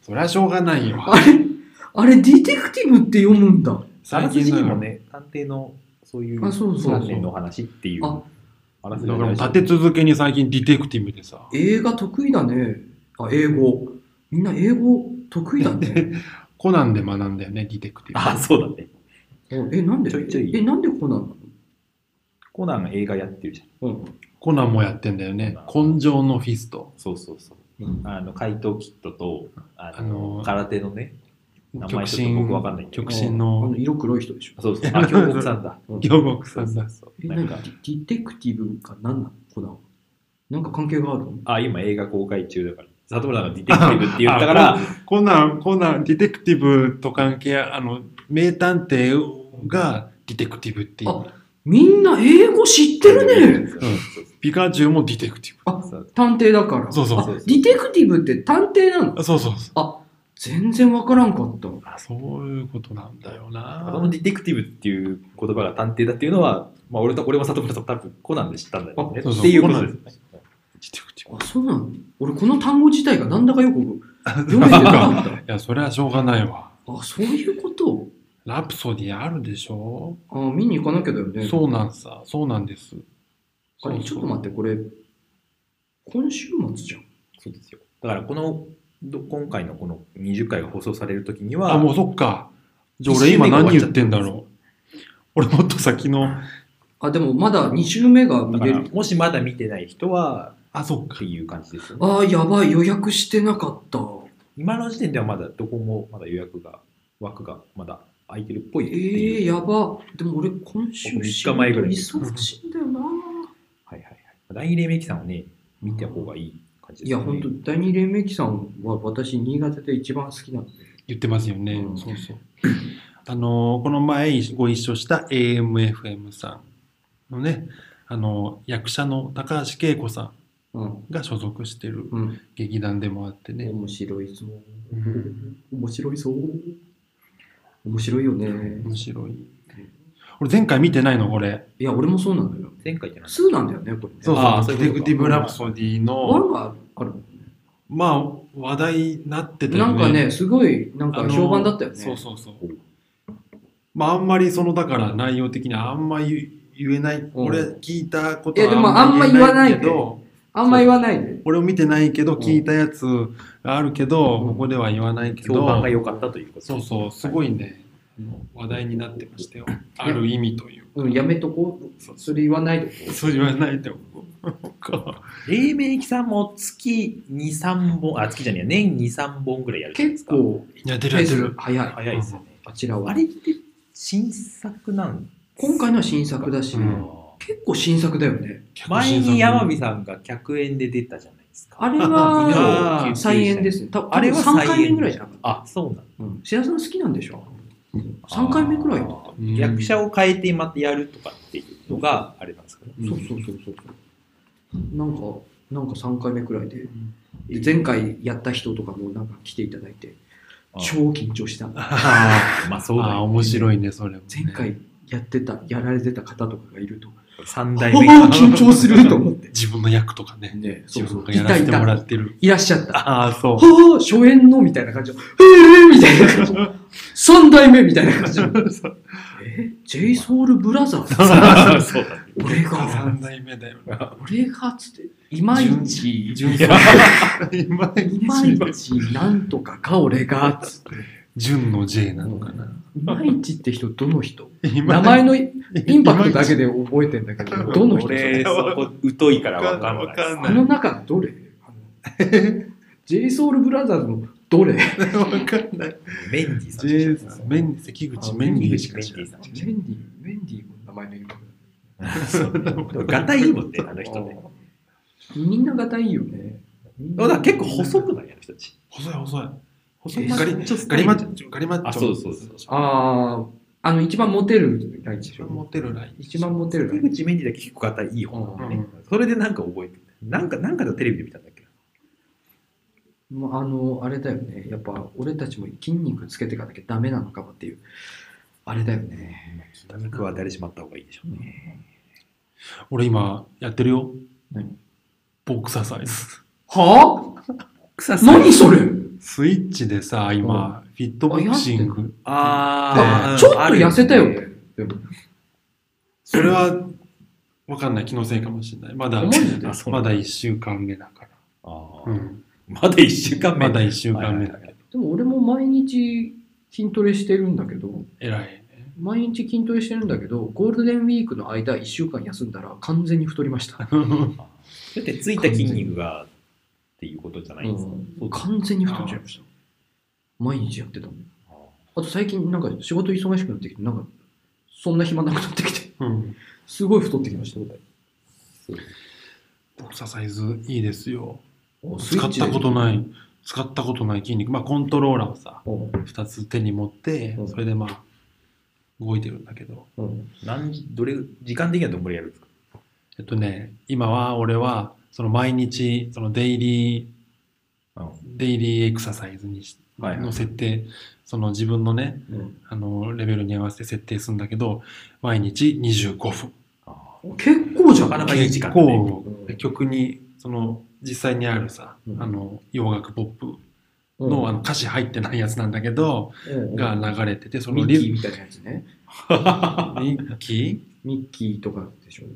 Speaker 3: そ、そりゃしょうがないよ。
Speaker 2: あれ、あれ、ディテクティブって読むんだ。
Speaker 1: あらすじ
Speaker 3: だ
Speaker 1: に
Speaker 3: よ
Speaker 1: も。ね、探偵のそういう
Speaker 2: あそうそうそう
Speaker 1: 観念の話っていう、
Speaker 2: あ
Speaker 1: あら
Speaker 3: だ
Speaker 1: すじ
Speaker 3: か
Speaker 1: の
Speaker 3: らもう
Speaker 1: 話
Speaker 3: 立て続けに最近ディテクティブでさ、
Speaker 2: 映画得意だね。あ、英語。みんな英語得意だ ね。
Speaker 3: コナンで学んだよね、ディテクティ ブ。
Speaker 1: あ、そうだね。
Speaker 2: え、なんで
Speaker 1: ちょいちょい
Speaker 2: え、なんでこうなの
Speaker 1: コナン映画やってるじゃん。
Speaker 2: うん。
Speaker 3: コナンもやってんだよね。根性のフィスト。
Speaker 1: そうそうそう。
Speaker 2: うん
Speaker 1: あの、怪盗キットと、あの、
Speaker 3: あのー
Speaker 1: 空手のね、名前
Speaker 3: 極
Speaker 1: ちょっと
Speaker 3: 真
Speaker 1: 僕わかんないん、だけど
Speaker 3: 極真
Speaker 2: あ
Speaker 3: の
Speaker 2: の色黒い人でしょ
Speaker 1: あ。そうそう、あ、京極さんだ。
Speaker 2: うん
Speaker 3: 両国さんだ。
Speaker 2: え、
Speaker 1: そうな
Speaker 2: なん
Speaker 1: ん
Speaker 2: か
Speaker 1: か
Speaker 2: デ、ィディテクティブか何なのコナン。なんか関係があるの
Speaker 1: あ、今映画公開中だから。里村さんがディテクティブって言ったから、
Speaker 3: コナン、コナン、ディテクティブと関係あ、あの、名探偵がディテクティブっていう。
Speaker 2: あみんな英語知ってるね。
Speaker 1: そうそう
Speaker 3: ピカチュウもディテクティ
Speaker 2: あ
Speaker 1: そう
Speaker 2: 探偵だから。
Speaker 3: そうそう
Speaker 2: あ
Speaker 1: そうそう
Speaker 2: ディテクティブって探偵なの
Speaker 3: ブ。そうそうそ
Speaker 2: あ、全然わからんかった。
Speaker 3: う。あそういうことなんだよ
Speaker 1: あの
Speaker 3: な。
Speaker 1: ディテクティブっていう言葉が探偵だっていうのは、まあ、俺と俺も里村さんも多分コナンで知ったんだよね。
Speaker 3: あそうそう
Speaker 1: っていうことですね。
Speaker 3: ディテクティブ。
Speaker 2: あ、そうなの俺この単語自体がなんだかよく読めてな
Speaker 3: な
Speaker 2: ん
Speaker 3: か、
Speaker 2: かった。
Speaker 3: いや、それはしょうがないわ。
Speaker 2: あ、そういうこと
Speaker 3: ラプソディあるでしょ、
Speaker 2: あ、見に行かなきゃだよね。
Speaker 3: そうなんさ。そうなんです。
Speaker 2: あれ、ちょっと待って、これ、今週末じゃん。
Speaker 1: そうですよ。だからこのど今回のこの20回が放送される時には、
Speaker 3: あ、もうそっか。じゃあ俺
Speaker 1: 一周
Speaker 3: 今
Speaker 1: 目が
Speaker 3: 何
Speaker 1: 終わっちゃ
Speaker 3: 言
Speaker 1: っ
Speaker 3: ったてんだろう。俺もっと先の、
Speaker 2: あ、でもまだ2週目が見
Speaker 1: だか
Speaker 2: れ
Speaker 1: ら
Speaker 2: る。
Speaker 1: もしまだ見てない人は
Speaker 3: あ、そっ
Speaker 1: っ
Speaker 3: か。
Speaker 1: ていう感じですよね。
Speaker 2: あー、やばい、予約してなかった。
Speaker 1: 今の時点ではまだどこもまだ予約が、枠がまだ空いてるっぽい
Speaker 2: え
Speaker 1: っていう。
Speaker 2: ー、やば。でも俺、今週
Speaker 1: 僕三日前ぐらいに
Speaker 2: 忙しいんだよな。
Speaker 1: はいはいはい。第二黎明期さんはね、見た方がいい感じ
Speaker 2: い
Speaker 1: です
Speaker 2: や、
Speaker 1: よね。
Speaker 2: 本当第二黎明期さんは私、新潟で一番好きなんで。
Speaker 3: 言ってますよね。
Speaker 2: うん
Speaker 3: そうそう。 あのーこの前ご一緒した AMFM さんのね、あのー役者の高橋恵子さ
Speaker 2: うん。
Speaker 3: んが所属してる
Speaker 2: うん。
Speaker 3: 劇団でもあってね。
Speaker 2: 面白いぞ。
Speaker 3: うん
Speaker 2: 面白いぞ。面白いよね。
Speaker 3: 面白い。俺前回見てないの、これ。
Speaker 2: いや、俺もそうなのよ。
Speaker 1: 前回じゃない
Speaker 2: 2なんだよね、これね。
Speaker 1: そうあーそう
Speaker 3: デ
Speaker 1: い
Speaker 3: ィ
Speaker 1: うことか
Speaker 3: テクティブ・ラプソディの、
Speaker 2: 1があるもんね。
Speaker 3: まあ、話題になってたよ
Speaker 2: なん
Speaker 3: ね。
Speaker 2: かね、すごい、なん
Speaker 3: あ
Speaker 2: か
Speaker 3: の
Speaker 2: 評判だったよね。
Speaker 3: そうそうそう。まあ、あんまりその、だから内容的にはあんま言言えない。俺聞いたこと
Speaker 2: いやでも
Speaker 3: けど、
Speaker 2: あんま言わないで。
Speaker 3: 俺を見てないけど、
Speaker 2: ん
Speaker 3: 聞いたやつがあるけど、
Speaker 2: うん
Speaker 3: ここでは言わないけど、
Speaker 1: 評判が良かったということ
Speaker 3: そうそう、すごいね、話題になってましたよ。ある意味という。
Speaker 2: うん、やめとこ
Speaker 3: そう
Speaker 2: う。それ言わないで。
Speaker 3: そう言わないでおこ
Speaker 1: 黎明期さんも月2、3本、あ、月じゃねえや、年2、3本ぐらいやるじゃないです
Speaker 2: 結
Speaker 1: か。
Speaker 2: 構、
Speaker 3: う。いや、出
Speaker 2: ペー
Speaker 3: るやて
Speaker 2: ス
Speaker 3: る。
Speaker 2: 早い。
Speaker 1: 早いですよね。
Speaker 2: あちら
Speaker 1: あ
Speaker 2: は。
Speaker 1: れって新作なん
Speaker 2: 今回のは新作だし
Speaker 3: う、ん
Speaker 2: 結構新作だよね。
Speaker 1: 前に山火さんが客演で出たじゃ ないですか。
Speaker 2: あれ
Speaker 3: あ
Speaker 2: は
Speaker 3: ー、
Speaker 2: 再演ですね。多分
Speaker 1: あれは
Speaker 2: 3回
Speaker 1: 再
Speaker 2: 目
Speaker 1: 演
Speaker 2: ぐらいじゃなかった。
Speaker 1: あ、そうなんだ。
Speaker 2: うん白田さん好きなんでしょ ?3 回目ぐらいだった。
Speaker 3: うん
Speaker 1: 役者を変えてまたやるとかっていうのがあれなんですかね。
Speaker 3: うん
Speaker 2: そうそうそうそうそう。なんか、なんか3回目くらいで
Speaker 3: ん、
Speaker 2: で前回やった人とかもなんか来ていただいて、
Speaker 1: あ
Speaker 2: 超緊張した。
Speaker 3: あ
Speaker 1: まあそ
Speaker 3: ー
Speaker 1: うだ
Speaker 3: あー、
Speaker 1: よ、
Speaker 3: 面白いね、それもね。
Speaker 2: 前回やってた、やられてた方とかがい ると、
Speaker 1: 三
Speaker 2: あ
Speaker 1: 代目
Speaker 2: あ緊張すると思って。
Speaker 3: 自分の役とかね、
Speaker 2: ね、
Speaker 3: 自
Speaker 2: そうそ
Speaker 3: 分
Speaker 2: う、
Speaker 3: が
Speaker 2: い
Speaker 3: やら
Speaker 2: た
Speaker 3: せ
Speaker 2: い
Speaker 3: てもら
Speaker 2: た、
Speaker 3: ってる。
Speaker 2: いらっしゃった。
Speaker 3: ああ、そう。
Speaker 2: はあ、初演のみたいな感じの、へえみたいな感じの、3代目みたいな感じの、えジェイソウルブラザーズ
Speaker 1: そうだね
Speaker 2: 俺が
Speaker 3: 3、代目だよな。
Speaker 2: 俺がっつって、いまいち、い
Speaker 3: 純
Speaker 1: いや
Speaker 3: 今
Speaker 2: まいちなんとかか俺がっつって。
Speaker 3: 純の J なのかな。
Speaker 2: いまいちって人、どの人
Speaker 3: 今
Speaker 2: 名前のインパクトだけで覚えてんだけど、どの人
Speaker 1: 俺、そこ、疎いからわかんないです。
Speaker 3: わかん
Speaker 2: あの中どれ ?JSOUL BROTHERS のどれ
Speaker 3: わかんない。
Speaker 1: メンディーさん
Speaker 3: J
Speaker 1: さ
Speaker 3: さ
Speaker 1: ん。
Speaker 3: ん、メンディー、関口
Speaker 2: あ
Speaker 3: メンディーしか
Speaker 1: メン
Speaker 3: 知
Speaker 1: デ
Speaker 3: ら
Speaker 1: ィー。
Speaker 3: ない
Speaker 1: さん
Speaker 2: メンディー、メンディーの名前のインパクト。
Speaker 1: そうでもガタイいいもんね、あの人ね。
Speaker 2: みんながたいいよね。
Speaker 1: あだから結構細くないあの人たち。
Speaker 3: 細い細い。
Speaker 1: 細
Speaker 2: い
Speaker 3: ガリガリマッチョ、ガリマッチョ。
Speaker 1: あ、そうそうそう。
Speaker 2: ああ、あの、一番モテるラインで
Speaker 3: 一
Speaker 2: し
Speaker 3: 番モ
Speaker 2: ょ。
Speaker 3: テるライン。
Speaker 2: 一番モテるラ
Speaker 1: 関
Speaker 2: イン。
Speaker 1: 口メンディーだけ結構ガタイいい方なんだよね
Speaker 3: う。
Speaker 1: それでなんか覚えてるなんか、なんかでテレビで見たんだっけ
Speaker 2: もうあの、あれだよね。やっぱ、俺たちも筋肉つけていかなきゃダメなのかもっていう。あれだよね。
Speaker 1: 豚肉は誰しまった方がいいでしょうね。
Speaker 3: 俺今、やってるよ。
Speaker 2: 何
Speaker 3: ボクサーサイズ。
Speaker 2: は
Speaker 1: 草
Speaker 2: あ何それ
Speaker 3: スイッチでさ、今、フィットボクシング。
Speaker 1: あー
Speaker 2: ちょっと痩せたよね。。でも
Speaker 3: それは、わかんない。気のせいかもしれない。まだ
Speaker 2: マ、ジで
Speaker 1: あそう
Speaker 3: まだ1週間目だから。
Speaker 1: あー
Speaker 3: うん。
Speaker 1: まだ1週間目
Speaker 3: まだ1週間目だ
Speaker 1: はい
Speaker 3: け
Speaker 1: は
Speaker 3: ど
Speaker 1: い。
Speaker 2: でも俺も毎日筋トレしてるんだけど、
Speaker 3: 偉いね。
Speaker 2: 毎日筋トレしてるんだけど、ゴールデンウィークの間1週間休んだら完全に太りま した。
Speaker 1: だってついた筋肉がっていうことじゃないんですか。
Speaker 2: うん完全に太っちゃいました。毎日やってたもん。あと最近なんか仕事忙しくなってきて、なんかそんな暇なくなってきて、
Speaker 3: うん。
Speaker 2: すごい太ってきました。
Speaker 3: ボクサーサイズいいですよ。
Speaker 2: 使
Speaker 3: 使ったこと
Speaker 2: い。
Speaker 3: ない、使ったことない筋肉。まあ、コントローラーをさ、
Speaker 2: うん
Speaker 3: 2つ手に持って
Speaker 2: うん、
Speaker 3: それでまあ、動いてるんだけど。
Speaker 2: うん
Speaker 1: 何どれ時間的にはどんぐらいやるんですか
Speaker 3: えっとね、今は俺は、その毎日、そのデイリー、デイリーエクササイズにし
Speaker 1: はいはい
Speaker 3: の設定、その自分のね、
Speaker 2: うん
Speaker 3: あの、レベルに合わせて設定するんだけど、毎日25分。
Speaker 1: あ
Speaker 2: 結構じゃん。
Speaker 1: なかなかいい
Speaker 3: 結
Speaker 1: 時間だね
Speaker 3: 構、曲に、その、実際にあるさ、
Speaker 2: うん
Speaker 3: あの、洋楽ポップ
Speaker 2: うん
Speaker 3: のあの歌詞入ってないやつなんだけど、
Speaker 2: うん
Speaker 3: が流れてて、その
Speaker 2: ミッキー
Speaker 3: リ
Speaker 2: みたいなやつね。
Speaker 1: ー
Speaker 3: ミッキ
Speaker 2: ミッキーとかでしょ。
Speaker 3: ー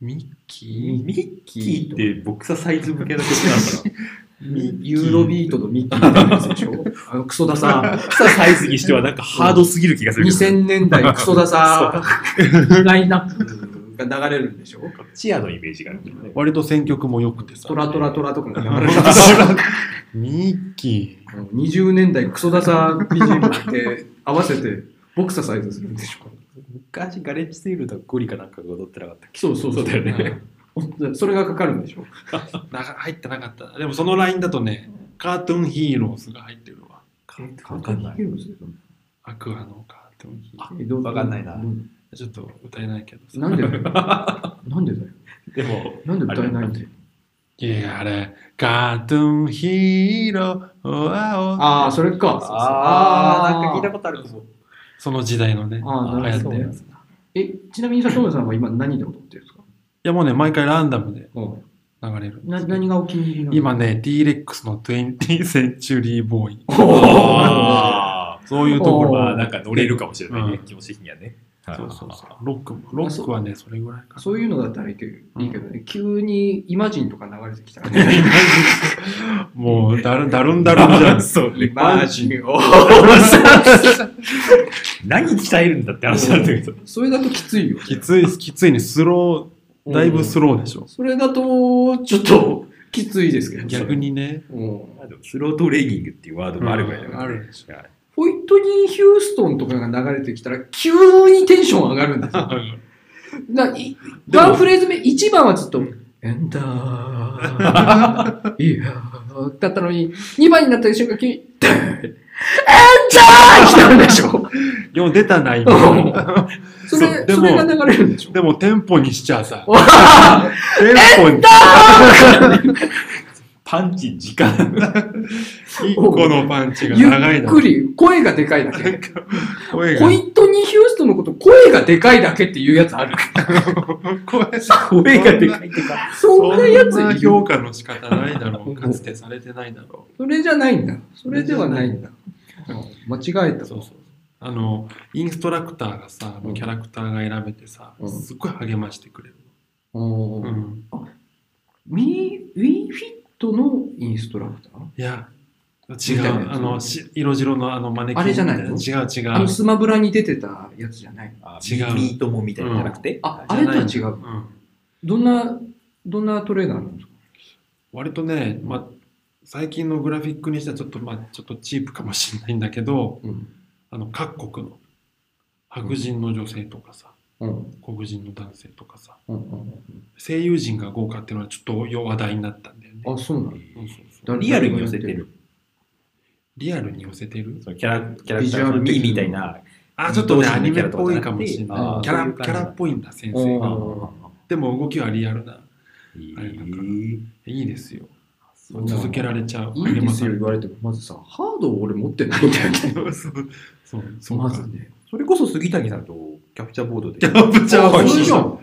Speaker 3: ミッキ
Speaker 1: ミッキー
Speaker 2: ー
Speaker 1: っ
Speaker 2: ってて
Speaker 1: ボクサーサイズ向けの曲なん だな。
Speaker 2: ユーロビートのミッキーみたいなやつでし ょ。あのクソダサ。
Speaker 1: ボクサーサイズにしてはなんかハードすぎる気がするけど。
Speaker 2: 2000年代クソダサラインナップが流れるんでしょ
Speaker 1: チアのイメージがある。
Speaker 3: ー割と選曲も良くてさ。
Speaker 2: トラトラトラとかが流れるんでしょ
Speaker 3: ミッキ
Speaker 2: あの20年代クソダサ BGM で合わせてボクサーサイズするんでしょ
Speaker 1: 昔ガレッジセールとかゴリかなんかが踊ってなかったっけ
Speaker 2: そうそう
Speaker 1: そうだよね
Speaker 2: うんそれがかかるんでしょ
Speaker 3: ーな入ってなかった。でもそのラインだとね、カートゥーンヒーローズが入ってるわ。
Speaker 1: わかんない。
Speaker 3: アクアのカートゥーンヒーロ
Speaker 1: わかんないな
Speaker 3: ーズ。ちょっと歌えないけどさ。
Speaker 2: なんでだよなんでだよ
Speaker 1: でも、
Speaker 2: なんで歌えないんだよ
Speaker 3: いや、あれ、カートゥーンヒーロー、おわお
Speaker 2: ああそれか
Speaker 1: あー、なんか聞いた
Speaker 2: こ
Speaker 1: ことあるかも。
Speaker 3: その時代のね、
Speaker 2: あーなるほど
Speaker 3: 流行ってるやつい
Speaker 2: えちなみに佐藤さんは今何で踊ってるんですか
Speaker 3: や、もうね、毎回ランダムで流れる。
Speaker 2: な何がお気に入りなの
Speaker 3: 今ね、T-Rex の20 Century Boy。
Speaker 1: あ
Speaker 3: そういうとこ
Speaker 1: ー
Speaker 3: ろ
Speaker 1: まあ、
Speaker 3: は
Speaker 1: なんか乗れるかもしれないね
Speaker 3: う、ん
Speaker 1: 気持ち的にはね。
Speaker 3: そうそうそう。ロックも。ロックはね、それぐらいかな。
Speaker 2: そう
Speaker 3: う。
Speaker 2: いうのだったらいいけどいいけどね急にイマジンとか流れてきたら ね
Speaker 3: もう、だる、だるんだるんじゃ ん。
Speaker 1: そうね。
Speaker 2: マジを。
Speaker 1: 何鍛えるんだって話なんだけど。
Speaker 2: それだときついよ。
Speaker 3: きつい、きついね。スロー、だいぶスローでしょ。
Speaker 2: それだと、ちょっと、きついですけど。
Speaker 3: 逆。にね。
Speaker 2: うん。
Speaker 1: まあでもスロートレーニングっていうワードもあるぐらいだから、
Speaker 3: うんあるでし
Speaker 1: はい
Speaker 2: ホイットニー・ヒューストンとかが流れてきたら、急にテンション上がるんです よ。だい
Speaker 3: でも
Speaker 2: ワンフレーズ目、1番はずっと、エンダー、 いやー、だったのに、2番になった瞬間、急に、エンダー来たんでしょ。
Speaker 3: よう出たな、
Speaker 2: うん
Speaker 3: 今。
Speaker 2: そ
Speaker 3: そう
Speaker 2: れ、
Speaker 3: でも
Speaker 2: それが流れるんでしょ。
Speaker 3: でも、テンポにしちゃう さ。
Speaker 2: わあ
Speaker 3: テンポに。
Speaker 1: パンチ時間。
Speaker 3: 一個のパンチが
Speaker 2: ゆ
Speaker 3: 長い
Speaker 2: っ
Speaker 3: な。
Speaker 2: くり、声がでかいだけ。
Speaker 3: 声が
Speaker 2: ホイ。ットニー・ヒューストンのこと、声がでかいだけっていうやつある。
Speaker 3: 声
Speaker 1: 声がでかいってか。
Speaker 2: そん
Speaker 3: そ
Speaker 2: なや
Speaker 3: ん
Speaker 2: つ
Speaker 3: ない
Speaker 2: る
Speaker 3: 評価の仕方ないだろう。かつてされてないだろう。
Speaker 2: それじゃないんだ。それではないんだ。間違えた。
Speaker 3: そうそう。あの、インストラクターがさ、あの
Speaker 2: うん
Speaker 3: キャラクターが選べてさ、
Speaker 2: うん
Speaker 3: すっごい励ましてくれる。
Speaker 2: お
Speaker 3: う
Speaker 2: ー
Speaker 3: ん、
Speaker 2: ミウィフィットのインストラクター
Speaker 3: いや、違
Speaker 2: みたいなや
Speaker 3: う。
Speaker 2: つ
Speaker 3: あの、し色白のあのマネキン
Speaker 2: あれじゃないの
Speaker 3: みたな違う違う。
Speaker 2: あのスマブラに出てたやつじゃない
Speaker 1: あ
Speaker 3: 違う
Speaker 1: ミートモみたいなのじゃなくて、
Speaker 2: あ
Speaker 1: あ
Speaker 2: あれとは違う
Speaker 3: うん
Speaker 2: どんなどんなトレーナーなんですか
Speaker 3: 割とね、まあ、最近のグラフィックにしてはちょっと、まあ、ちょっとチープかもしれないんだけど、
Speaker 2: うん
Speaker 3: あの、各国の白人の女性とかさ、
Speaker 2: うん
Speaker 3: 黒人の男性とかさ、
Speaker 2: うんうん
Speaker 3: 声優陣が豪華っていうのはちょっと話題になったんだよね。
Speaker 2: あそうなの
Speaker 3: そうそうそう
Speaker 2: 誰
Speaker 1: リアルに寄せてる。
Speaker 3: リアルに寄せてる
Speaker 1: そのキャラキャラク
Speaker 2: ビジ
Speaker 1: タ
Speaker 2: ュア
Speaker 1: ー
Speaker 2: ル
Speaker 1: の
Speaker 2: 的に
Speaker 1: ミーみたいな。
Speaker 3: あ、ちょっとね、
Speaker 1: 当
Speaker 3: ア
Speaker 1: 時
Speaker 3: ニ
Speaker 1: のキャ
Speaker 3: メっ
Speaker 1: ラとか
Speaker 3: ぽ
Speaker 1: じゃなくて
Speaker 3: いかもしれな
Speaker 1: あ
Speaker 3: い。
Speaker 1: ー
Speaker 3: キャラ
Speaker 1: そういう感
Speaker 3: キ
Speaker 1: じ
Speaker 3: ャラっぽいんだ、先生が。
Speaker 2: お
Speaker 3: でも動きはリアルな。
Speaker 1: え
Speaker 3: あれだから
Speaker 1: ー
Speaker 3: いいですよ。
Speaker 2: うなんだ
Speaker 3: 続けられちゃう。
Speaker 2: いいですよ
Speaker 3: 励
Speaker 2: 言われてもまずさハードを俺持って ないんだよね
Speaker 3: まされるそう、そう
Speaker 2: ま
Speaker 3: か。
Speaker 2: ずね
Speaker 1: それこそ杉谷さんとキャプチャーボードで。
Speaker 3: キャプチ
Speaker 2: あ
Speaker 3: ャーボ
Speaker 2: そ
Speaker 3: ード
Speaker 2: れじゃん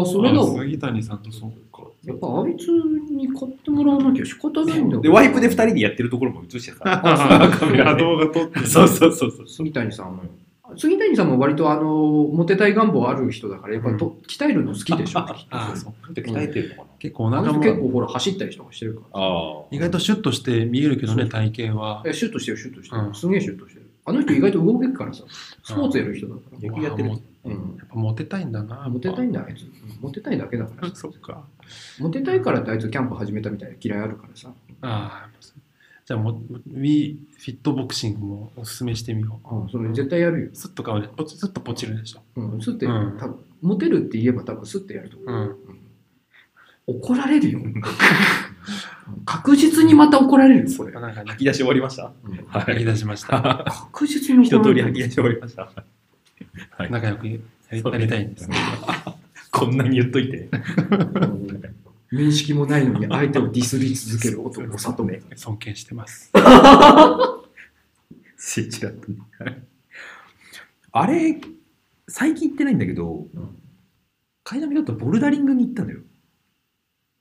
Speaker 2: あそれだわ
Speaker 3: 杉谷さんとそうか。
Speaker 2: やっぱあいつに買ってもらわなきゃ仕方ないん だ
Speaker 1: で、ワイプで2人
Speaker 2: で
Speaker 1: でやってるところも映してさ。
Speaker 3: カメラ
Speaker 1: ね
Speaker 3: 動画撮って。
Speaker 1: そうそうそうそう。
Speaker 2: 杉谷さんも杉谷さんも割とあのモテたい願望ある人だからやっぱと、鍛えるの好きでしょきっと
Speaker 3: あそう
Speaker 1: 鍛えてるのかな。
Speaker 3: 結構お
Speaker 2: あの
Speaker 3: 腹
Speaker 2: 人
Speaker 3: も
Speaker 2: 結構ほら走ったりとかしてるから
Speaker 1: ああ。
Speaker 3: 意外とシュッとして見えるけどね、
Speaker 2: そう
Speaker 3: 体型は。
Speaker 2: えシュッとしてる、シュッとしてる。
Speaker 3: うん
Speaker 2: すげえシュッとしてる。あの人意外と動けるからさ、スポーツやる人だから。
Speaker 1: 野球やって
Speaker 3: う
Speaker 1: る
Speaker 3: わも。
Speaker 2: うん
Speaker 3: やっぱモテたいんだな。やっぱ
Speaker 2: モテたいんだ、あいつ。モテたいだけだからさ
Speaker 3: そ。っか。
Speaker 2: モテたいからってあいつキャンプ始めたみたいな嫌いあるからさ。
Speaker 3: ああ、じゃあも、We フィットボクシングもおすすめしてみよ
Speaker 2: うん、それ絶対やるよ
Speaker 3: う。。スッと顔で、ポチスッとポチるでしょ。
Speaker 2: うん、すって、
Speaker 3: うん
Speaker 2: 多分モテるって言えば多分すってやると思う。
Speaker 3: うん。
Speaker 2: うん怒られるよ。確実にまた怒られるよ、これ。
Speaker 3: なんかね
Speaker 1: 吐、き出し終わりました
Speaker 2: うん
Speaker 1: は
Speaker 3: 吐き
Speaker 1: い。
Speaker 3: 出しました。
Speaker 2: 確実に
Speaker 1: 一
Speaker 2: 怒ら
Speaker 1: 通
Speaker 2: れ
Speaker 1: り
Speaker 2: る
Speaker 1: 吐き出し終わりま した。はい。
Speaker 3: 仲良くやりやりたいんですね。
Speaker 1: こんなに言っといて。
Speaker 2: うん面識もないのに相手をディスり続ける男、佐藤。
Speaker 3: 尊敬してます。
Speaker 1: スイッチだったね。 あれ、最近行ってないんだけど
Speaker 2: ん、
Speaker 1: 階段だとボルダリングに行ったのよ。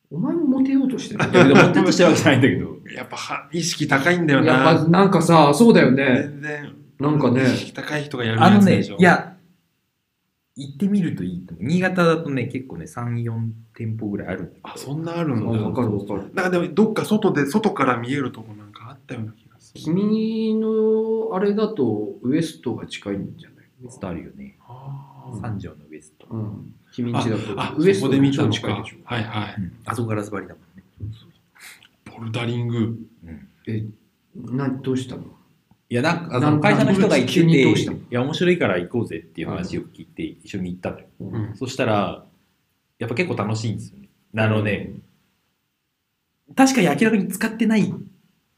Speaker 2: お前もモテようとしてる。
Speaker 1: いやでも持ってとしてるわけじゃないんだけど。
Speaker 3: やっぱは意識高いんだよ
Speaker 2: やっぱ
Speaker 3: な。
Speaker 2: なんかさ、そうだよね。
Speaker 3: 全然。
Speaker 2: なんかね
Speaker 3: 意識高い人がや る
Speaker 1: あ
Speaker 3: や
Speaker 1: の
Speaker 3: つ
Speaker 1: ね、
Speaker 3: でしょ。
Speaker 1: いや、行ってみるといいと思う。新潟だとね、結構ね、3、4店舗ぐらいあるんだけど
Speaker 3: あ、そんなある
Speaker 2: あ
Speaker 3: んだ。
Speaker 2: わかるわかる。
Speaker 3: なんかでも、どっか外で、外から見えるとこなんかあったような気がする。
Speaker 2: 君のあれだとウエストが近いんじゃない
Speaker 1: ウエストあるよね。
Speaker 3: あー
Speaker 1: 三条のウエスト。
Speaker 2: うん。君んちだ
Speaker 3: あ
Speaker 2: と、ウエス
Speaker 3: そ
Speaker 2: ト
Speaker 3: こで見たの
Speaker 2: 近い
Speaker 3: か
Speaker 2: でしょ。。
Speaker 3: はいは
Speaker 1: うんあそこガラス張りだもんね。
Speaker 3: い。ボルダリング。
Speaker 1: うん
Speaker 2: え、な、どうしたの
Speaker 1: いや、なんか、あ
Speaker 2: な
Speaker 1: の
Speaker 2: んか
Speaker 1: 会社の人が行って
Speaker 2: 急に
Speaker 1: て、
Speaker 2: どうしたの
Speaker 1: いや、面白いから行こうぜっていう話を聞いて、一緒に行ったのよ。
Speaker 3: うん。
Speaker 1: そしたら、やっぱ結構楽しいんですよね。あのね、確かに明らかに使ってない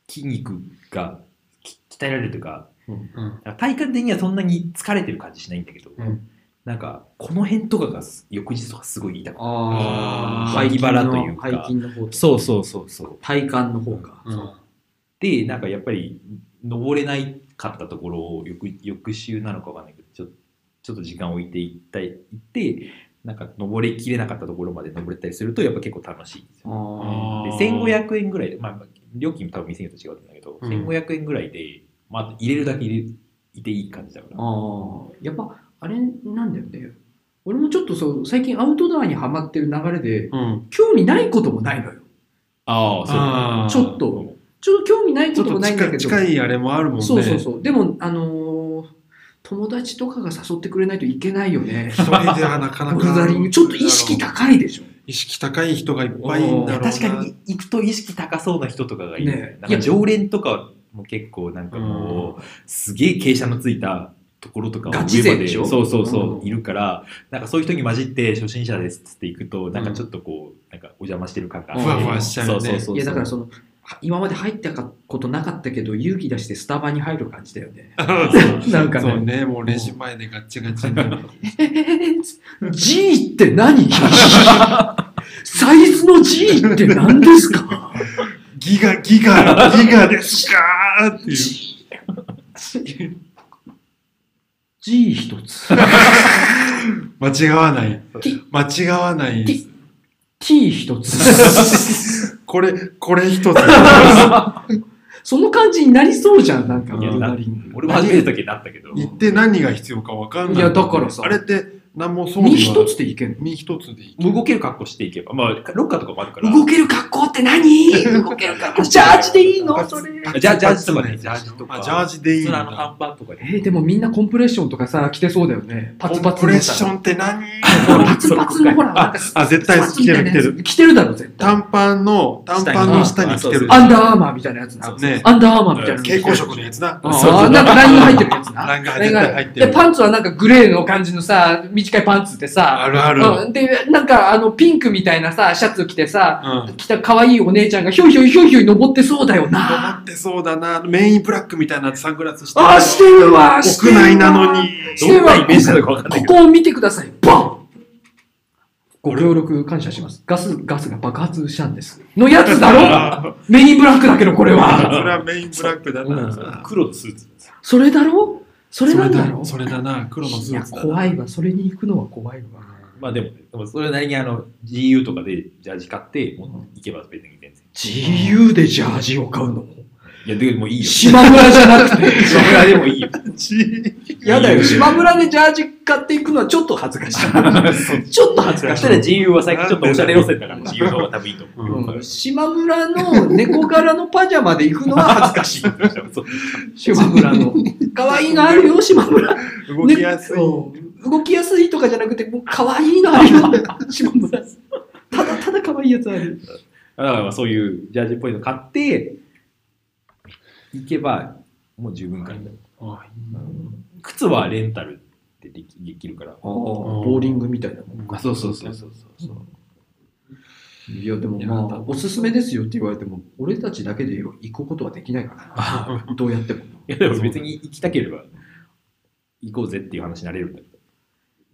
Speaker 1: 筋肉がき鍛えられるというか、
Speaker 3: うん。
Speaker 1: なんか体感的にはそんなに疲れてる感じしないんだけど、
Speaker 3: うん
Speaker 1: なんかこの辺とかがす翌日とかすごい痛くなる
Speaker 2: あ
Speaker 1: あ
Speaker 2: あ、
Speaker 1: ー脇腹というか
Speaker 2: 背筋の方う。
Speaker 1: そうそうそうそう
Speaker 2: 体幹の方か。
Speaker 3: うん
Speaker 1: でなんかやっぱり登れないかったところを翌翌週なのかわかんないけどちょちょっと時間を置いていった行ってなんか登れきれなかったところまで登れたりするとやっぱ結構楽しいんですよ
Speaker 2: あ
Speaker 1: で1500円ぐらいで、まあ、料金多分店によって違うんだけど、
Speaker 3: うん
Speaker 1: 1500円ぐらいで、まあ、入れるだけ入れいていい感じだから
Speaker 2: あ。ああ。やっぱ、あれなんだよね。俺もちょっとそう、最近アウトドアにハマってる流れで、
Speaker 3: うん。
Speaker 2: 興味ないこともないのよ。
Speaker 1: ああそう
Speaker 3: あー
Speaker 2: ちょっと。ちょっと興味ない
Speaker 3: ち
Speaker 2: こ
Speaker 3: ょっ
Speaker 2: とも
Speaker 3: と
Speaker 2: ないんだけど。
Speaker 3: 近い近いあれもあるもんね。
Speaker 2: そうそうそう。でも、あのー友達とかが誘ってくれないといけないよね。
Speaker 3: 一人ではなかなか。
Speaker 2: ボルダリング。ちょっと意識高いでしょ。
Speaker 3: 意識高い人がいっぱいいるん
Speaker 1: い
Speaker 3: だ
Speaker 1: や
Speaker 3: ろうな。
Speaker 1: 確かに行くと意識高そうな人とかがいる、
Speaker 2: ね
Speaker 1: なんか常連とかも結構なんかもう、すげえ傾斜のついたところとかを
Speaker 2: ガチ勢でしょ
Speaker 1: そうそうそう、
Speaker 2: うん
Speaker 1: いるからなんかそういう人に混じって初心者ですっつって行くとなんかちょっとこうなんかお邪魔してる感があって
Speaker 2: ふわふわ
Speaker 3: しちゃうよね
Speaker 1: そうそうそうそう
Speaker 2: いや、だからその、は今まで入ったことなかったけど、勇気出してスタバに入る感じだよね。なんか
Speaker 3: そう
Speaker 2: ね、
Speaker 3: ね、もうレジ前でガッチガチに。
Speaker 2: えー G って何サイズの G って何ですか
Speaker 3: ギガ、ギガ、ギガですかーっていう。
Speaker 2: ?G。G 一つ。
Speaker 3: 間違わない。
Speaker 2: T
Speaker 3: 間違わない。
Speaker 2: T T 一つ。
Speaker 3: これ、これ一つ。
Speaker 2: その感じになりそうじゃん、なんか、
Speaker 1: いや
Speaker 2: ボルダリング。
Speaker 1: 俺も初めてだけなったけど
Speaker 3: 行って何が必要かわかんない。
Speaker 2: いやだからさ
Speaker 3: あれって、何も装備
Speaker 2: 身
Speaker 3: は
Speaker 2: 一つでいけんの
Speaker 3: 身一つでいい。
Speaker 1: 動ける格好していけば、まあ、ロッカーとかもあるから。
Speaker 2: 動ける格好って 何動ける格好。ジャージでいいのそれ。
Speaker 1: ジャジャージとかね
Speaker 3: ジャージと
Speaker 1: あ
Speaker 3: か。
Speaker 1: ジ
Speaker 3: ジ
Speaker 1: ャ
Speaker 3: ャ
Speaker 1: ー
Speaker 3: ージでいい
Speaker 1: そ
Speaker 3: ん
Speaker 1: れあの短
Speaker 3: だ。
Speaker 1: パンとかで。
Speaker 2: えー、でもみんなコンプレッションとかさ、着てそうだよね。パツパツ
Speaker 3: コンプレ
Speaker 2: の
Speaker 3: ッシ
Speaker 2: さ。
Speaker 3: ョンって何
Speaker 2: パツパツのほら、なんか
Speaker 3: あ、絶対着てる着てる。
Speaker 2: 着てるだろ、絶対。
Speaker 3: 短パンの、短パンの下に着てる。
Speaker 1: 下に
Speaker 2: アンダーアーマーみたいなやつな
Speaker 1: そう。
Speaker 3: ね。
Speaker 2: アンダーアーマーみたいなの着て
Speaker 3: 蛍
Speaker 2: る。
Speaker 3: 光色のやつな。
Speaker 2: あ
Speaker 1: そうそう
Speaker 2: ーなんかラインが入ってるやつな。
Speaker 3: ラインが絶対入ってる
Speaker 2: で、パンツはなんかグレーの感じのさ、短いパンツでさ、
Speaker 3: あるある。
Speaker 2: うん、で、なんかあの、ピンクみたいなさ、シャツ着てさ、
Speaker 3: うん。
Speaker 2: 着た可愛いお姉ちゃんがひょいひょいひょいひょい登ってそうだよ
Speaker 3: 止
Speaker 2: な。
Speaker 3: ってそうだな。メインブラックみたいなサングラスして。
Speaker 2: あー、してるわして
Speaker 3: 屋
Speaker 2: るわ
Speaker 3: 内なのに。
Speaker 2: して
Speaker 1: どん
Speaker 2: は
Speaker 1: なイメージなのかわかんない
Speaker 2: こ
Speaker 1: けど。
Speaker 2: こを見てください。バンご協力感謝します。ガス、ガスが爆発したんです。のやつだろ
Speaker 3: あ
Speaker 2: メインブラックだけど、これ
Speaker 3: ー
Speaker 2: は。
Speaker 3: それはメインブラックだな。
Speaker 1: 黒のスーツです。
Speaker 2: それだろそれなんだろ
Speaker 3: それだな。黒の
Speaker 2: い
Speaker 3: ス
Speaker 2: や、
Speaker 3: ーツだな。
Speaker 2: 怖いわ。それに行くのは怖いわ。
Speaker 1: まあでも、でもそれなりにあの、GU とかでジャージ買って、もう行けば別に全然。
Speaker 2: GU でジャージを買うの
Speaker 1: いや、でもいいよ。
Speaker 2: 島村じゃなくて。
Speaker 1: 島村でもいいよ。
Speaker 2: やだよ、島村でジャージ買っていくのはちょっと恥ずかし
Speaker 1: そう
Speaker 2: い。ちょっと恥ず
Speaker 1: そ
Speaker 2: か
Speaker 1: し
Speaker 2: しい
Speaker 1: たら。GU は最近ちょっとおしゃれ路線だから、GU の方が多分いいと思う。
Speaker 3: うん
Speaker 2: うん島村の猫柄のパジャマで行くのは 恥ずかしい。
Speaker 1: そう
Speaker 2: 島村の。可愛いのあるよ、島村。
Speaker 3: 動きやすい
Speaker 2: ね。うん動きやすいとかじゃなくて、もう可愛いのあるよ、 島村。ただただ可愛いやつある。
Speaker 1: だからまあそういうジャージっぽいの買って、行けばもう十分かな。
Speaker 3: あ
Speaker 1: 靴はレンタルでできできるから。
Speaker 2: ボーリングみたいなもん。
Speaker 3: いい
Speaker 1: あそうそうそうそう
Speaker 2: いや、でも
Speaker 3: いや
Speaker 2: まあ、おすすめですよって言われても、俺たちだけで行くことはできないからな。どうやっても。
Speaker 1: いやでも別に行きたければ行こうぜっていう話になれるんだけど。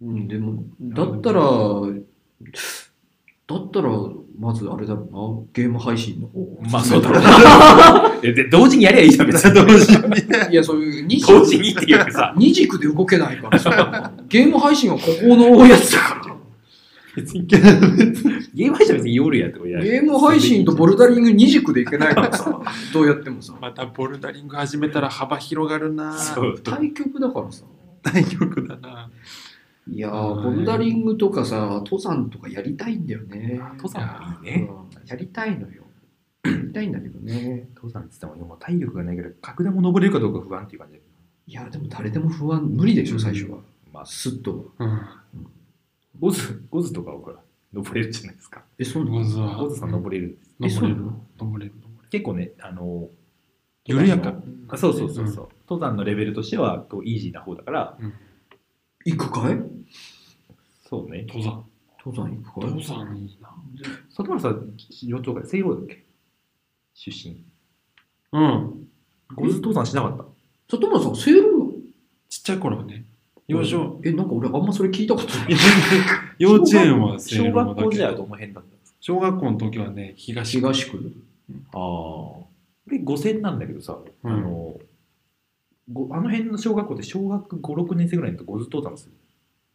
Speaker 2: うん、でも、だったら、だったら、まずあれだろうな、ゲーム配信の方を。
Speaker 1: まあそうだろうな。でで同時にやりゃいいじゃん、別に。同 時に。
Speaker 2: いや、そう いう二
Speaker 1: 同時
Speaker 2: 軸、
Speaker 1: にっていうかさ、
Speaker 2: 二軸で動けないからさ、ゲーム配信はここのやつだか
Speaker 1: 別にゲーム配信は別に夜やってもや
Speaker 2: ら。
Speaker 1: る。
Speaker 2: ゲーム配信とボルダリング二軸でいけないからさ、どうやってもさ。
Speaker 3: またボルダリング始めたら幅広がるな。
Speaker 1: そう。
Speaker 2: 対局だからさ。
Speaker 3: 大曲だな。
Speaker 2: いや
Speaker 3: は
Speaker 2: ー、
Speaker 3: い
Speaker 2: ボルダリングとかさ、登山とかやりたいんだよね。
Speaker 1: 登山もいい
Speaker 2: うん
Speaker 1: ね。
Speaker 2: やりたいのよ。やりたいんだけどね。
Speaker 1: 登山って言っても、もう体力がないから、格段も登れるかどうか不安っていう感じだけど
Speaker 2: いや、でも誰でも不安、無理でしょ、最初は。
Speaker 1: まあ、
Speaker 2: すっとは。
Speaker 3: うん。
Speaker 1: ゴズ、ゴズとかはほら、登れるじゃないですか。
Speaker 2: え、そうなの
Speaker 3: ゴズは
Speaker 1: ゴズさん登れるんです。
Speaker 2: え、そう
Speaker 3: 登
Speaker 2: な
Speaker 3: れる。
Speaker 2: の
Speaker 3: 登れる。登
Speaker 1: 結構ね、あの、
Speaker 3: れる緩やか。
Speaker 1: あそうそうそうそう、登山のレベルとしてはこうイージーな方だから、
Speaker 2: 行くかい
Speaker 1: そうね。
Speaker 3: 登山。
Speaker 2: 登山行くかい
Speaker 3: 登山いいな。
Speaker 1: 里村さん、四丁海、西洋だっけ出身。
Speaker 3: うん。
Speaker 1: ごず登山しなかった。
Speaker 2: 里村さん、セールー
Speaker 3: ちっちゃい頃はね、幼 少、
Speaker 2: え、なんか俺あんまそれ聞いたことない。
Speaker 3: 幼稚園はせ
Speaker 1: 小
Speaker 3: ーの
Speaker 1: 学
Speaker 3: だ
Speaker 1: 校
Speaker 3: け
Speaker 1: 時代はどの辺だったんですか
Speaker 3: 小学校の時はね、東側。
Speaker 2: 東区。
Speaker 1: ああ。俺、五千なんだけどさ、
Speaker 3: うん
Speaker 1: あの、ごあの辺の小学校って小学五六年生ぐらいのとごず登山する。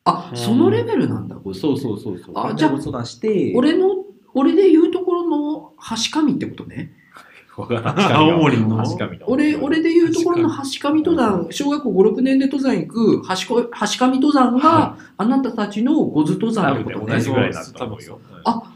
Speaker 2: あ、そのレベルなんだ、これ。
Speaker 1: そうそうそうそう。
Speaker 2: あじゃあ
Speaker 1: ご相談して、
Speaker 2: 俺の、俺で言うところの、端神ってことね。
Speaker 1: わからん、
Speaker 3: 青森の
Speaker 1: 確かに
Speaker 2: 俺、俺で言うところの端神登山、小学校5、6年で登山行く端こ、端神登山が
Speaker 1: は、
Speaker 2: あなたたちのごず登山
Speaker 1: 多
Speaker 2: っ
Speaker 1: 分
Speaker 2: てこ
Speaker 1: ね同
Speaker 2: とね
Speaker 1: じ。ぐらいだと思うよ。うん
Speaker 2: あ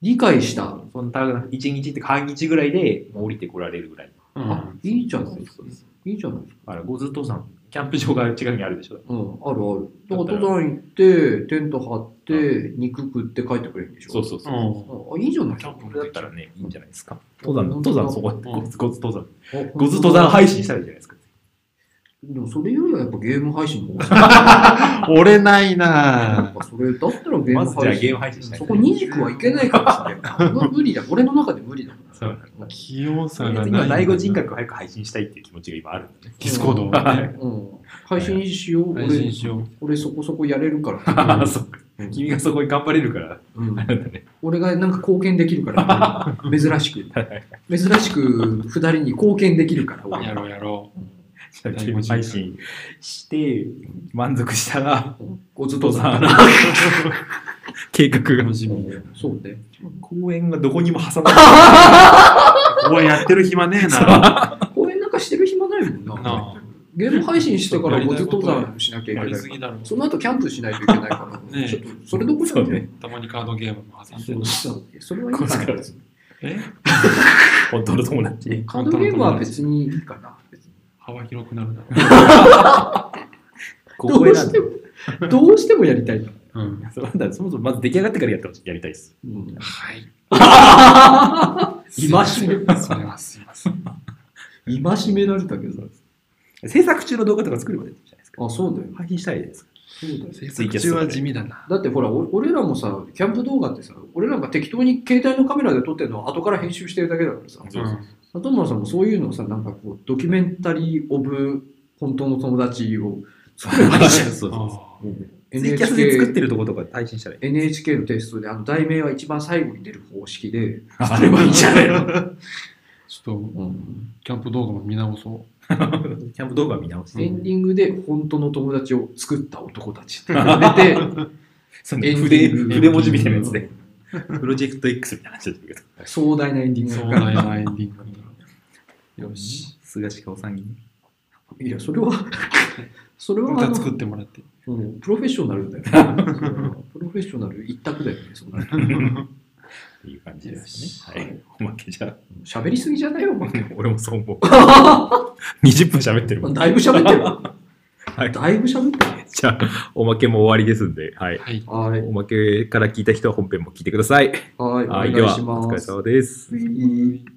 Speaker 2: 理解した。
Speaker 1: その多分一日って半日ぐらいでもう降りてこられるぐらい。
Speaker 2: あ
Speaker 3: う、
Speaker 2: いいじゃないです
Speaker 1: そ
Speaker 2: か
Speaker 1: うそうそ。
Speaker 2: いいじゃないですか。
Speaker 1: あれ、ゴズ登山、キャンプ場が近くにあるでしょ。
Speaker 2: うん、あるある。だか
Speaker 1: だ
Speaker 2: ら
Speaker 1: ったら
Speaker 2: 登山行って、テント張って、肉食って帰ってくれるんでしょ。
Speaker 1: そうそうそう。
Speaker 3: ん。
Speaker 2: あ、いいじゃない
Speaker 3: キャンプ
Speaker 1: これだったら
Speaker 3: ね。
Speaker 1: ね、いいんじゃないですか。登山、登山、そこ、ゴズ、ゴズ登山。
Speaker 2: あ
Speaker 1: ゴズ登山配信したらいいじゃないですか。
Speaker 2: でもそれよりはやっぱゲーム配信の方が
Speaker 3: 折れない
Speaker 2: やっ
Speaker 3: なぁ。
Speaker 2: ぱそれだったらゲー
Speaker 1: ま
Speaker 2: ム
Speaker 1: ずじゃあゲ
Speaker 2: 配
Speaker 1: ー
Speaker 2: 信。
Speaker 1: ム配信したい
Speaker 2: そ。こ二軸はいけないからそれ。 無理だ。俺の中で無理だから。
Speaker 1: そうなんだ
Speaker 3: 器用さがない。
Speaker 1: 今、第五人格を早く配信したいっていう気持ちが今あるんだね。
Speaker 3: ディスコードをね
Speaker 2: うん。配信しよう。
Speaker 3: 配信
Speaker 2: 俺、
Speaker 3: しよう。
Speaker 2: 俺そこそこやれるから。
Speaker 1: ああ、そうか。君がそこに頑張れるから、
Speaker 2: うん
Speaker 1: あれだね。
Speaker 2: 俺がなんか貢献できるから。 珍しく。珍しく二人に貢献できるから。俺
Speaker 3: やろうやろ
Speaker 1: じゃあゲーム配信して、満足したら、
Speaker 2: ごずっと
Speaker 1: 登
Speaker 2: さ
Speaker 1: 山。計画
Speaker 3: う。
Speaker 1: が。
Speaker 3: 楽しみ。
Speaker 2: そうね。
Speaker 1: 公園がどこにも挟まない。
Speaker 3: おい、やってる暇ねえな。
Speaker 2: 公演なんかしてる暇ないもんな。
Speaker 3: な
Speaker 2: ゲーム配信してからゴズ登山しなきゃい
Speaker 3: や
Speaker 2: け
Speaker 3: り
Speaker 2: な
Speaker 3: す
Speaker 2: い
Speaker 3: ぎだろ
Speaker 2: その後キャンプしないといけないから、
Speaker 3: ねえ
Speaker 2: ちょっとそれどころじゃね
Speaker 3: たまにカードゲームも挟んで
Speaker 2: そ
Speaker 1: そうう
Speaker 2: そうそれはいい
Speaker 1: こ
Speaker 2: か
Speaker 1: いつから
Speaker 2: な
Speaker 1: です
Speaker 3: え
Speaker 1: 本当の友達。
Speaker 2: カードゲームは別にいいかな別に
Speaker 3: 幅広くなるだろ
Speaker 1: こ
Speaker 2: ど
Speaker 1: こ
Speaker 2: う
Speaker 1: 選
Speaker 2: し
Speaker 1: ん
Speaker 2: て
Speaker 1: で。
Speaker 2: も どうしてもやりたいから、
Speaker 3: う、うん、
Speaker 1: そうなんだそもそもまず出来上がってからやってほしいやりたいです。
Speaker 2: うん、
Speaker 3: はい
Speaker 2: 今しめ
Speaker 3: それはすいません
Speaker 2: 今しめられたけど
Speaker 1: 制作中の動画とか作ればいいじゃないですか。
Speaker 2: あそうだよ
Speaker 1: 配信したらいいじゃないですか。
Speaker 2: そうだよ
Speaker 3: 制作中は地味だな
Speaker 2: だってほらお俺らもさキャンプ動画ってさ俺らが適当に携帯のカメラで撮ってるのを後から編集してるだけだからさ
Speaker 1: そうそう
Speaker 2: 里村さんもそういうのをさなんかこうドキュメンタリー・オブ・本当の友達を作ればいい じゃ ん
Speaker 1: そうそう
Speaker 3: あ
Speaker 2: もう
Speaker 1: ツイキャスで作って
Speaker 2: NHK,
Speaker 1: るとことか配信した らいい。
Speaker 2: NHK のテイストであの題名は一番最後に出る方式で
Speaker 1: あ
Speaker 2: 作ればいいじゃないの、
Speaker 3: ーちょっと
Speaker 2: うん
Speaker 3: キャンプ動画も見直そう
Speaker 1: キャンプ動画見直して。
Speaker 2: エンディングで本当の友達を作った男たちって言われて
Speaker 1: そ
Speaker 2: エ
Speaker 1: の
Speaker 2: ンデ
Speaker 1: 筆
Speaker 2: ィング
Speaker 1: 筆文字みたいなやつで。プロジェクト X みたいな話だけど。
Speaker 2: 壮大なエンディング
Speaker 3: 壮
Speaker 2: だから
Speaker 3: 大なエンディング
Speaker 2: よし。
Speaker 1: 菅氏かおさんに。
Speaker 2: いやそれはそれはあ
Speaker 3: 歌
Speaker 2: の
Speaker 3: 作ってもらって
Speaker 2: うんプロフェッショナルだよ、ね。プロフェッショナル一択だよね、そんなの。
Speaker 1: っていう感じですか
Speaker 2: よ
Speaker 1: ね。
Speaker 2: し
Speaker 1: はい。おまけじゃあ。
Speaker 2: 喋りすぎじゃないよ、お 前
Speaker 1: 俺もそう 思う。20分喋ってるもん。
Speaker 2: だいぶ喋ってるわ。
Speaker 1: はい。
Speaker 2: だいぶ喋ってる。
Speaker 1: じゃあ、おまけも終わりですんで、はい。
Speaker 3: はい
Speaker 2: はい。
Speaker 1: おまけから聞いた人は本編も聞いてください。
Speaker 2: はい。
Speaker 1: はい。
Speaker 2: お
Speaker 1: で
Speaker 2: 願い
Speaker 1: は、
Speaker 2: し
Speaker 1: お
Speaker 2: ま
Speaker 1: 疲れ
Speaker 2: す。
Speaker 1: 様です。
Speaker 2: はい